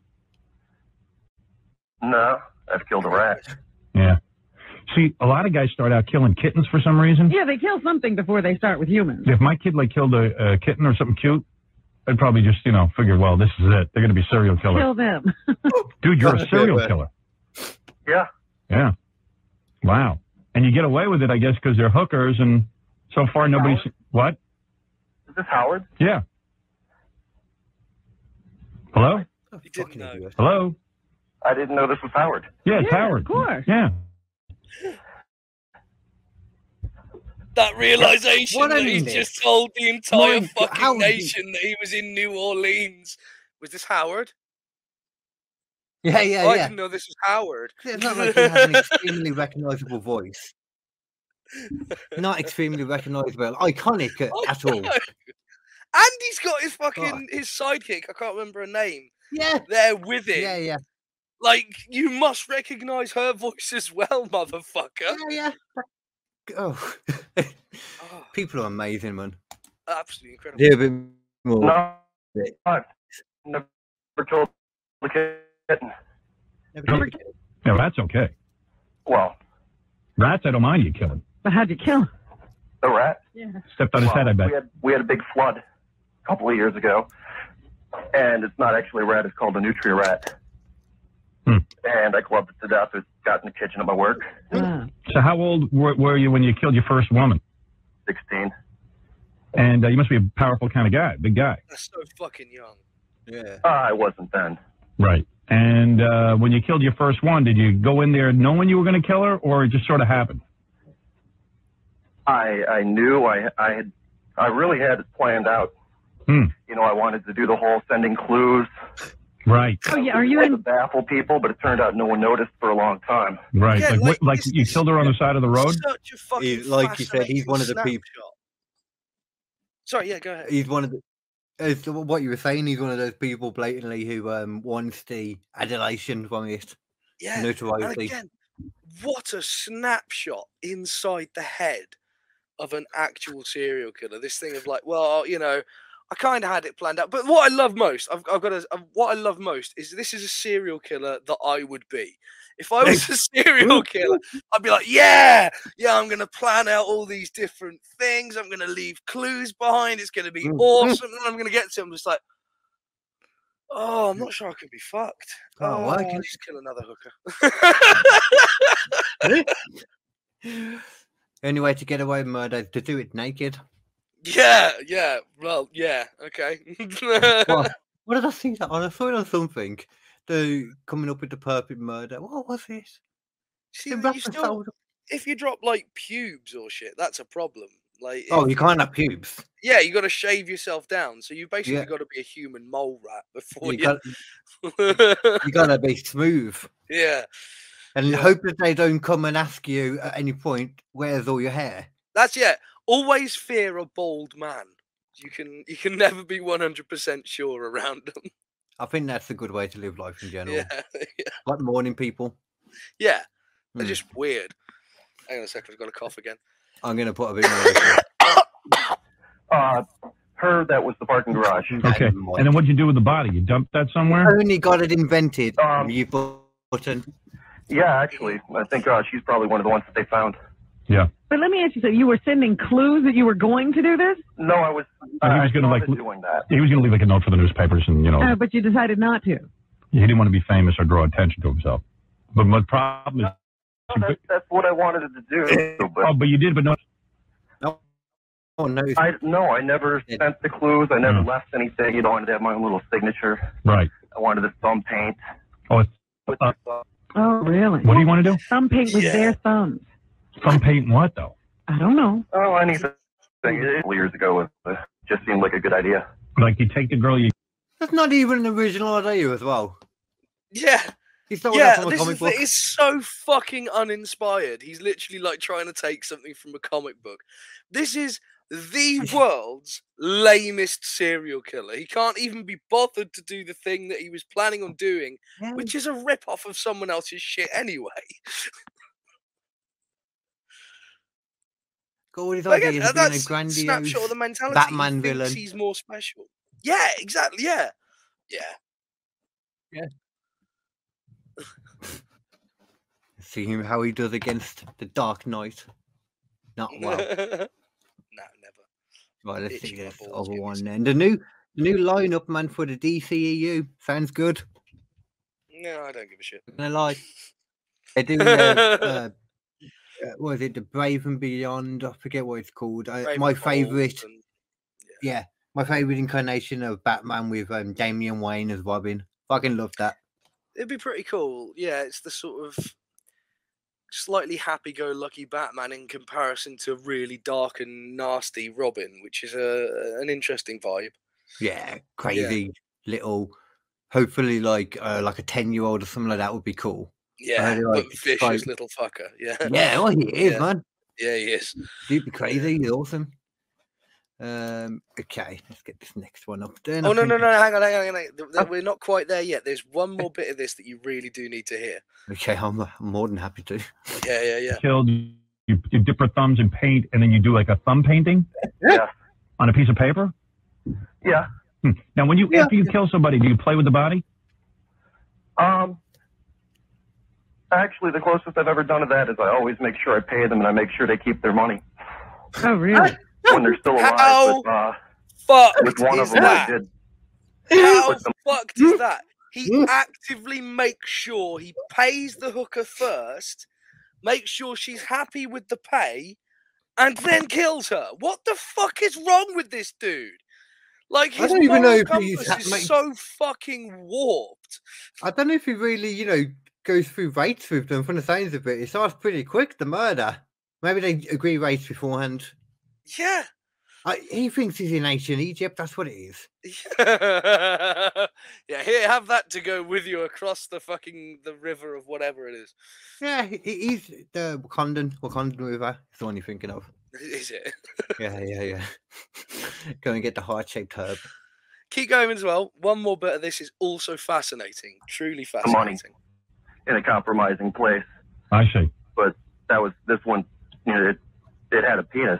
S14: No, I've killed a rat.
S13: Yeah. See, a lot of guys start out killing kittens for some reason.
S15: Yeah, they kill something before they start with humans.
S13: If my kid like killed a, a kitten or something cute, I'd probably just you know figure, well, this is it. They're going to be serial killer.
S15: Kill them. <laughs>
S13: Dude, you're a
S15: That's
S13: serial
S15: it.
S13: killer.
S14: Yeah.
S13: Yeah. Wow. And you get away with it, I guess, because they're hookers, and so far nobody's what?
S14: Is this Howard?
S13: Yeah. Hello.
S2: Oh,
S13: Hello.
S14: I didn't know this was Howard.
S13: Yeah, it's Howard. Yeah.
S1: <laughs> that realization
S14: What a
S1: that he
S14: minute.
S1: just told the entire
S14: My God,
S1: fucking
S14: how did he-
S1: nation that he was in New Orleans. Was this Howard? Oh,
S2: Yeah, yeah,
S1: I
S2: yeah.
S1: didn't know this was Howard.
S2: It's not like he has an extremely recognizable voice.
S1: <laughs>
S2: Not extremely recognizable, iconic at,
S1: <laughs>
S2: at all.
S1: And he's got his fucking his sidekick. I can't remember her name.
S2: Yeah,
S1: there with him.
S2: Yeah, yeah.
S1: Like you must recognize her voice as well, <laughs> motherfucker.
S2: Yeah, yeah. Oh,
S1: Ah.
S2: people are amazing, man.
S1: Absolutely incredible.
S2: They're a bit more.
S14: No, I've never killed a kitten.
S13: Yeah, that's okay.
S14: Well,
S13: Rats, I don't mind you killing.
S15: But how'd you kill?
S14: the rat.
S13: Stepped on his head, I bet.
S14: We had we had a big flood a couple of years ago, and it's not actually a rat. It's called a nutria rat. And I clubbed it to death. It got in the kitchen at my work.
S13: So how old were, were you when you killed your first woman?
S14: Sixteen.
S13: And uh, you must be a powerful kind of guy, big guy,
S1: That's so fucking young.
S2: Yeah.
S14: Uh, I wasn't then.
S13: right? And uh, when you killed your first one, did you go in there knowing you were going to kill her, or it just sort of happened?
S14: I I knew I I had I really had it planned out.
S13: Hmm.
S14: You know, I wanted to do the whole sending clues.
S13: Right.
S15: Oh yeah. Are you
S14: in? To baffle people, but it turned out no one noticed for a long time.
S13: Right. like what, like you killed her on the side of the road.
S1: Such a fucking
S2: He- like you said, he's one of the
S1: fascinating
S2: peop-
S1: snapshot. Sorry, yeah, go ahead.
S2: He's one of the. It's the- what you were saying. He's one of those people blatantly who um, wants the adulation from
S1: <laughs>
S2: it.
S1: Yeah. And
S2: Notoriety.
S1: again, what a snapshot inside the head of an actual serial killer. This thing of like, well, you know, I kind of had it planned out. But what I love most, I've, I've got to, what I love most is this is a serial killer that I would be. If I was a serial killer, I'd be like, yeah, yeah, I'm going to plan out all these different things. I'm going to leave clues behind. It's going to be
S2: Mm.
S1: awesome. And I'm going to get to him just like, oh, I'm not sure I can be fucked.
S2: Oh,
S1: Oh,
S2: well, I
S1: I'll
S2: can-
S1: just kill another hooker.
S2: Only way to get away with murder is to do it naked.
S1: <laughs> Yeah, yeah. Well, yeah. Okay.
S2: <laughs>
S1: <laughs>
S2: Well, what did I see that on? I saw it on something. The coming up with the perfect murder. What was it?
S1: See,
S2: The
S1: that you
S2: rapper
S1: still,
S2: sold-
S1: if you drop like pubes or shit, that's a problem. Like,
S2: Oh,
S1: if-
S2: you can't have <laughs> pubes.
S1: Yeah, you got to shave yourself down. So you basically
S2: Yeah.
S1: got to be a human mole rat before
S2: You
S1: you.
S2: got you gotta be smooth.
S1: <laughs> yeah,
S2: <laughs> And hope that they don't come and ask you at any point, where's all your hair?
S1: that's yeah. Always fear a bald man. You can you can never be one hundred percent sure around them.
S2: I think that's a good way to live <laughs> life in
S1: <laughs>
S2: general.
S1: Yeah, yeah.
S2: Like morning people.
S1: yeah. They're
S2: Hmm.
S1: just weird. Hang on a second, I've got a cough again.
S2: I'm gonna put a bit more. <coughs>
S14: Uh, her that was the parking garage.
S13: Okay. And then what'd you do with the body? You dumped that somewhere?
S2: only got it invented.
S14: Um,
S2: you button.
S14: Yeah, actually, I think uh, she's probably one of the ones that they found.
S13: Yeah.
S15: But let me ask you something. You were sending clues that you were going to do this,
S14: No, I was.
S13: No, he was going to like. He was going to leave like a note for the newspapers, and you know,
S15: uh, but you decided not to.
S13: he didn't want to be famous or draw attention to himself. But my problem is.
S14: oh, That's, that's what I wanted to do. But
S13: Oh, but you did, but no.
S2: Oh no!
S14: I no, I never sent the clues. I never left anything. You know, I wanted to have my own little signature.
S13: Mm. Right.
S14: I wanted the thumb paint.
S13: Oh, it's,
S14: With the- uh,
S15: Oh, really?
S13: What do you want to do?
S15: Thumb paint with
S13: Yeah.
S15: their thumbs.
S13: Thumb paint what though?
S15: I don't know.
S14: oh, anything. A couple years ago, it uh, just seemed like a good idea.
S13: Like you take the girl you
S2: That's not even an original idea as well.
S1: Yeah.
S2: He's not
S1: yeah,
S2: from a
S1: this
S2: comic
S1: is, the-
S2: book.
S1: it's so fucking uninspired. He's literally like trying to take something from a comic book. This is
S2: <laughs>
S1: the world's lamest serial killer. He can't even be bothered to do the thing that he was planning on doing, which is a rip-off of someone else's shit anyway.
S2: Got all these
S1: But again,
S2: ideas
S1: uh,
S2: of being
S1: that's
S2: a grandiose
S1: snapshot of the mentality. He
S2: Batman
S1: thinks
S2: villain.
S1: He's more special. Yeah, exactly. Yeah, yeah.
S2: See him how he does against the Dark Knight.
S1: <laughs>
S2: Not well. right, let's see this other one then. The new the new lineup, man, for the DCEU sounds good.
S1: no, I don't give a shit.
S2: And I like they do.
S1: <laughs>
S2: Uh, uh, uh, what is it? The Brave and Beyond. I forget what it's called. I,
S1: Brave
S2: my
S1: and Bold
S2: favorite. yeah. my favorite incarnation of Batman with um, Damian Wayne as Robin. Fucking love that.
S1: It'd be pretty cool. Yeah, it's the sort of slightly happy-go-lucky Batman in comparison to really dark and nasty Robin, which is a an interesting vibe.
S2: Yeah, crazy little. Hopefully, like uh, like a ten year old or something like that would be cool.
S1: Yeah,
S2: heard he,
S1: but
S2: like,
S1: vicious
S2: spoke-
S1: little <laughs> fucker. Yeah.
S2: Yeah, well, he is,
S1: Yeah.
S2: man.
S1: Yeah, he is.
S2: He'd be crazy. He's awesome. Um. Okay, let's get this next one up. Then. I
S1: oh no,
S2: think- Oh.
S1: no, no! Hang on, hang on, hang on. th- th- We're not quite there yet. There's one more bit of this that you really do need to hear.
S2: Okay, <laughs> I'm, I'm more than happy to.
S1: Yeah, yeah, yeah.
S13: Killed. You, you dip her thumbs in paint, and then you do like a thumb painting.
S14: Yeah.
S13: On a piece of paper.
S14: Yeah.
S13: Hmm. Now, when you after you kill somebody, do you play with the body?
S14: Um, actually, the closest I've ever done to that is I always make sure I pay them and I make sure they keep their money.
S15: Oh, really?
S14: <laughs> When they're still alive.
S1: How
S14: but, uh,
S1: fucked
S14: with one
S1: is
S14: of them,
S1: that?
S14: I did.
S1: How
S14: Put them-
S1: fucked is that? <laughs> He actively makes sure he pays the hooker first, makes sure she's happy with the pay, and then kills her. What the fuck is wrong with this dude? Like
S2: I
S1: his
S2: don't even know
S1: moral
S2: if he's
S1: compass
S2: ha-
S1: is
S2: make-
S1: so fucking warped.
S2: I don't know if he really, you know, goes through rates with them from the sounds of it. It starts pretty quick, the murder. Maybe they agree rates beforehand.
S1: Yeah.
S2: I, he thinks he's in ancient Egypt. That's what it is.
S1: <laughs> yeah, here, have that to go with you across the fucking the river of whatever it is.
S2: Yeah, he, he- he's the Wakandan, Wakandan River. It's the one you're thinking of.
S1: Is it? <laughs>
S2: Yeah, yeah, yeah. <laughs> Go and get the heart shaped herb.
S1: Keep going as well. One more bit of this is also fascinating, truly
S14: the money
S1: fascinating.
S14: in a compromising place.
S13: I see.
S14: But that was this one. You know, it, it had a penis.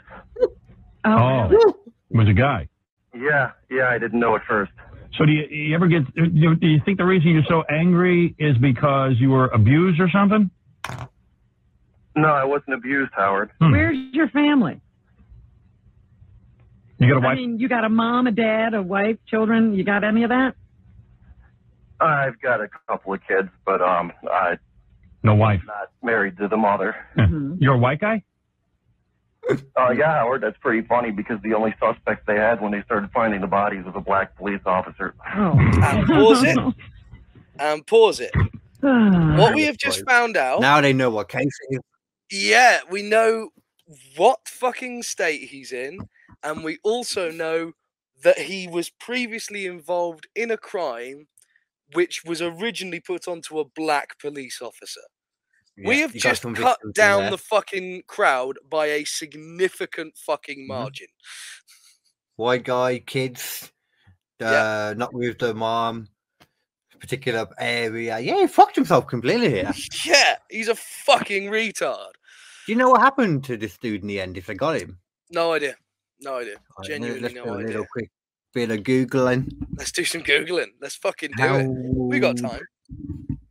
S13: Oh, it was a guy.
S14: Yeah, yeah, I didn't know at first.
S13: So do you, you ever get? Do you, do you think the reason you're so angry is because you were abused or something?
S14: No, I wasn't abused, Howard.
S15: Where's your family?
S13: You got a
S15: I
S13: wife?
S15: mean, you got a mom, a dad, a wife, children. You got any of
S14: <laughs>
S15: that?
S14: I've got a couple of kids, but um, I'm
S13: No wife.
S14: not married to the mother.
S15: Mm-hmm.
S13: You're a white guy.
S14: Uh, yeah, Howard, that's pretty funny because the only suspect they had when they started finding the bodies was a black police officer.
S1: And pause <laughs> it. And pause it. What we have just found out.
S2: Now they know what case it is.
S1: Yeah, we know what fucking state he's in, and we also know that he was previously involved in a crime which was originally put onto a black police officer. we
S2: Yeah,
S1: have
S2: you got
S1: just
S2: some
S1: cut
S2: victims in
S1: down
S2: there.
S1: the fucking crowd by a significant fucking
S2: Mm-hmm.
S1: margin.
S2: White guy, kids, uh, not with the mom, particular area. Yeah, he fucked himself completely here.
S1: Yeah, he's a fucking retard.
S2: Do you know what happened to this dude in the end if they got him?
S1: No idea. No idea.
S2: Right, let-
S1: Genuinely
S2: let's do
S1: no
S2: a
S1: idea.
S2: little quick bit of googling.
S1: Let's do some googling. Let's fucking do it. We got
S2: How-
S1: time.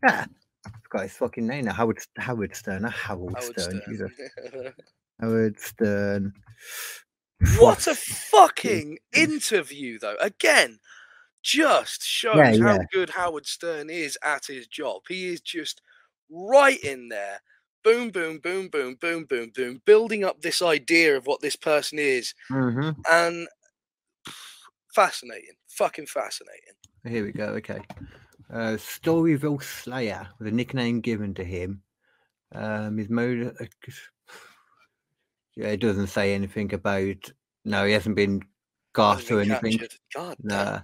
S2: Yeah, I've got his fucking name now. Howard St- Howard Stern. Not Howard,
S1: Howard
S2: Stern.
S1: Stern. <laughs>
S2: Jesus. Howard Stern.
S1: What a fucking interview, though. Again, just shows
S2: Yeah,
S1: how
S2: yeah.
S1: good Howard Stern is at his job. He is just right in there. Boom, boom, boom, boom, boom, boom, boom, building up this idea of what this person is.
S2: Mhm.
S1: And <sighs> fascinating. Fucking fascinating.
S2: Here we go. Okay. Uh, Storyville Slayer with a nickname given to him. Um, his mode. uh, 'cause- Yeah, it doesn't say anything about. No, he hasn't been gassed or
S1: been
S2: anything.
S1: captured. God
S2: Nah.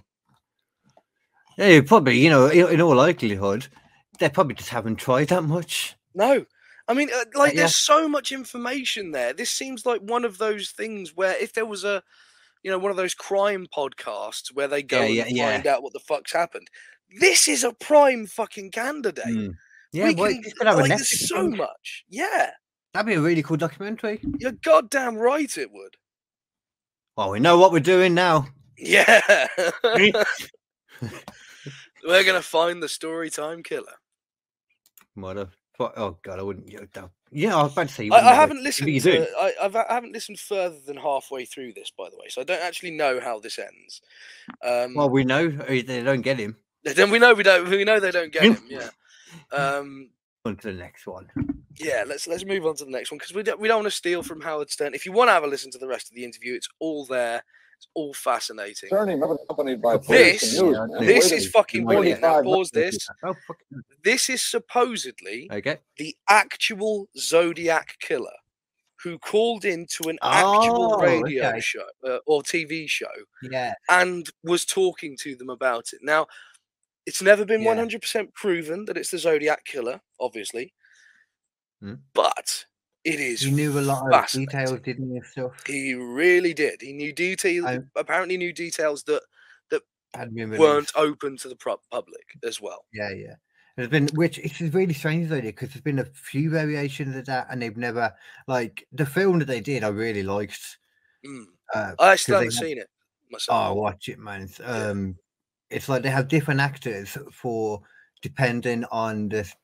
S2: Yeah, he probably. You know, in in all likelihood, they probably just haven't tried that much.
S1: No. I mean, uh, like,
S2: yeah.
S1: there's so much information there. This seems like one of those things where if there was a, you know, one of those crime podcasts where they go
S2: Yeah, yeah,
S1: and
S2: yeah.
S1: find out what the fuck's happened, this is a prime fucking candidate.
S2: Mm. Yeah,
S1: we
S2: well,
S1: can,
S2: you could have a
S1: like,
S2: Netflix
S1: there's so
S2: thing.
S1: much. Yeah.
S2: That'd be a really cool documentary.
S1: You're goddamn right it would.
S2: Well, we know what we're doing now. <laughs>
S1: Yeah. <laughs> We're gonna find the story time killer.
S2: Mother. Oh god, I wouldn't. yeah, that- Yeah, I was about to say. you
S1: I,
S2: wouldn't
S1: I
S2: know it,
S1: haven't
S2: but
S1: listened.
S2: you do.
S1: To, um, I, I've, I haven't listened further than halfway through this, by the way, so I don't actually know how this ends. Um,
S2: well, we know uh, they don't get him.
S1: <laughs> then we know we don't. We know they don't get him. Yeah. Um,
S2: On to the next one.
S1: yeah. Let's let's move on to the next one because we don't, we don't want to steal from Howard Stern. If you want to have a listen to the rest of the interview, it's all there. It's all fascinating.
S16: accompanied by
S1: This this is fucking
S16: Forty
S1: brilliant. Now
S16: five
S1: pause
S16: minutes.
S1: this. This is supposedly
S2: Okay.
S1: the actual Zodiac killer who called in to an actual
S2: Oh,
S1: radio
S2: okay.
S1: show uh, or TV show
S2: Yeah.
S1: and was talking to them about it. Now, it's never been 100% proven that it's the Zodiac killer, obviously,
S2: Hmm.
S1: but it is.
S2: You knew a lot of details, didn't you? Stuff.
S1: He really did. He knew details.
S2: I'm-
S1: apparently, knew details that
S2: Had been
S1: weren't open to the pro- public as well.
S2: Yeah, yeah. There's been, which it's just really strange though, because there's been a few variations of that, and they've never like the film that they did. I really liked.
S1: Mm.
S2: Uh,
S1: I
S2: 'cause
S1: still
S2: they
S1: haven't
S2: had-
S1: seen it myself.
S2: Oh, watch it, man. It's, um, it's like they have different actors for depending on the s-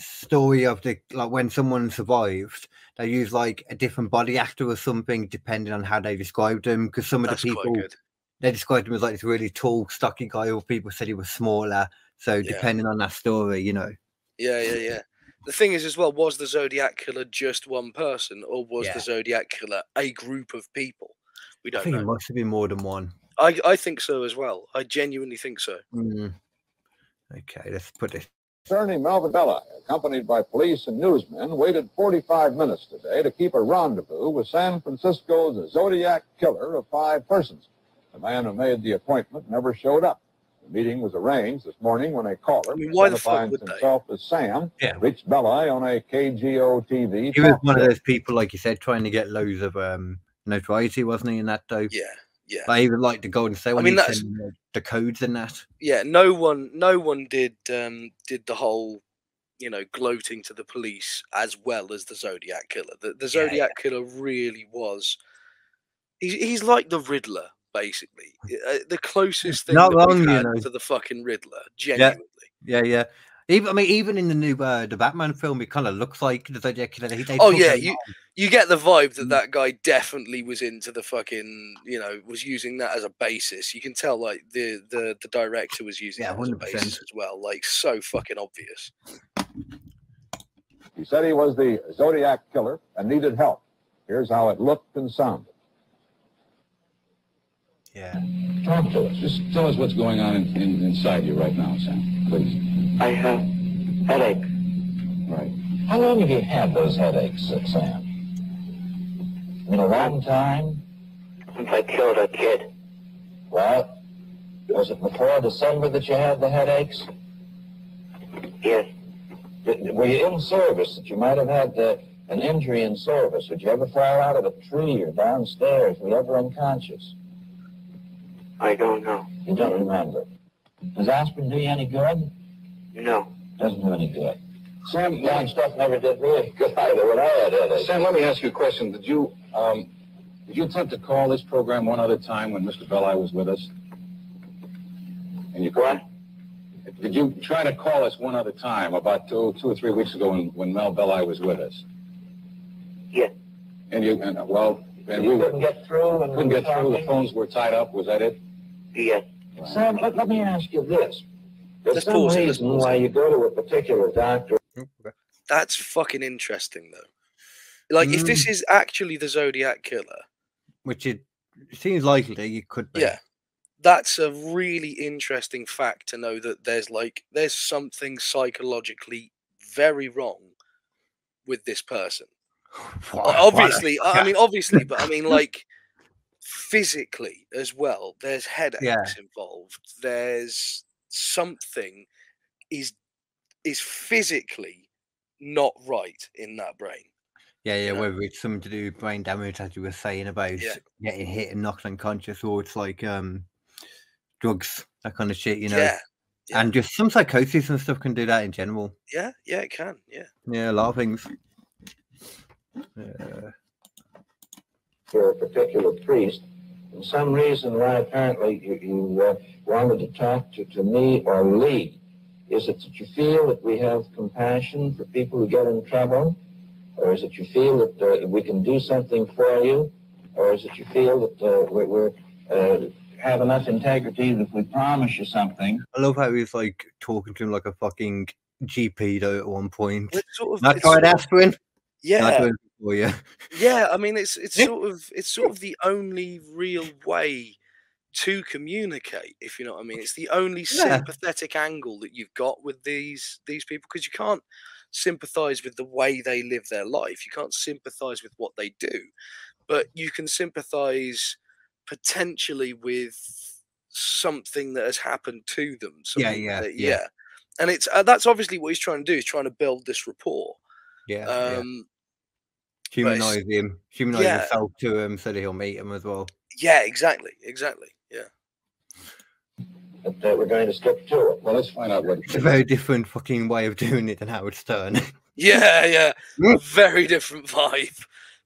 S2: story of the like when someone survives, they use like a different body actor or something depending on how they described them. Because some of
S1: That's
S2: the
S1: quite
S2: people
S1: good.
S2: they described him as like this really tall, stocky guy, or people said he was smaller. So
S1: Yeah.
S2: depending on that story, you know.
S1: Yeah, yeah, yeah. The thing is, as well, was the Zodiac killer just one person, or was
S2: Yeah.
S1: the Zodiac killer a group of people? We
S2: I
S1: don't
S2: think it
S1: know.
S2: must have been more than one.
S1: I, I think so as well. I genuinely think so.
S2: Mm. Okay, let's put this.
S16: Attorney Malvadella, accompanied by police and newsmen, waited 45 minutes today to keep a rendezvous with San Francisco's Zodiac killer of five persons. The man who made the appointment never showed up. The meeting was arranged this morning when a caller,
S1: why the fuck
S16: identifying
S1: would they?
S16: himself as Sam, reached Bella on a KGO TV.
S2: He was one of those people, like you said, trying to get loads of um notoriety, wasn't he? In that though,
S1: yeah, yeah.
S2: I even like the Golden State.
S1: I
S2: I
S1: mean,
S2: mean,
S1: that's-
S2: the codes in that.
S1: Yeah, no one, no one did um, did the whole, you know, gloating to the police as well as the Zodiac killer. The, the
S2: Yeah, yeah.
S1: Zodiac killer really was. He's he's like the Riddler, basically. Uh, the closest thing
S2: Not
S1: that we've
S2: wrong, you
S1: had
S2: know.
S1: to the fucking Riddler.
S2: Yeah,
S1: Genuinely.
S2: yeah, yeah. Even I mean, even in the new uh, the Batman film, it kind of looks like the Zodiac Killer. They, they
S1: oh
S2: took
S1: yeah,
S2: a
S1: you
S2: lot- Mm.
S1: you get the vibe that that guy definitely was into the fucking you know was using that as a basis. You can tell like the the the director was using that as a
S16: 100%.
S1: basis as well. Like so fucking obvious.
S16: He said he was the Zodiac killer and needed help. Here's how it looked and sounded.
S2: Yeah.
S16: Talk to us. Just tell us what's going on in, in, inside you right now, Sam, please. I have headache. Right. How long have you had those headaches, uh, Sam? In a long time? Since I killed a kid. What? Was it before December that you had the headaches? Yes. Were you in service that you might have had uh, an injury in service? Did you ever fall out of a tree or downstairs? Were you ever unconscious? I don't know. You don't remember. Does aspirin do you any good? No. Doesn't do any good. Sam, my stuff never did me any good either when I had headaches.
S17: um, Sam, let me ask you a question. Did you um, did you attempt to call this program one other time when Mr. Belli was with us? And you what? Did you try to call us one other time about two, two or three weeks ago when, when Mel Belli was with us?
S16: Yeah.
S17: And you and uh, well, and we were,
S16: get through and
S17: couldn't get through. The phones were tied up. Was that it?
S16: Yes. Sam, let, let me ask you this. There's
S1: Let's
S16: some
S1: pause it,
S16: reason
S1: let's pause
S16: why
S1: it.
S16: you go to a particular doctor.
S1: That's fucking interesting though. Like if
S2: Mm.
S1: this is actually the Zodiac killer,
S2: which it seems likely it could be.
S1: yeah, that's a really interesting fact to know that there's like there's something psychologically very wrong with this person.
S2: Wha-
S1: O-
S2: what a-
S1: obviously, I I mean,
S2: yeah.
S1: obviously, but I mean, like physically as well. There's headaches involved. There's something is is physically not right in that brain.
S2: Yeah, yeah, whether it's something to do with brain damage, as you were saying about
S1: Yeah.
S2: getting hit and knocked unconscious, or it's like um drugs, that kind of shit, you know.
S1: Yeah,
S2: And just some psychosis and stuff can do that in general.
S1: Yeah, yeah, it can. Yeah.
S2: Yeah, a lot of things. Uh,
S16: for a particular priest. For some reason, why apparently you, you uh, wanted to talk to, to me or Lee. Is it that you feel that we have compassion for people who get in trouble? Or is it you feel that uh, we can do something for you? Or is it you feel that uh, we're, we're uh, have enough integrity that if we promise you something?
S2: I love how he's like talking to him like a fucking GP though at one point.
S1: It's sort of-
S2: I
S1: it's
S2: tried
S1: sort of-
S2: aspirin.
S1: Yeah.
S2: "Can I do anything for you?"
S1: <laughs> yeah i mean it's it's sort of it's sort of the only real way to communicate if you know what i mean it's the only
S2: Yeah.
S1: sympathetic angle that you've got with these these people because you can't sympathize with the way they live their life you can't sympathize with what they do but you can sympathize potentially with something that has happened to them
S2: Yeah,
S1: something
S2: yeah,
S1: that-
S2: yeah.
S1: yeah and it's uh, that's obviously what he's trying to do he's trying to build this rapport
S2: Yeah, yeah.
S1: um
S2: humanize him, humanize
S1: yeah.
S2: himself to him so that he'll meet him as well.
S1: Yeah, exactly, exactly. Yeah.
S16: That, that we're going to stick to it. Well, let's find out what
S2: It's a very different fucking way of doing it than Howard Stern.
S1: Yeah, yeah.
S16: Hmm?
S1: Very different
S2: <laughs>
S1: vibe.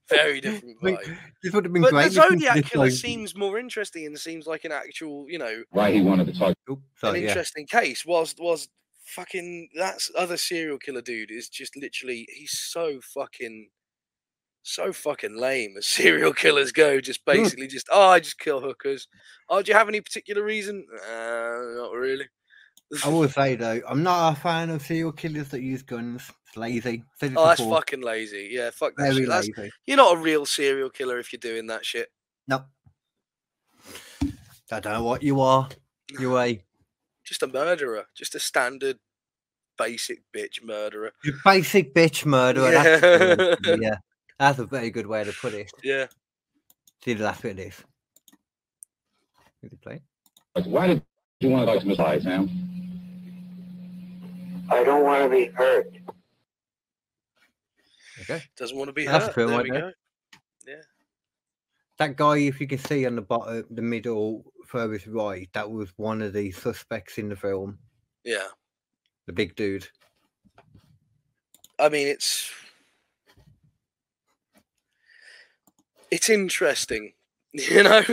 S1: Very different
S2: Wait,
S1: vibe.
S2: this would have been
S1: But
S2: great.
S1: the
S2: listening to
S1: Zodiac
S2: this,
S1: Killer
S2: like-
S1: seems more interesting and seems like an actual, you know,
S17: Why he wanted to talk.
S1: an interesting case. Was was fucking that s- other serial killer dude is just literally he's so fucking so fucking lame as <laughs> serial killers go. Just
S2: Hmm.
S1: basically just oh, I just kill hookers. Oh, do you have any particular reason? Uh, not really.
S2: I will say though, I'm not a fan of serial killers that use guns. It's lazy. I said it
S1: Oh, that's
S2: before.
S1: fucking lazy. Yeah, fuck that
S2: Very
S1: shit. That's-
S2: lazy.
S1: you're not a real serial killer if you're doing that shit.
S2: Nope. I don't know what you are. You a
S1: Just a murderer. Just a standard, basic bitch murderer.
S2: you basic bitch murderer. That's the
S1: <laughs>
S2: word.
S1: Yeah.
S2: yeah, that's a very good way to put it.
S1: Yeah.
S2: See the last bit of this. Is it playing?
S17: Like, why did you want to talk to Miss Lies, ma'am?
S16: I don't want to be hurt.
S2: Okay.
S1: Doesn't want to be
S2: <laughs> That's
S1: hurt.
S2: cool,
S1: Ah, There
S2: right
S1: we
S2: there.
S1: go. Yeah.
S2: That guy, if you can see on the bottom, the middle, furthest right, that was one of the suspects in the film.
S1: Yeah.
S2: The big dude.
S1: I mean, it's it's interesting. <laughs> You know,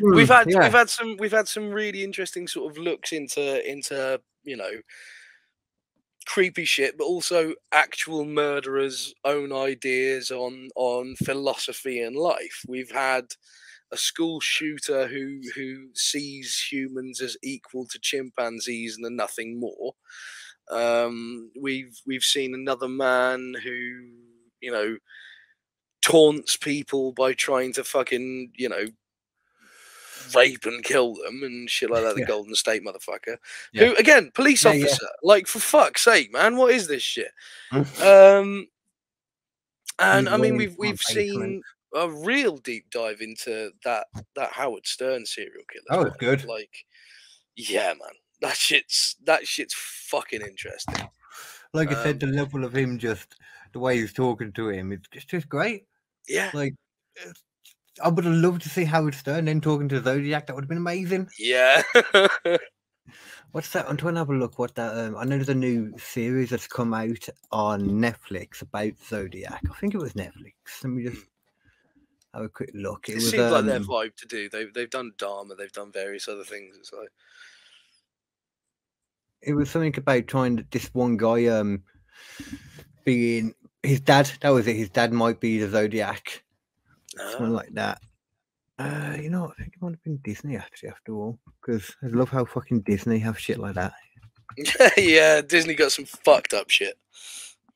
S1: we've
S2: Hmm,
S1: had
S2: yeah.
S1: we've had some we've had some really interesting sort of looks into into you know creepy shit, but also actual murderers' own ideas on on philosophy and life. We've had a school shooter who who sees humans as equal to chimpanzees and are nothing more. Um, we've we've seen another man who you know taunts people by trying to fucking you know rape and kill them and shit like that. The
S2: <laughs> Yeah.
S1: Golden State motherfucker,
S2: Yeah.
S1: who again police
S2: Yeah, yeah.
S1: officer. Like for fuck's sake, man, what is this shit?
S2: Mm.
S1: Um, and
S2: He's
S1: I mean,
S2: wearing
S1: we've we've
S2: front face
S1: seen a real deep dive into that that Howard Stern serial killer.
S2: That was Oh, good.
S1: Like, yeah, man, that shit's that shit's fucking interesting.
S2: Like I
S1: Um,
S2: said, the level of him just the way he's talking to him, it's it's just great.
S1: Yeah.
S2: Like it's- I would have loved to see Howard Stern then talking to Zodiac. That would have been amazing.
S1: Yeah. <laughs>
S2: What's that? I'm trying to have a look. What that? Um, I know there's a new series that's come out on Netflix about Zodiac. I think it was Netflix. Let me just have a quick look.
S1: Hmm. It,
S2: It, was
S1: seems like their
S2: um,
S1: vibe to do. They've they've done Dharma, they've done various other things. It's like
S2: it was something about trying to this one guy um being his dad that was it his dad might be the zodiac
S1: Oh.
S2: something like that uh you know what, i think it might have been disney actually after all because i love how fucking disney have shit like that
S1: <laughs> yeah, Disney got some fucked up shit.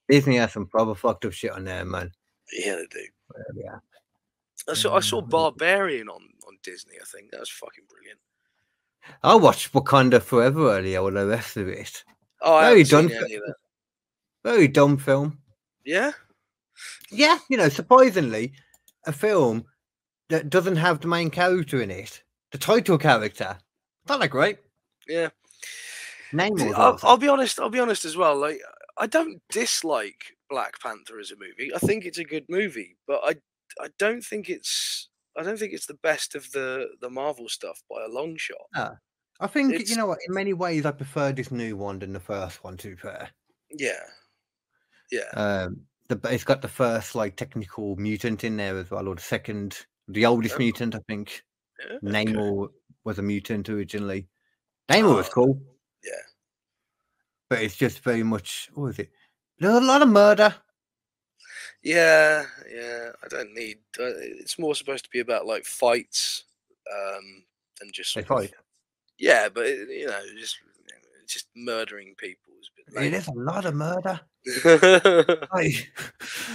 S2: disney has some proper fucked up shit on there man
S1: Yeah, they do.
S2: yeah
S1: I saw I saw Barbarian on on Disney. I think that was fucking brilliant.
S2: i watched wakanda forever earlier or the rest of it
S1: Oh, I
S2: very
S1: haven't seen
S2: dumb
S1: any of that.
S2: very dumb film
S1: Yeah,
S2: yeah you know surprisingly a film that doesn't have the main character in it the title character not that great
S1: yeah.
S2: Name
S1: See,
S2: was
S1: I'll,
S2: awesome.
S1: I'll be honest. I'll be honest as well. Like, I don't dislike Black Panther as a movie. I think it's a good movie, but I, I don't think it's, I don't think it's the best of the the Marvel stuff by a long shot.
S2: Yeah. I think
S1: It's-
S2: you know what. In many ways, I prefer this new one than the first one. To be fair,
S1: Yeah, yeah.
S2: um, the it's got the first like technical mutant in there as well, or the second, the oldest
S1: Oh.
S2: mutant, I think.
S1: Yeah,
S2: Namor was a mutant originally. Namor was cool.
S1: Ah, Yeah.
S2: But it's just very much what was it? There's a lot of murder.
S1: Yeah, yeah. I don't need. Uh, it's more supposed to be about like fights um, than just.
S2: They
S1: sort of-
S2: fight.
S1: Yeah, but it, you know, just just murdering people is a bit.
S2: Hey,
S1: lame.
S2: there's a lot of murder. Like,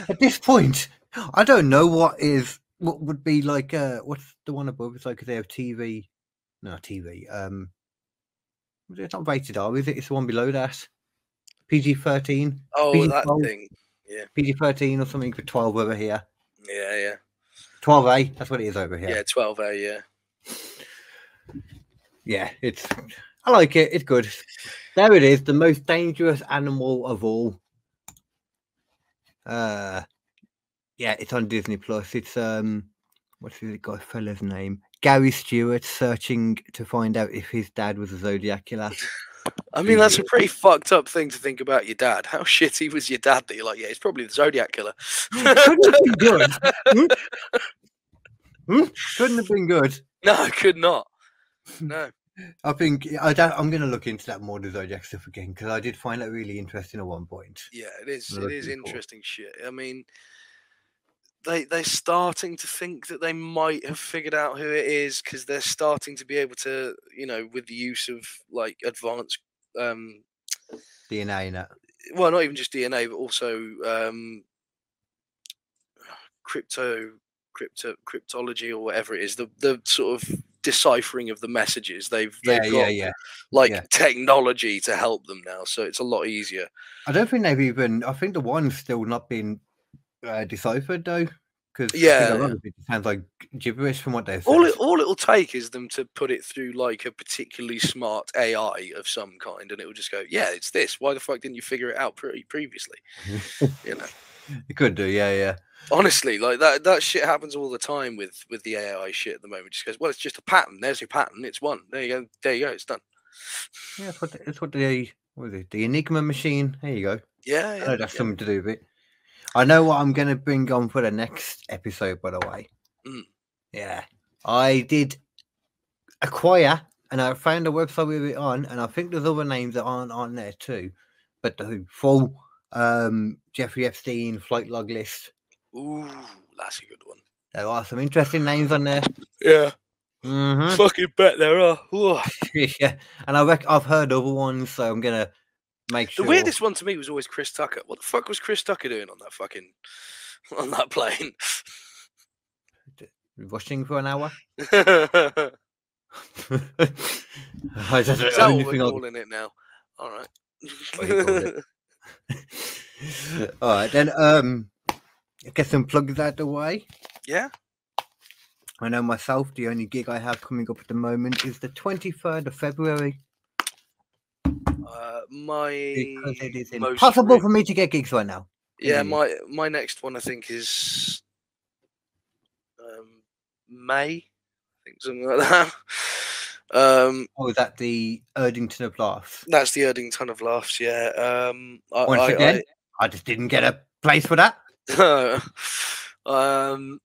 S2: at this point, I don't know what is what would be like. Uh, what's the one above? It's like they have TV, no TV. Um, it's not rated R, is it? It's the one below that. PG thirteen.
S1: Oh,
S2: PG
S1: that thing. Yeah,
S2: PG thirteen or something for twelve over here.
S1: yeah, yeah,
S2: Twelve A. That's what it is over here.
S1: yeah. Twelve A. Yeah.
S2: Yeah, it's. I like it. It's good. There it is. The most dangerous animal of all. Uh, yeah, it's on Disney Plus. It's um, what's the guy fella's name? Gary Stewart searching to find out if his dad was a Zodiac killer.
S1: I mean, that's a
S2: Easy.
S1: pretty fucked up thing to think about your dad. How <laughs> shitty was your dad that you're like, yeah, he's probably the Zodiac killer.
S2: Couldn't have been
S1: <laughs>
S2: good. Hmm? Hmm? Couldn't have been good.
S1: no, could not. No.
S2: I think I don't, I'm going to look into that more the Zodiac stuff again because I did find that really interesting at one point.
S1: Yeah, it is.
S2: Well,
S1: It
S2: that's
S1: is
S2: pretty cool.
S1: interesting shit. I mean, they they're starting to think that they might have figured out who it is because they're starting to be able to, you know, with the use of like advanced, um,
S2: DNA in it.
S1: well, not even just DNA, but also um, crypto, crypto, cryptology or whatever it is. The the sort of deciphering of the messages they've
S2: Yeah,
S1: they've
S2: yeah,
S1: got
S2: yeah,
S1: like
S2: yeah.
S1: technology to help them now, so it's a lot easier.
S2: I don't think they've even. I think the one's still not been uh, deciphered though, because
S1: Yeah, yeah.
S2: it sounds like gibberish from what they
S1: All
S2: said.
S1: it all it'll take is them to put it through like a particularly smart AI of some kind, and it will just go, "Yeah, it's this. Why the fuck didn't you figure it out pre- previously?"
S2: Mm-hmm.
S1: you know,
S2: <laughs> It could do, yeah, yeah.
S1: honestly, like that that shit happens all the time with with the AI shit at the moment. It just goes, "Well, it's just a pattern. There's your pattern. It's one. There you go. There you go. It's done."
S2: Yeah, that's what, that's what the what is it? The Enigma machine. There you go.
S1: Yeah,
S2: I
S1: Oh, yeah,
S2: know that's
S1: yeah.
S2: something to do with it. I know what I'm going to bring on for the next episode. By the way,
S1: Mm.
S2: yeah, I did acquire and I found a website with it on, and I think there's other names that aren't on there too, but the full um Jeffrey Epstein flight log list.
S1: Ooh, that's a good one.
S2: There are some interesting names on there.
S1: Yeah,
S2: hmm
S1: fucking bet there are. Whoa.
S2: <laughs> yeah, and I rec- I've heard other ones, so I'm gonna make
S1: The
S2: sure.
S1: weirdest one to me was always Chris Tucker. What the fuck was Chris Tucker doing on that fucking <laughs> on that
S2: <laughs>
S1: plane?
S2: rushing for an hour. <laughs>
S1: Is that
S2: I don't know,
S1: what
S2: only
S1: we're
S2: thing I'll-
S1: calling it now? All right.
S2: what you call <laughs> All right, then. Um, get some plugs out the way.
S1: <laughs> yeah.
S2: I know myself. The only gig I have coming up at the moment is the 23rd of February
S1: Uh, my
S2: because it is
S1: most
S2: impossible
S1: re-
S2: for me to get gigs right now.
S1: yeah,
S2: Mm.
S1: my my next one I think is um, May. I think something like that. <laughs> Um,
S2: Oh, is that the Erdington of Laughs?
S1: that's the Erding ton of laughs. Yeah. Um, I,
S2: Once
S1: I-
S2: again,
S1: I-
S2: I... just didn't get a place for that.
S1: <laughs> um,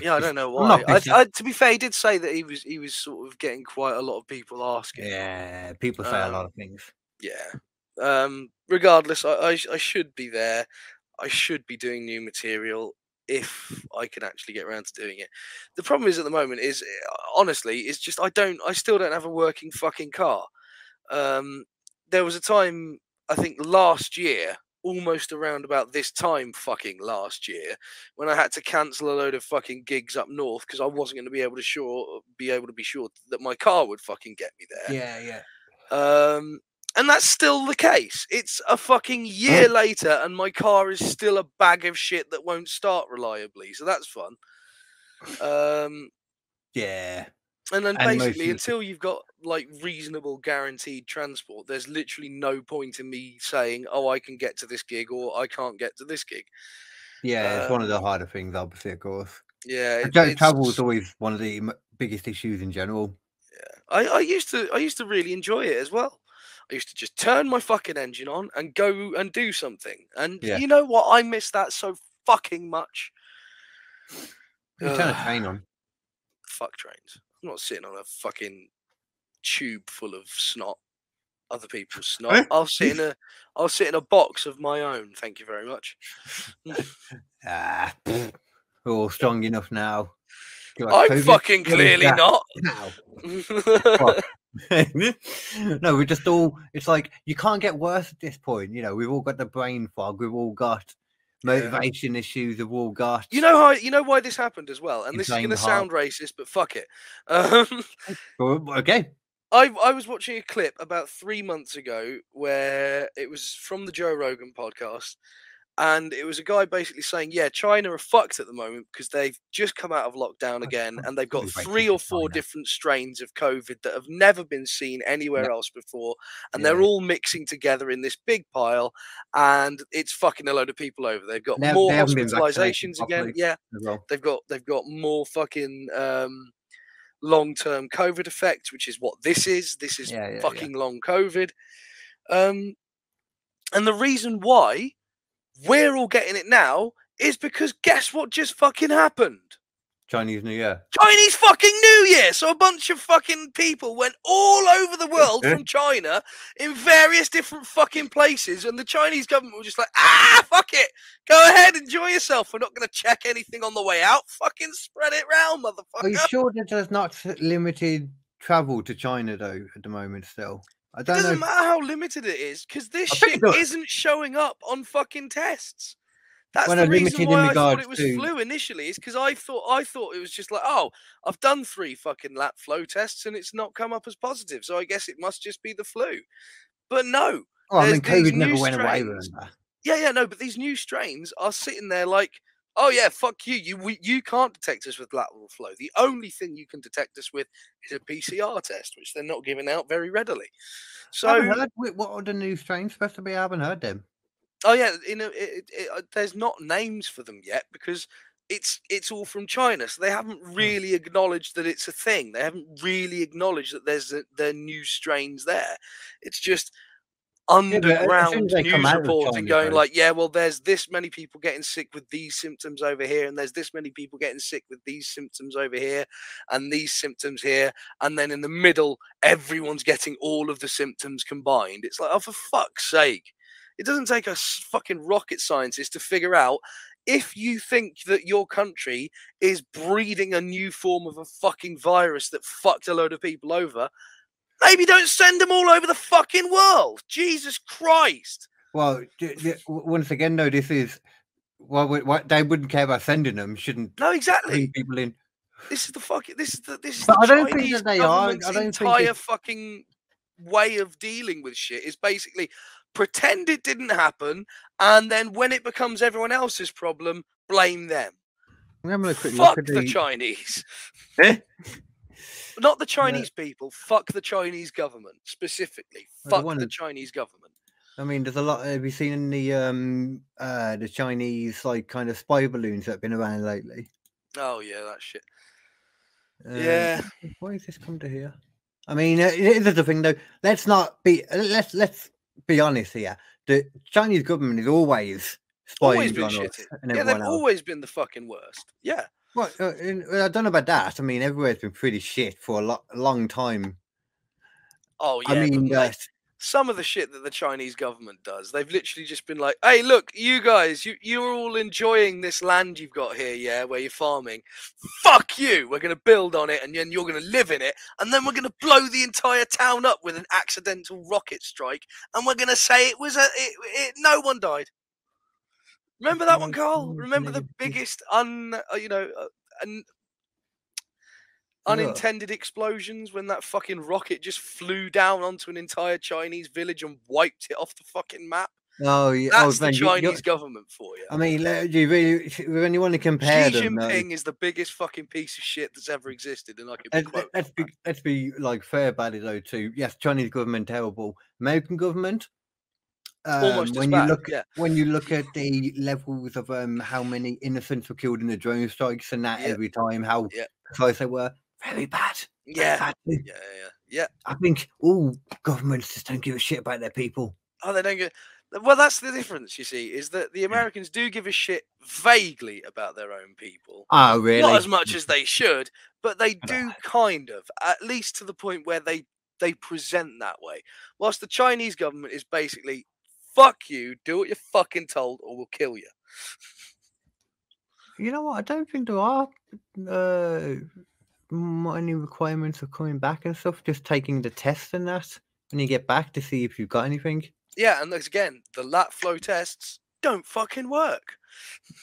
S1: yeah, I don't know
S2: <laughs>
S1: why.
S2: I'm not
S1: I,
S2: busy.
S1: I, to be fair, he did say that he was he was sort of getting quite a lot of people asking. Um,
S2: Yeah, people say a lot of things.
S1: yeah um regardless I, I sh- i should be there i should be doing new material if i can actually get around to doing it the problem is at the moment is eh, honestly it's just i don't i still don't have a working fucking car um there was a time i think last year almost around about this time fucking last year when i had to cancel a load of fucking gigs up north because i wasn't going to be able to sure be able to be sure that my car would fucking get me there
S2: Yeah, yeah.
S1: um, and that's still the case. It's a fucking year later, and my car is still a bag of shit that won't start reliably. So that's fun. Um,
S2: Yeah.
S1: and then
S2: And
S1: basically,
S2: mostly-
S1: until you've got like reasonable guaranteed transport, there's literally no point in me saying, "Oh, I can get to this gig," or "I can't get to this gig."
S2: Yeah, it's one of the harder things, obviously, of course.
S1: uh, Yeah,
S2: But
S1: it-
S2: tra-
S1: it's
S2: travel is always one of the m- biggest issues in general.
S1: I, I used to I used to really enjoy it as well. I used to just turn my fucking engine on and go and do something. And
S2: Yeah.
S1: you know what? I miss that so fucking much.
S2: You turn a train on.
S1: Fuck trains. I'm not sitting on a fucking tube full of snot. Other people's snot. I'll sit
S2: <laughs>
S1: in a I'll sit in a box of my own. Thank you very much. Hmm.
S2: Ah,
S1: <sighs>
S2: pfft, we're all strong enough now. You're like,
S1: I'm
S2: "Covid,
S1: fucking
S2: what is
S1: clearly
S2: that?"
S1: not. <laughs>
S2: What? <laughs> no, we're just all. It's like you can't get worse at this point. You know, we've all got the brain fog. We've all got motivation issues. We've all got.
S1: You know how you know why this happened as well, and
S2: You're
S1: this is
S2: playing
S1: going to
S2: the harp.
S1: sound racist, but fuck it. <laughs> Um,
S2: Oh, Okay.
S1: I I was watching a clip about three months ago where it was from the Joe Rogan podcast, and it was a guy basically saying, "Yeah, China are fucked at the moment because they've just come out of lockdown again, and they've got
S2: Totally
S1: three or four different strains of COVID that have never been seen anywhere else before, and they're all mixing together in this big pile, and it's fucking a load of people over. They've got
S2: They-
S1: more
S2: they haven't been vaccinated
S1: hospitalizations again.
S2: properly
S1: Yeah,
S2: as well.
S1: they've got they've got more fucking." Um, long term COVID effects, which is what this is. This is
S2: Yeah, yeah, yeah.
S1: fucking long COVID. Um, and the reason why we're all getting it now is because guess what just fucking happened?
S2: Chinese New Year.
S1: Chinese fucking New Year. So a bunch of fucking people went all over the world from China in various different fucking places, and the Chinese government were just like, ah, fuck it, go ahead, enjoy yourself. We're not going to check anything on the way out. Fucking spread it round, motherfucker.
S2: Are you sure that there's not s- limited travel to China though at the moment? Still, I
S1: It
S2: don't
S1: doesn't
S2: know.
S1: matter how limited it is because this
S2: think
S1: shit
S2: it does.
S1: isn't showing up on fucking tests. That's
S2: Well,
S1: the
S2: no,
S1: reason
S2: limited in
S1: why I thought
S2: regards
S1: it was
S2: to-
S1: flu initially. Is because I thought I thought it was just like, oh, I've done three fucking lap flow tests and it's not come up as positive, so I guess it must just be the flu. But no,
S2: Oh, I mean,
S1: there's these
S2: COVID never
S1: new
S2: went away.
S1: strains.
S2: Remember?
S1: Yeah, yeah, no, but these new strains are sitting there like, oh yeah, fuck you, you we, you can't detect us with lateral flow. The only thing you can detect us with is a PCR test, which they're not giving out very readily.
S2: I haven't
S1: So
S2: heard wh- what are the new strains supposed to be? I haven't heard them.
S1: Oh yeah, you know, it, it, it, uh, there's not names for them yet because it's it's all from China, so they haven't
S2: Hmm.
S1: really acknowledged that it's a thing. They haven't really acknowledged that there's a, there are new strains there. It's just
S2: but as- as soon
S1: underground
S2: as they come
S1: news
S2: out of
S1: reporting
S2: China,
S1: going
S2: though-
S1: like, yeah, well, there's this many people getting sick with these symptoms over here, and there's this many people getting sick with these symptoms over here, and these symptoms here, and then in the middle, everyone's getting all of the symptoms combined. It's like, oh, for fuck's sake. It doesn't take a s- fucking rocket scientist to figure out if you think that your country is breeding a new form of a fucking virus that fucked a load of people over. Maybe don't send them all over the fucking world. Jesus Christ.
S2: Well, d- d- w- once again, though, this is why well, they wouldn't care about sending them. Shouldn't
S1: no exactly
S2: bring people in.
S1: This is the fucking. This is the. This is the
S2: But I don't think
S1: Chinese
S2: that they are. I
S1: government's
S2: don't think it's-
S1: entire fucking way of dealing with shit is basically pretend it didn't happen, and then when it becomes everyone else's problem, blame them.
S2: I'm having a quick
S1: Fuck
S2: look at eh?
S1: the eh? Chinese. Not the Chinese people. Fuck the Chinese government specifically.
S2: I
S1: Fuck the
S2: wanna-
S1: Chinese government.
S2: I mean, there's a lot. Have you seen the um uh the Chinese like kind of spy balloons that have been around lately?
S1: Oh yeah, that shit.
S2: Uh,
S1: Yeah.
S2: Why has this come to here? I mean, uh, here's the thing though. Let's not be uh, let's let's be honest here. The Chinese government is always spying
S1: Always been
S2: on us
S1: shitty.
S2: and
S1: Yeah,
S2: everyone
S1: they've
S2: else.
S1: always been the fucking worst. Yeah.
S2: Well, uh, in- well, I don't know about that. I mean, everywhere's been pretty shit for a lo- long time.
S1: Oh yeah.
S2: I
S1: but
S2: mean,
S1: mate,
S2: uh,
S1: some of the shit that the Chinese government does, they've literally just been like, "Hey, look, you guys, you you're all enjoying this land you've got here, yeah, where you're farming. Fuck you. We're gonna build on it, and then you're gonna live in it, and then we're gonna blow the entire town up with an accidental rocket strike, and we're gonna say it was a it, it no one died. Remember that one, Carl? Remember the biggest un uh, you know uh, un,
S2: Yeah.
S1: unintended explosions when that fucking rocket just flew down onto an entire Chinese village and wiped it off the fucking map?
S2: oh yeah, oh,
S1: That's the
S2: Ben, you- you're-
S1: Chinese government for you.
S2: I mean, uh, do you really when you want to
S1: Xi
S2: compare them? though,
S1: Jinping is the biggest fucking piece of shit that's ever existed, and I can
S2: Let's, let- let's be let's be like fair about it though too. Yes, Chinese government terrible. American government um,
S1: Almost as
S2: when
S1: bad,
S2: you look
S1: yeah.
S2: when you look at the levels of um how many innocents were killed in the drone strikes and that every time how
S1: yeah.
S2: precise they were. Very bad.
S1: Yeah.
S2: Very bad.
S1: Yeah, yeah. Yeah.
S2: I think all governments just don't give a shit about their people.
S1: Oh, they don't get. Well, that's the difference, you see, is that the Americans do give a shit vaguely about their own people.
S2: Oh, really?
S1: Not as much as they should, but they do kind of, at least to the point where they they present that way. Whilst the Chinese government is basically, fuck you, do what you're fucking told, or we'll kill you.
S2: You know what? I don't think there are uh, m- any requirements of coming back and stuff. Just taking the test and that when you get back to see if you've got anything.
S1: Yeah, and that's- again, the lat flow tests don't fucking work.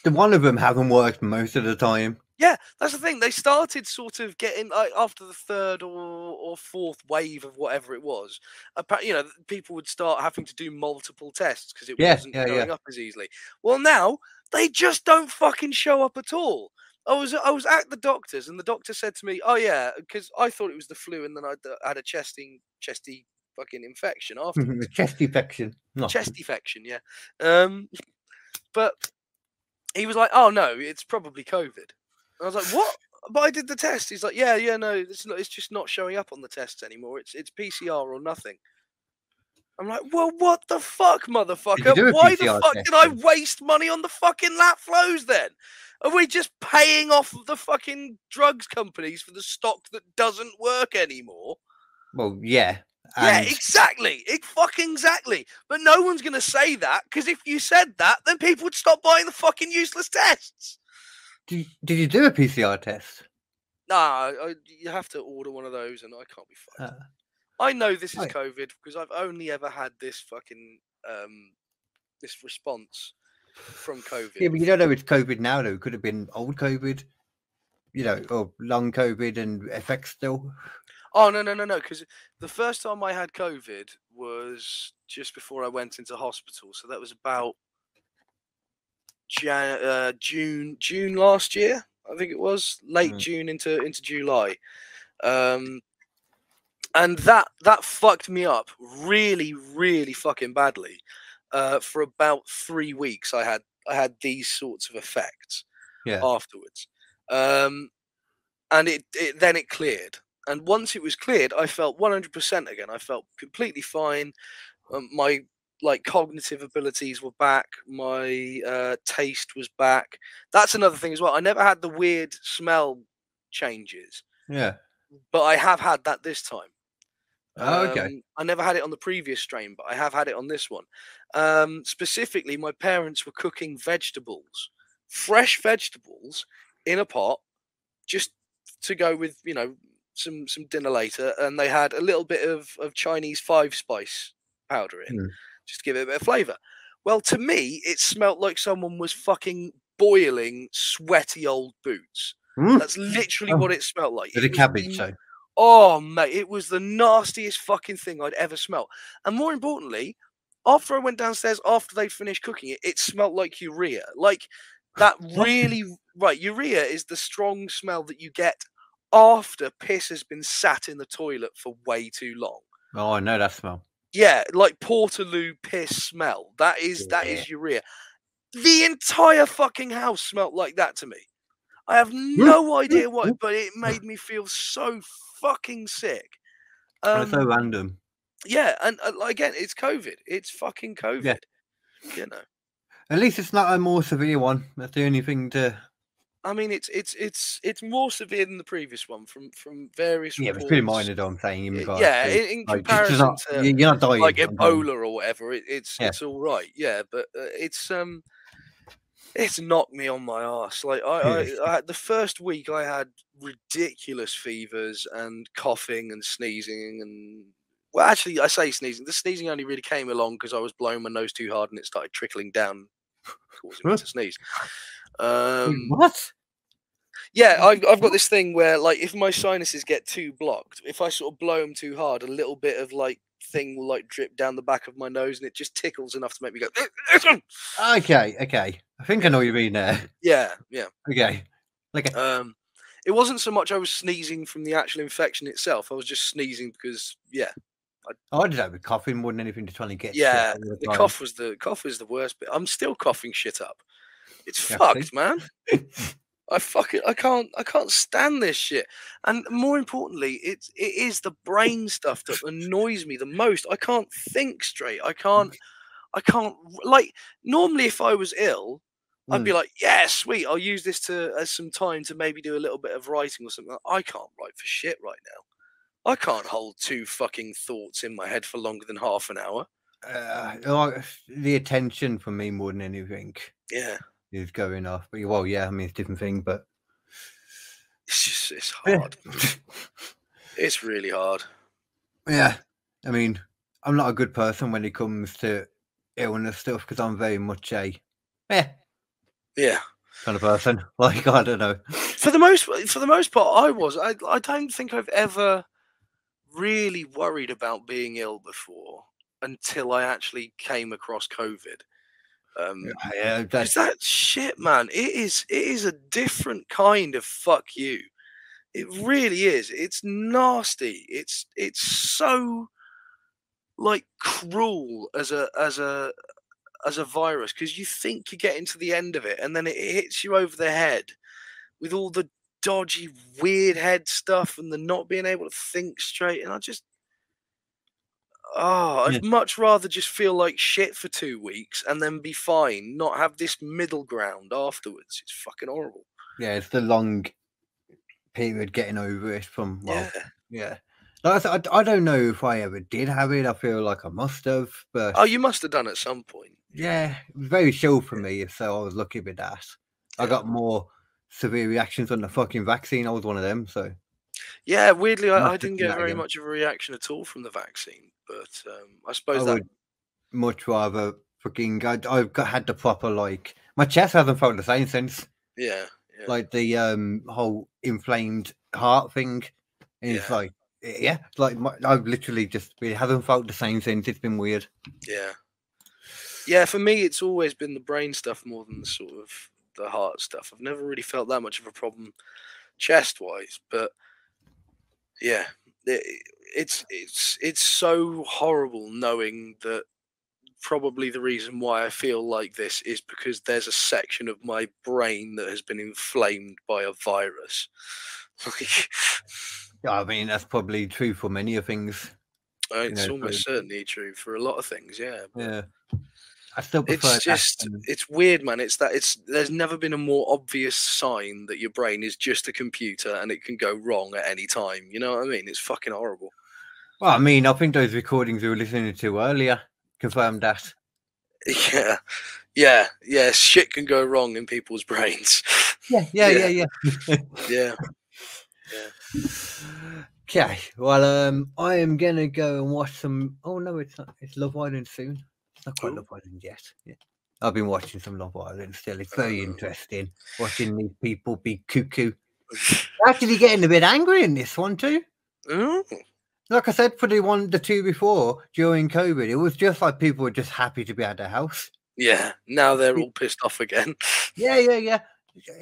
S2: The one of them haven't worked most of the time.
S1: Yeah, that's the thing. They started sort of getting like after the third or, or fourth wave of whatever it was. appa- You know, th- people would start having to do multiple tests because it
S2: Yeah,
S1: wasn't
S2: yeah,
S1: going
S2: yeah.
S1: up as easily. Well, now they just don't fucking show up at all. I was I was at the doctor's and the doctor said to me, "Oh yeah, because I thought it was the flu and then I had a chesting chesty fucking infection after
S2: <laughs> the chest infection. No.
S1: chest infection, yeah. Um, but he was like, "Oh no, it's probably COVID." And I was like, "What?" But I did the test. He's like, "Yeah, yeah, no, it's not. It's just not showing up on the tests anymore. It's it's PCR or nothing." I'm like, "Well, what the fuck,
S2: do
S1: motherfucker?
S2: a
S1: Why the
S2: PCR
S1: fuck
S2: test
S1: did I waste money on the fucking lap flows then?" Are we just paying off the fucking drugs companies for the stock that doesn't work anymore?
S2: Well, yeah.
S1: Yeah,
S2: and-
S1: exactly. It fucking exactly. But no one's gonna say that because if you said that, then people would stop buying the fucking useless tests.
S2: Did, did you do a PCR test?
S1: Nah, I, you have to order one of those, and I can't be. Fucked.
S2: Uh,
S1: I know this is
S2: Right.
S1: COVID because I've only ever had this fucking um this response from COVID.
S2: yeah, but you don't know it's COVID now, though. It could have been old COVID, you know, or long COVID and effects still.
S1: Oh no no no no! Because the first time I had COVID was just before I went into hospital, so that was about Jan- uh, June June last year, I think it was late June into into July, um, and that that fucked me up really really fucking badly. Uh, for about three weeks, I had I had these sorts of effects
S2: Yeah.
S1: afterwards. Um, and it, it then it cleared. And once it was cleared, I felt 100% again. I felt completely fine. Um, my like cognitive abilities were back. My uh, taste was back. That's another thing as well. I never had the weird smell changes,
S2: Yeah.
S1: but I have had that this time.
S2: Oh, okay.
S1: Um, I never had it on the previous strain, but I have had it on this one. Um, specifically, my parents were cooking vegetables, fresh vegetables, in a pot, just to go with you know some some dinner later, and they had a little bit of of Chinese five spice powder in,
S2: Hmm.
S1: just to give it a bit of flavour. Well, to me, it smelt like someone was fucking boiling sweaty old boots.
S2: Mm.
S1: That's literally
S2: Oh.
S1: what it smelt like.
S2: With
S1: It
S2: a
S1: was
S2: cabbage,
S1: the-
S2: so.
S1: Oh mate, it was the nastiest fucking thing I'd ever smelt. And more importantly, after I went downstairs after they finished cooking it, it smelt like urea. Like that really right, urea is the strong smell that you get after piss has been sat in the toilet for way too long.
S2: Oh, I know that smell.
S1: Yeah, like Portaloo piss smell. That is that is urea. The entire fucking house smelt like that to me. I have no idea why, but it made me feel so fucking sick.
S2: That's so
S1: Um,
S2: random.
S1: yeah, and uh, like, again, it's COVID. It's fucking COVID. You know,
S2: At least it's not a more severe one. That's the only thing to.
S1: I mean, it's it's it's it's more severe than the previous one from from various.
S2: Yeah, but it's pretty
S1: reports.
S2: minor, though, I'm saying. In
S1: Y-
S2: regards
S1: yeah,
S2: to,
S1: in, in
S2: like, just-
S1: comparison
S2: just not-
S1: to
S2: you- you're not dying.
S1: like
S2: I'm saying.
S1: Ebola or whatever, it, it's
S2: Yeah.
S1: it's all right. Yeah, but uh, it's um, it's knocked me on my ass. Like I,
S2: Yes.
S1: I, I, had- the first week I had ridiculous fevers and coughing and sneezing and well, actually, I say sneezing. The sneezing only really came along because I was blowing my nose too hard and it started trickling down, causing me to sneeze. Um,
S2: What?
S1: yeah, I've, I've got this thing where, like, if my sinuses get too blocked, if I sort of blow them too hard, a little bit of like thing will like drip down the back of my nose, and it just tickles enough to make me go. <laughs>
S2: Okay, okay. I think I know what you mean there. <laughs>
S1: yeah, yeah.
S2: Okay. Like a,
S1: Um, it wasn't so much I was sneezing from the actual infection itself. I was just sneezing because, yeah,
S2: oh, I did that with coughing more than anything to try and get. shit
S1: yeah.
S2: out of
S1: The
S2: time.
S1: cough was the cough was the worst bit. I'm still coughing shit up. It's
S2: Yeah, see? <laughs>
S1: fucked, man. I fucking I can't I can't stand this shit. And more importantly, it's it is the brain stuff that annoys me the most. I can't think straight. I
S2: Mm.
S1: can't I can't like normally if I was ill, I'd
S2: Mm.
S1: be like, yeah, sweet. I'll use this to as some time to maybe do a little bit of writing or something. I can't write for shit right now. I can't hold two fucking thoughts in my head for longer than half an hour.
S2: Uh, like, the attention for me more than anything
S1: Yeah,
S2: is going off. But well, yeah, I mean it's a different thing, but
S1: it's just
S2: <laughs>
S1: it's hard. it's really hard.
S2: yeah, I mean I'm not a good person when it comes to illness stuff because I'm very much a yeah
S1: Yeah.
S2: kind of person. <laughs> Like I don't know.
S1: for the most for the most part, I was. I I don't think I've ever really worried about being ill before until I actually came across COVID. Um,
S2: yeah,
S1: because that shit, man, it is it is a different kind of fuck you. It really is. It's nasty. It's it's so like cruel as a as a as a virus because you think you're getting to the end of it and then it hits you over the head with all the dodgy weird head stuff and the not being able to think straight and i just oh i'd much rather just feel like shit for two weeks and then be fine not have this middle ground afterwards it's fucking horrible
S2: Yeah, it's the long period getting over it from well,
S1: Yeah.
S2: yeah. Like I, said, I, I don't know if I ever did have it. I feel like I must have, but
S1: oh you must have done at some point
S2: yeah, it was very chill for me. So I was lucky with that. I got more severe reactions on the fucking vaccine. I was one of them. So
S1: yeah weirdly i,
S2: Must
S1: I
S2: have
S1: didn't
S2: done
S1: get
S2: that
S1: very
S2: again.
S1: much of a reaction at all from the vaccine but um, i
S2: I
S1: suppose that
S2: would much rather fucking. I, I've got, had the proper like. My chest hasn't felt the same since.
S1: yeah yeah
S2: like the um whole inflamed heart thing. And it's like, yeah, it's like my, I've literally just it hasn't felt the same since. It's been weird.
S1: Yeah. Yeah, for me, it's always been the brain stuff more than the sort of the heart stuff. I've never really felt that much of a problem chest wise, but yeah, it, it's it's it's so horrible knowing that probably the reason why I feel like this is because there's a section of my brain that has been inflamed by a virus. <laughs> Like,
S2: I mean, that's probably true for many of things.
S1: uh, it's
S2: know,
S1: almost
S2: so-
S1: certainly true for a lot of things. Yeah,
S2: Yeah, I still prefer
S1: it's
S2: that
S1: just
S2: than-
S1: it's weird man it's that it's there's never been a more obvious sign that your brain is just a computer and it can go wrong at any time you know what i mean it's fucking horrible <laughs>
S2: Well, I mean, I think those recordings we were listening to earlier confirmed that.
S1: yeah yeah yeah shit can go wrong in people's <laughs> brains
S2: Yeah, yeah, yeah, yeah. <laughs>
S1: yeah
S2: Okay, well, um, I am gonna go and watch some. Oh no, it's not. It's Love Island soon. It's not quite Love Island yet. Yeah. I've been watching some Love Island still. It's very interesting watching these people be cuckoo. They're Actually, getting a bit angry in this one too. Like I said for the one, the two before during COVID, it was just like people were just happy to be out of the house.
S1: yeah now they're all pissed off again <laughs>
S2: Yeah, yeah, yeah.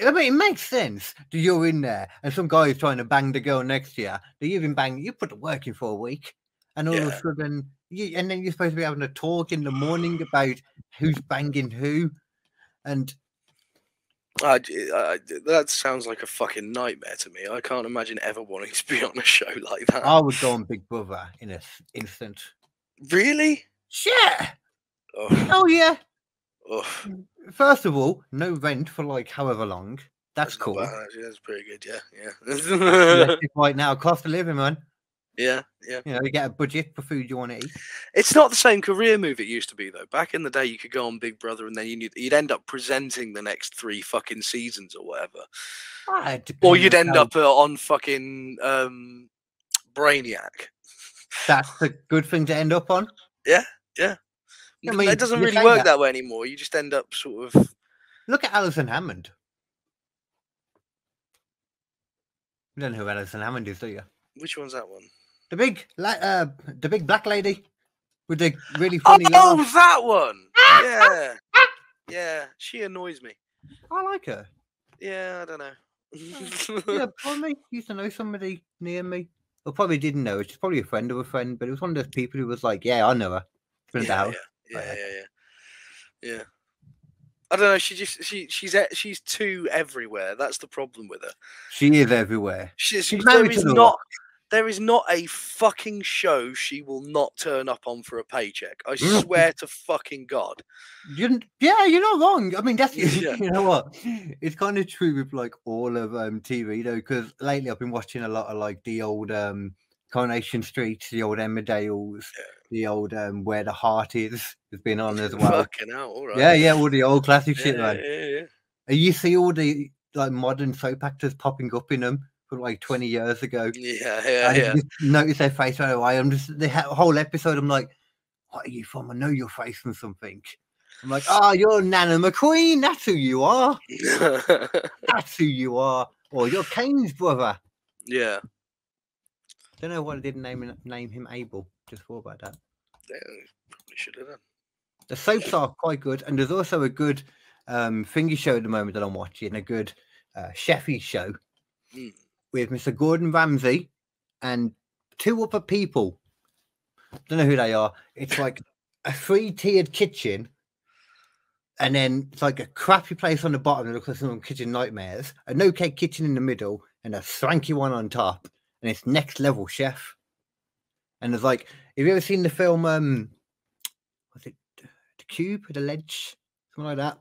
S2: I mean, it makes sense that you're in there and some guy is trying to bang the girl next to you. That you've been banging, you put the work in for a week, and all of a
S1: Yeah.
S2: sudden, you, and then you're supposed to be having a talk in the morning about who's banging who. And
S1: I, d- I d- that sounds like a fucking nightmare to me i can't imagine ever wanting to be <laughs> on a show like that
S2: I would go
S1: <laughs>
S2: on Big Brother in an instant.
S1: really
S2: Shit!
S1: oh,
S2: Oh, yeah.
S1: oh.
S2: First of all, no rent for like however long. That's cool.
S1: <laughs> Wow, actually, that's pretty good yeah yeah
S2: Electric right now, cost of living, man.
S1: yeah yeah
S2: You know, you get a budget for food you want to eat.
S1: It's not the same career move it used to be though. Back in the day, you could go on Big Brother, and then you knew, you'd end up presenting the next three fucking seasons or whatever,
S2: Ah, it <laughs>
S1: or
S2: depends
S1: you'd end
S2: how-
S1: up uh, on fucking um, Brainiac.
S2: That's a good thing to end up on.
S1: Yeah, yeah.
S2: I
S1: N-
S2: mean,
S1: it doesn't
S2: you're
S1: really
S2: saying
S1: work
S2: that-
S1: that. way anymore. You just end up sort of
S2: Look at Alison Hammond. You don't know who Alison Hammond is, do you?
S1: which one's that one?
S2: The big, la- uh, the big black lady with the really funny.
S1: oh,
S2: laugh.
S1: that one. yeah, yeah. She annoys me.
S2: I like her.
S1: Yeah, I don't
S2: Yeah,
S1: <laughs> know.
S2: probably used to know somebody near me. Or probably didn't know. her. She's probably a friend of a friend, but it was one of those people who was like, "Yeah, I know her." Friend of the house.
S1: yeah, yeah, yeah, yeah. I don't know. She just she she's e- she's too everywhere. That's the problem with her.
S2: She is everywhere.
S1: She's,
S2: She's
S1: there
S2: married
S1: is
S2: to the
S1: not there is not a fucking show she will not turn up on for a paycheck. I
S2: Mm.
S1: swear to fucking god.
S2: You, yeah, you're not wrong. I mean, that's <laughs>
S1: Yeah.
S2: <laughs> you know what? It's kind of true with like all of um TV though, because lately I've been watching a lot of like the old um Coronation Street, the old Emmerdale's, the old um Where the Heart Is has been on
S12: <laughs>
S2: as well.
S1: Fucking hell, all right.
S2: Yeah, yeah, all the old classic
S1: Yeah,
S2: shit,
S1: yeah,
S2: man.
S1: yeah, yeah.
S2: And you see all the like modern soap actors popping up in them from like 20 years ago.
S1: Yeah, yeah,
S2: And you
S1: yeah.
S2: just notice their face right away. I'm just the ha- whole episode. I'm like, what are you from? I know your face from something. I'm like, oh, you're Nana McQueen. That's who you
S1: <laughs>
S2: are. That's who you are. Or you're Kane's brother.
S1: Yeah.
S2: Don't know why I didn't name him- name him Abel. Just thought about that.
S1: Yeah, probably should have done.
S2: The soaps are quite good, and there's also a good um, thingy show at the moment that I'm watching, a good uh, chefy show
S1: Mm.
S2: with Mr. Gordon Ramsay and two other people. Don't know who they are. It's like a three-tiered kitchen, and then it's like a crappy place on the bottom that looks like some kitchen nightmares. An okay kitchen in the middle, and a swanky one on top, and it's next level chef. And there's like, have you ever seen the film? Um, was it the cube or the ledge, something like that?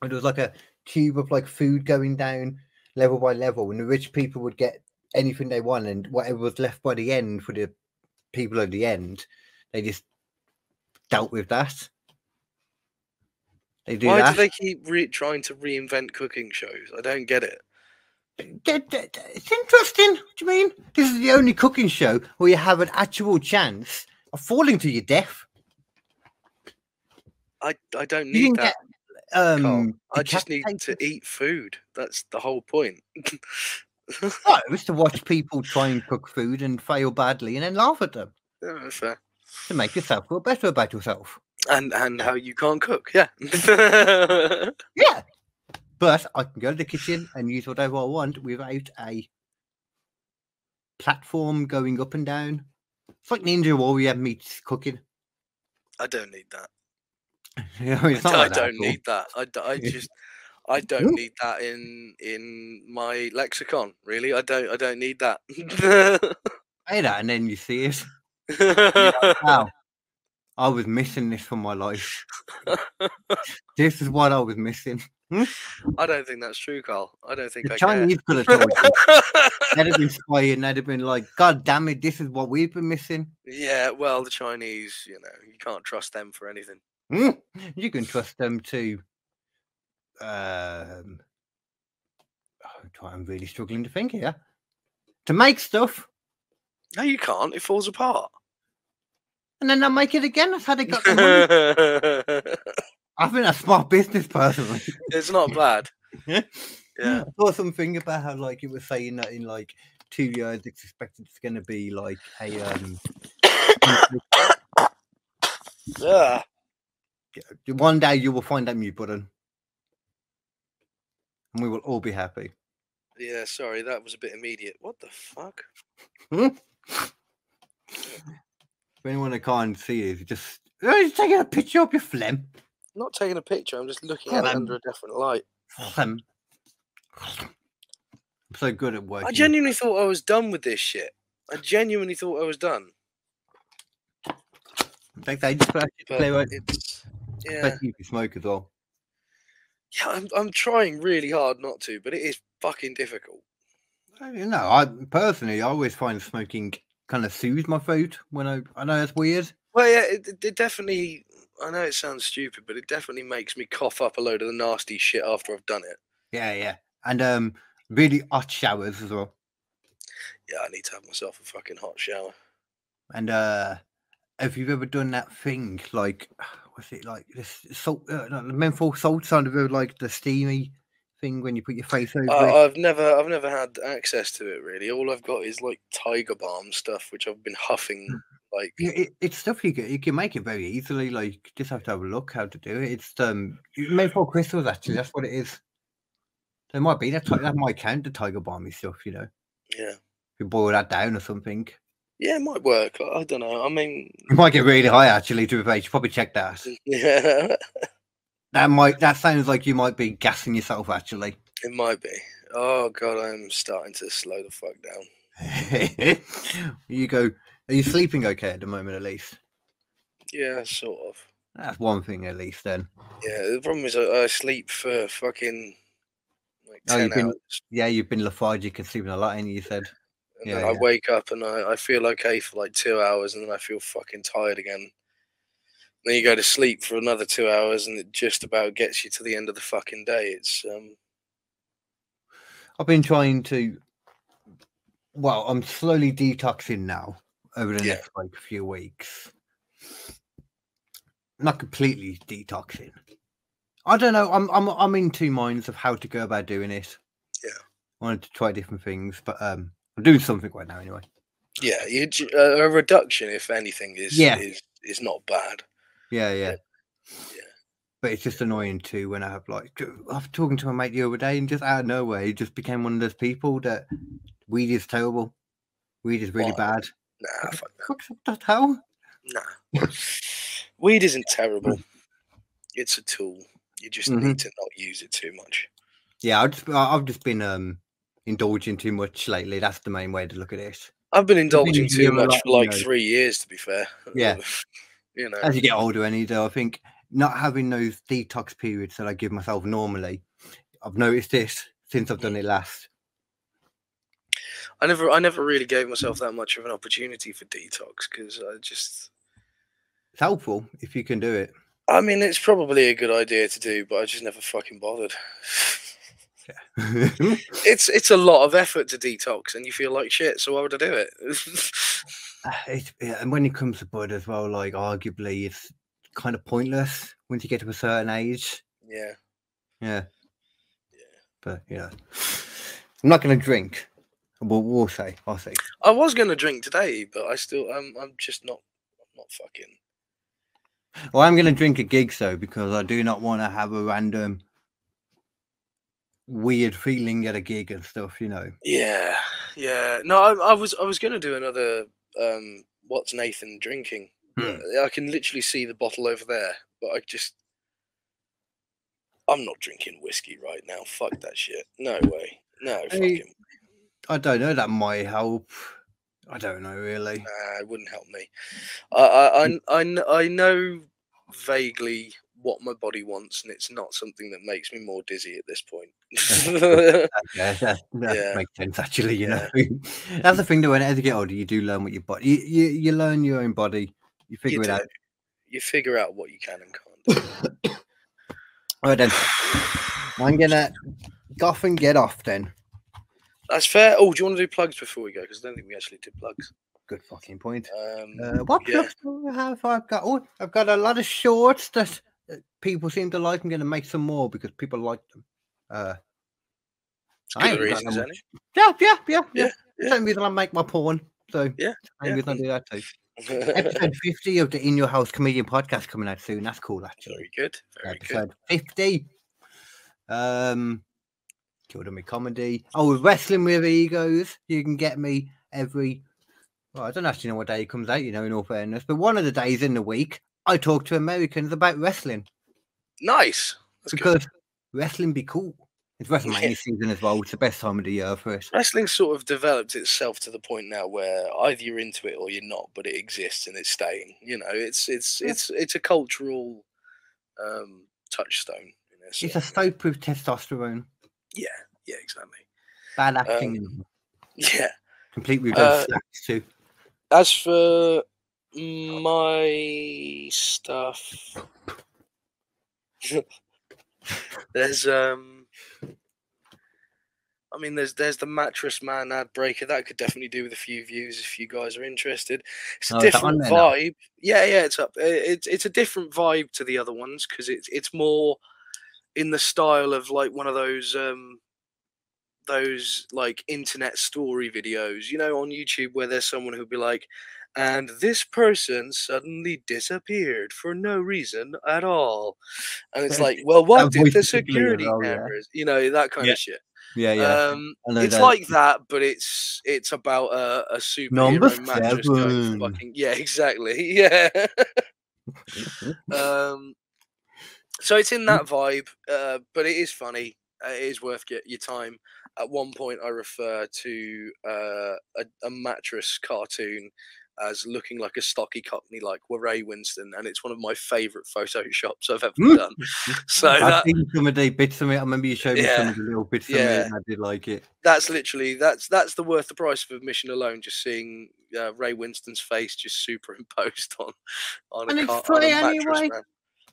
S2: And it was like a cube of like food going down level by level, and the rich people would get anything they want, and whatever was left by the end for the people at the end, they just dealt with that. They do
S1: Why
S2: that.
S1: do they keep re- trying to reinvent cooking shows? I don't get it.
S2: D- d- d- It's interesting. What do you mean? This is the only cooking show where you have an actual chance of falling to your death.
S1: I, I don't
S2: You
S1: need
S2: can
S1: that.
S2: get um,
S1: I just need to eat food. That's the whole point. <laughs>
S2: <laughs> no, it's to watch people try and cook food and fail badly and then laugh at them
S1: Yeah, that's Oh, fair.
S2: to make yourself feel better about yourself.
S1: And and how you can't cook. Yeah. <laughs> yeah.
S2: But I can go to the kitchen and use whatever I want without a platform going up and down. It's like Ninja Warrior meets cooking. <laughs>
S1: I don't need that.
S2: You know, it's
S1: I,
S2: not like
S1: I
S2: that at
S1: don't
S2: all.
S1: need that. I, d- I just
S2: <laughs>
S1: I don't need that in in my lexicon. Really, I don't I don't need that. <laughs>
S2: Say that, and then you see it. You're
S1: <laughs>
S2: like, wow, I was missing this from my life. this is what I was missing. Hmm?
S1: I don't think that's true, Carl. I don't think
S2: The
S1: I
S2: Chinese
S1: care.
S2: could have told you. They'd have
S1: <laughs>
S2: been spying. They'd have been like, "God damn it, this is what we've been missing."
S1: <laughs> Yeah, well, the Chinese, you know, you can't trust them for anything.
S2: Hmm? You can trust them to. Um, I'm try- I'm really struggling to think here. To make stuff,
S1: No, you can't. It falls apart.
S2: and then they'll make it again. That's how they got the <laughs> money.
S1: <laughs> it's
S2: I think that's smart business, personally.
S1: not bad.
S2: Yeah.
S1: Yeah.
S2: I saw something about how like it was saying that in like two years it's expected it's gonna be like a um <coughs>
S1: Yeah.
S2: one day you will find that mute button. And we will all
S1: <laughs>
S2: be happy.
S1: Yeah, sorry, that was a bit immediate. What the fuck?
S2: Hmm? For anyone that can't see it, just oh, you're taking a picture of your phlegm.
S1: I'm not taking a picture, I'm just looking
S2: Oh,
S1: at it
S2: um,
S1: under a different light.
S2: Phlegm. I'm so good at working.
S1: I
S2: with-
S1: genuinely thought I was done with this shit. I genuinely thought I was done.
S2: In fact, I just put out your
S1: But
S2: play right.
S1: it's, yeah.
S2: Especially if you smoke as well.
S1: yeah I'm, I'm trying really hard not to, but it is fucking difficult.
S2: Uh, You know, I personally I always find smoking kind of soothes my throat when I I know it's weird.
S1: Well, yeah, it, it- it definitely. I know it sounds stupid, but it definitely makes me cough up a load of the nasty shit after I've done it.
S2: Yeah, yeah. And um really hot showers as well.
S1: Yeah, I need to have myself a fucking hot shower.
S2: And uh if you've ever done that thing like <sighs> what's it like this salt uh, no, the menthol salt sound of it, like the steamy thing when you put your face over
S1: I,
S2: it.
S1: I've never, I've never had access to it really. All I've got is like Tiger Balm stuff, which I've been huffing.
S2: Hmm.
S1: Like,
S2: Yeah, it, it's stuff you can you can make it very easily. Like you just have to have a look how to do it. It's um menthol crystals actually. That's what it is. There might be that ti- that might count the tiger balmy stuff. You know, if
S1: yeah,
S2: you boil that down or something,
S1: yeah, it might work. I- I don't know. I mean, <laughs> Mm.
S2: you might get really high actually. To be fair, you should probably check that.
S1: yeah,
S2: That might that sounds like you might be gassing yourself actually. <laughs>
S1: It might be. Oh god, I'm starting to slow the fuck down.
S2: you go are you sleeping okay at the moment at least?
S1: Yeah, sort of.
S2: That's one thing at least then.
S1: Yeah, the problem is I, I sleep for fucking like
S2: Oh,
S1: 10
S2: you've been,
S1: hours.
S2: yeah, you've been lethargic and sleeping a lot, and you said.
S1: And
S2: Yeah,
S1: then I wake up and I, I feel okay for like two hours and then I feel fucking tired again. Then you go to sleep for another two hours and it just about gets you to the end of the fucking day. It's um
S2: I've been trying to. Well, I'm slowly detoxing now over the next like few weeks. Not completely detoxing. I don't know. I'm I'm I'm in two minds of how to go about doing it.
S1: Yeah.
S2: I wanted to try different things, but um, I'm doing something right now anyway.
S1: yeah, you, ju- a a reduction if anything is
S2: Yeah.
S1: is is not bad.
S2: Yeah, yeah. But it's just annoying too when I have like t- I was talking to my mate the other day and just out of nowhere he just became one of those people that weed is terrible, weed is really bad.
S1: Nah, fuck
S2: that. What the hell?
S1: Nah. Weed isn't terrible. It's a tool. You just
S2: Mhm.
S1: need to not use it too much.
S2: Yeah, I've just I- I've just been um indulging too much lately. That's the main way to look at it.
S1: I've been
S2: You've been
S1: indulging too
S2: doing a
S1: much
S2: lot,
S1: for like
S2: you know.
S1: three years, to be fair.
S2: Yeah.
S1: <laughs> you know,
S2: As you get older, and though I think not having those detox periods that I give myself normally, I've noticed this since
S1: Mm.
S2: I've done it last.
S1: I never, I never really gave myself that much of an opportunity for detox because I just,
S2: It's helpful if you can do it.
S1: I mean, it's probably a good idea to do, but I just never fucking bothered. it's it's a lot of effort to detox, and you feel like shit. So why would I do it? <laughs>
S2: Uh, It's, yeah, and when it comes to bud as well, like arguably it's kind of pointless once you get to a certain age.
S1: yeah,
S2: Yeah. But yeah, I'm not going to drink. We'll, we'll say. I'll say.
S1: I was gonna drink today, but I still, I'm, I'm just not, I'm not fucking.
S2: Well, I'm going to drink a gig though because I do not want to have a random weird feeling at a gig and stuff. You know.
S1: Yeah, yeah. No, I, I was, I was gonna do another. um What's Nathan drinking?
S2: Hmm.
S1: Uh, I can literally see the bottle over there, but I just I'm not drinking whiskey right now. Fuck that shit. No way. No, fuck
S2: Hey,
S1: him.
S2: I don't know. That might help. I don't know really. Hmm.
S1: Nah, it wouldn't help me. I, I, I, kn- I, kn- I know vaguely what my body wants, and it's not something that makes me more dizzy at this point. <laughs>
S2: Yeah, that, that
S1: Yeah.
S2: makes sense. Actually, you know, <laughs> that's the thing. Though, when as you get older, you do learn what your body. You, you you learn your own body. You figure it
S1: do.
S2: out.
S1: you figure out what you can and can't.
S2: All right then. I'm gonna goff and get off then.
S1: That's fair. Oh, do you want to do plugs before we go? Because I don't think we actually did plugs.
S2: Good fucking point.
S1: Um,
S2: Uh, what
S1: yeah.
S2: plugs do I have? I've got oh, I've got a lot of shorts that uh, people seem to like. I'm gonna make some more because people like them. Uh, I
S1: Good
S2: ain't got
S1: reasons,
S2: no
S1: any?
S2: yeah, yeah, yeah, yeah. Same reason I make my porn. So
S1: yeah,
S2: same
S1: yeah.
S2: reason I do that too. Episode 50 of the In Your House Comedian podcast coming out soon. That's cool,
S1: <laughs>
S2: actually.
S1: Very good. Very
S2: Episode 50. Um, Children with Comedy. Oh, Wrestling with Egos. You can get me every, well, I don't actually know what day it comes out, you know, in all fairness, but one of the days in the week, I talk to Americans about wrestling
S1: Nice. That's good.
S2: because wrestling be cool. It's WrestleMania season as well. It's the best time of the year for it.
S1: Wrestling sort of developed itself to the point now where either you're into it or you're not, but it exists and it's staying. You know, it's it's it's it's a cultural um, touchstone. In a
S2: It's
S1: sort
S2: a
S1: of-
S2: soap with testosterone,
S1: yeah, yeah, exactly. Um,
S2: bad acting, and
S1: <laughs> Yeah.
S2: complete with
S1: uh,
S2: those slacks too.
S1: As for my stuff, <laughs> there's um, I mean, there's there's the mattress man ad breaker that could definitely do with a few views if you guys are interested. It's a
S2: Oh, is that on
S1: different
S2: there now?
S1: vibe. Yeah, yeah, it's up. It- It's it's a different vibe to the other ones because it's it's more in the style of like one of those um those like internet story videos, you know, on YouTube where there's someone who'd be like, and this person suddenly disappeared for no reason at all. And
S2: <laughs>
S1: it's like, well, what
S2: That
S1: did
S2: voice
S1: the
S2: is familiar
S1: security
S2: as well, yeah.
S1: cameras, you know, that kind
S2: Yeah.
S1: of shit.
S2: Yeah, yeah.
S1: Um,
S2: I know
S1: it's
S2: that.
S1: like that, but it's it's about a, a superhero
S2: Number
S1: mattress going <laughs>
S2: seven.
S1: fucking yeah, exactly, yeah. um, So it's in that vibe, uh, but it is funny. Uh, It is worth get your time. At one point, I refer to uh, a, a mattress cartoon as looking like a stocky cockney, like were Ray Winston, and it's one of my favourite photoshops I've
S2: <laughs>
S1: ever done. So
S2: I've
S1: that,
S2: seen some of the bits of it. I remember you showed me some of the
S1: Yeah.
S2: little bits of
S1: Yeah.
S2: it, and I did like it.
S1: that's literally that's that's the worth the price of admission alone. Just seeing uh, Ray Winston's face just superimposed <laughs> on on
S2: And
S1: a,
S2: it's
S1: car- on a
S2: free
S1: mattress.
S2: anyway.
S1: Man.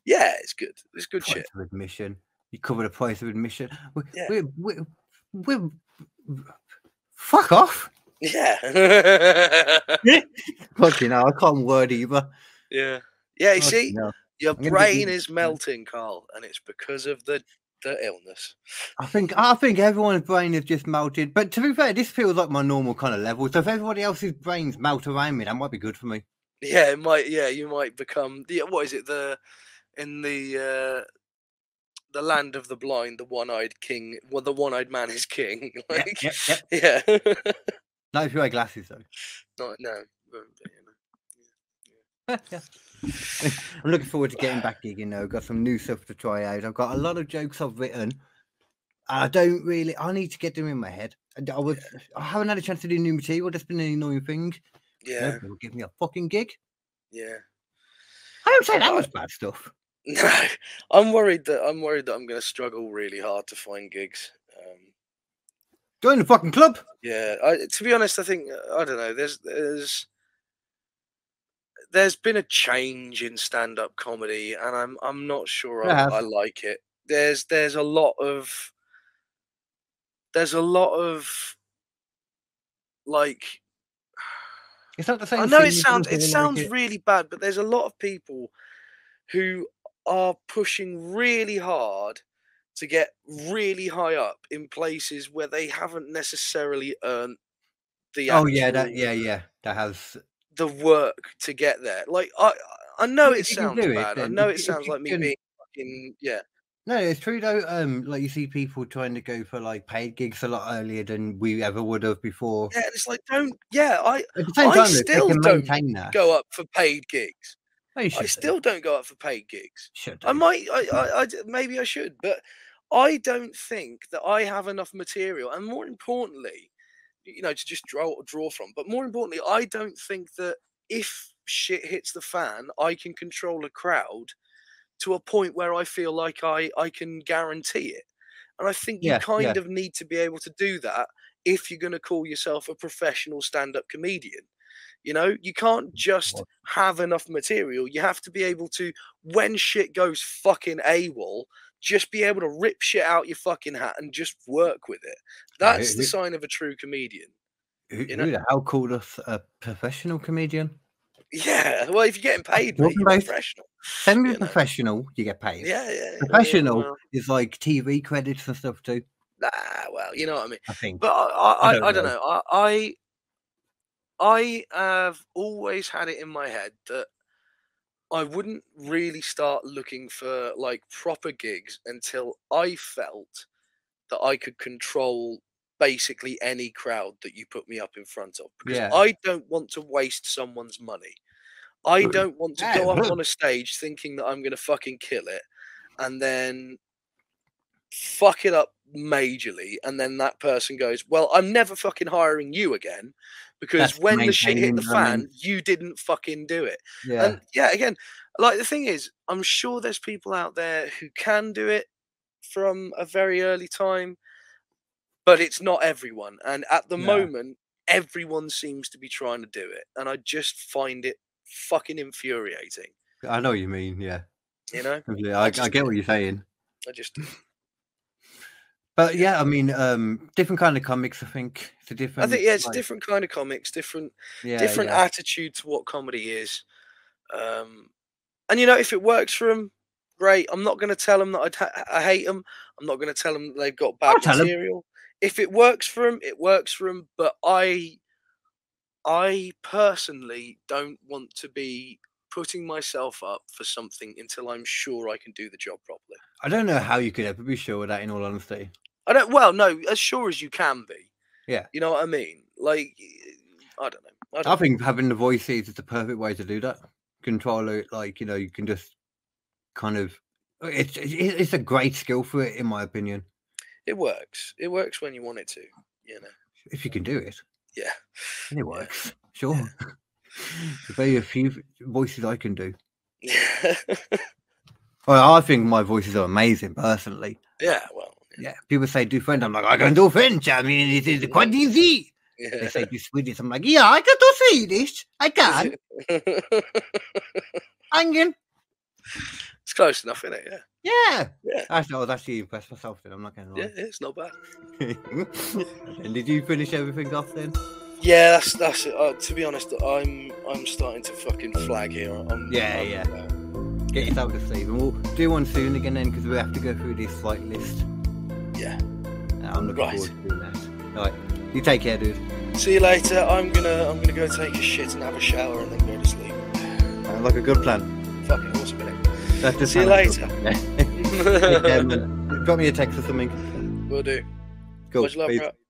S1: Yeah, it's good. <laughs> It's good shit.
S2: Price of admission. You cover the price of admission. We,
S1: Yeah.
S2: we, we, we, fuck off.
S1: Yeah.
S2: Fucking hell, I can't word either.
S1: yeah. Yeah, you
S2: Fucking
S1: see,
S2: hell.
S1: your
S2: I'm gonna be
S1: brain
S2: eating-
S1: is melting, Carl, and it's because of the the illness. <laughs>
S2: I think I think everyone's brain has just melted. But to be fair, this feels like my normal kind of level. So if everybody else's brains melt around me, that might be good for me.
S1: Yeah, it might. Yeah, you might become the what is it the in the uh the land of the blind, the one-eyed king. Well, the one-eyed man is king. <laughs> Like, yeah. <laughs>
S2: Not if you wear glasses though.
S1: Not no. but, you know.
S2: <laughs> I'm looking forward to getting back gigging though. Got some new stuff to try out. I've got a lot of jokes I've written. I don't really. I need to get them in my head. And I was. I haven't had a chance to do new material. That's been an annoying thing.
S1: Yeah.
S2: Nobody will give me a fucking gig.
S1: Yeah.
S2: I don't say that was bad stuff.
S1: <laughs> No, I'm worried that I'm worried that I'm going to struggle really hard to find gigs. Um,
S2: Join the fucking club.
S1: Yeah, I, to be honest, I think uh, I don't know. There's there's there's been a change in stand-up comedy, and I'm I'm not sure
S2: There
S1: I,
S2: has.
S1: I like it. There's there's a lot of there's a lot of like
S2: It's not the same.
S1: I know
S2: thing,
S1: it
S2: you
S1: sounds
S2: don't
S1: it
S2: really like
S1: sounds
S2: it.
S1: really bad, but there's a lot of people who are pushing really hard to get really high up in places where they haven't necessarily earned the
S2: Oh yeah, that
S1: actual-
S2: yeah yeah that has.
S1: the work to get there. Like I I know
S2: Well,
S1: it
S2: if you can
S1: sounds
S2: do it,
S1: bad. I
S2: then
S1: know it
S2: if you- if
S1: sounds
S2: you
S1: like me
S2: can-
S1: being fucking yeah.
S2: No, it's true though. Um, like you see people trying to go for like paid gigs a lot earlier than we ever would have before.
S1: Yeah, and it's like don't yeah, I
S2: At the same
S1: I
S2: time, though, if they
S1: still
S2: can
S1: don't
S2: maintain that.
S1: go up for paid gigs.
S2: They
S1: I
S2: should do.
S1: still don't go up for paid gigs.
S2: Should
S1: I might I, I I d- maybe I should, but I don't think that I have enough material and more importantly, you know, to just draw draw from. But more importantly, I don't think that if shit hits the fan, I can control a crowd to a point where I feel like I I can guarantee it. And I think you
S2: Yeah,
S1: kind
S2: yeah.
S1: of need to be able to do that if you're going to call yourself a professional stand-up comedian. You know, you can't just have enough material. You have to be able to, when shit goes fucking AWOL, just be able to rip shit out your fucking hat and just work with it.
S2: Yeah, it-
S1: That's the
S2: it-
S1: sign of a true comedian.
S2: Who,
S1: you know-
S2: who the hell called us a professional comedian?
S1: Yeah. Well, if you're getting paid, mate,
S2: Talking
S1: you're
S2: about-
S1: professional.
S2: Semi professional, you get paid.
S1: Yeah, yeah, yeah,
S2: Professional
S1: well.
S2: is like TV credits and stuff too.
S1: Nah, well, you know what I mean.
S2: I think.
S1: But I, I, I,
S2: don't
S1: I don't know. I, I, I have always had it in my head that I wouldn't really start looking for like proper gigs until I felt that I could control basically any crowd that you put me up in front of because
S2: Yeah.
S1: I don't want to waste someone's money. I
S2: Mm.
S1: don't want to
S2: Yeah,
S1: go up
S2: mm.
S1: on a stage thinking that I'm going to fucking kill it and then fuck it up majorly and then that person goes well i'm never fucking hiring you again because
S2: That's
S1: when the shit hit
S2: maintaining
S1: the
S2: them and-
S1: fan you didn't fucking do it
S2: Yeah.
S1: and yeah again like the thing is i'm sure there's people out there who can do it from a very early time but it's not everyone and at the
S2: No.
S1: moment everyone seems to be trying to do it and i just find it fucking infuriating
S2: I know what you mean. Yeah.
S1: you know
S2: Yeah, I, I get what you're saying.
S1: i just
S2: But yeah, I mean, um, different kind of comics. I think it's a different.
S1: I think yeah, it's a
S2: like-
S1: different kind of comics, different
S2: Yeah,
S1: different
S2: yeah.
S1: attitude to what comedy is. Um, and you know, if it works for them, great. I'm not going to tell them that I'd ha- I hate them. I'm not going to tell them they've got bad
S2: I'll tell 'em.
S1: material. If it works for them, it works for them. But I, I personally don't want to be putting myself up for something until I'm sure I can do the job properly.
S2: I don't know how you could ever be sure of that. In all honesty.
S1: I don't. Well, no, as sure as you can be.
S2: Yeah.
S1: You know what I mean? Like, I don't know. I, don't
S2: I think having the voices is the perfect way to do that. Control it, like you know, you can just kind of It's it's, it's a great skill for it, in my opinion.
S1: It works. It works when you want it to. You know.
S2: If you can do it,
S1: <laughs> Yeah.
S2: then it works. Sure. <laughs> There's very few voices I
S1: <laughs>
S2: can do. Well, I think my voices are amazing, personally.
S1: Yeah. Well.
S2: Yeah, people say do French. I'm like, I can do French. I mean, it is quite easy. They
S1: Yeah.
S2: say
S1: <laughs>
S2: do Swedish. I'm like, yeah, I can do Swedish. I can.
S1: <laughs>
S2: Angel.
S1: It's close enough, isn't it? Yeah.
S2: Yeah.
S1: Yeah.
S2: Actually, I was actually impressed myself then. I'm not going to
S1: Yeah.
S2: lie.
S1: It's not bad.
S2: <laughs> and did you finish everything off then?
S1: Yeah, that's that's it. Uh, to be honest, I'm I'm starting to fucking flag here. I'm,
S2: Yeah,
S1: I'm-
S2: yeah. Get yourself to sleep. And we'll do one soon again then because we have to go through this flight list.
S1: uh, Yeah.
S2: And I'm looking
S1: Right.
S2: forward to doing that. All right. You take care, dude.
S1: See you later. I'm gonna I'm gonna go take a shit and have a shower and then go to sleep.
S2: Sounds like a good plan.
S1: Fucking awesome, innit?
S2: That does
S1: See you
S2: sound like a
S1: later.
S2: good <laughs> plan. Yeah. Take care, man. Drop me a text or something.
S1: Will do.
S2: Cool.
S1: Much love,
S2: Peace.
S1: bro.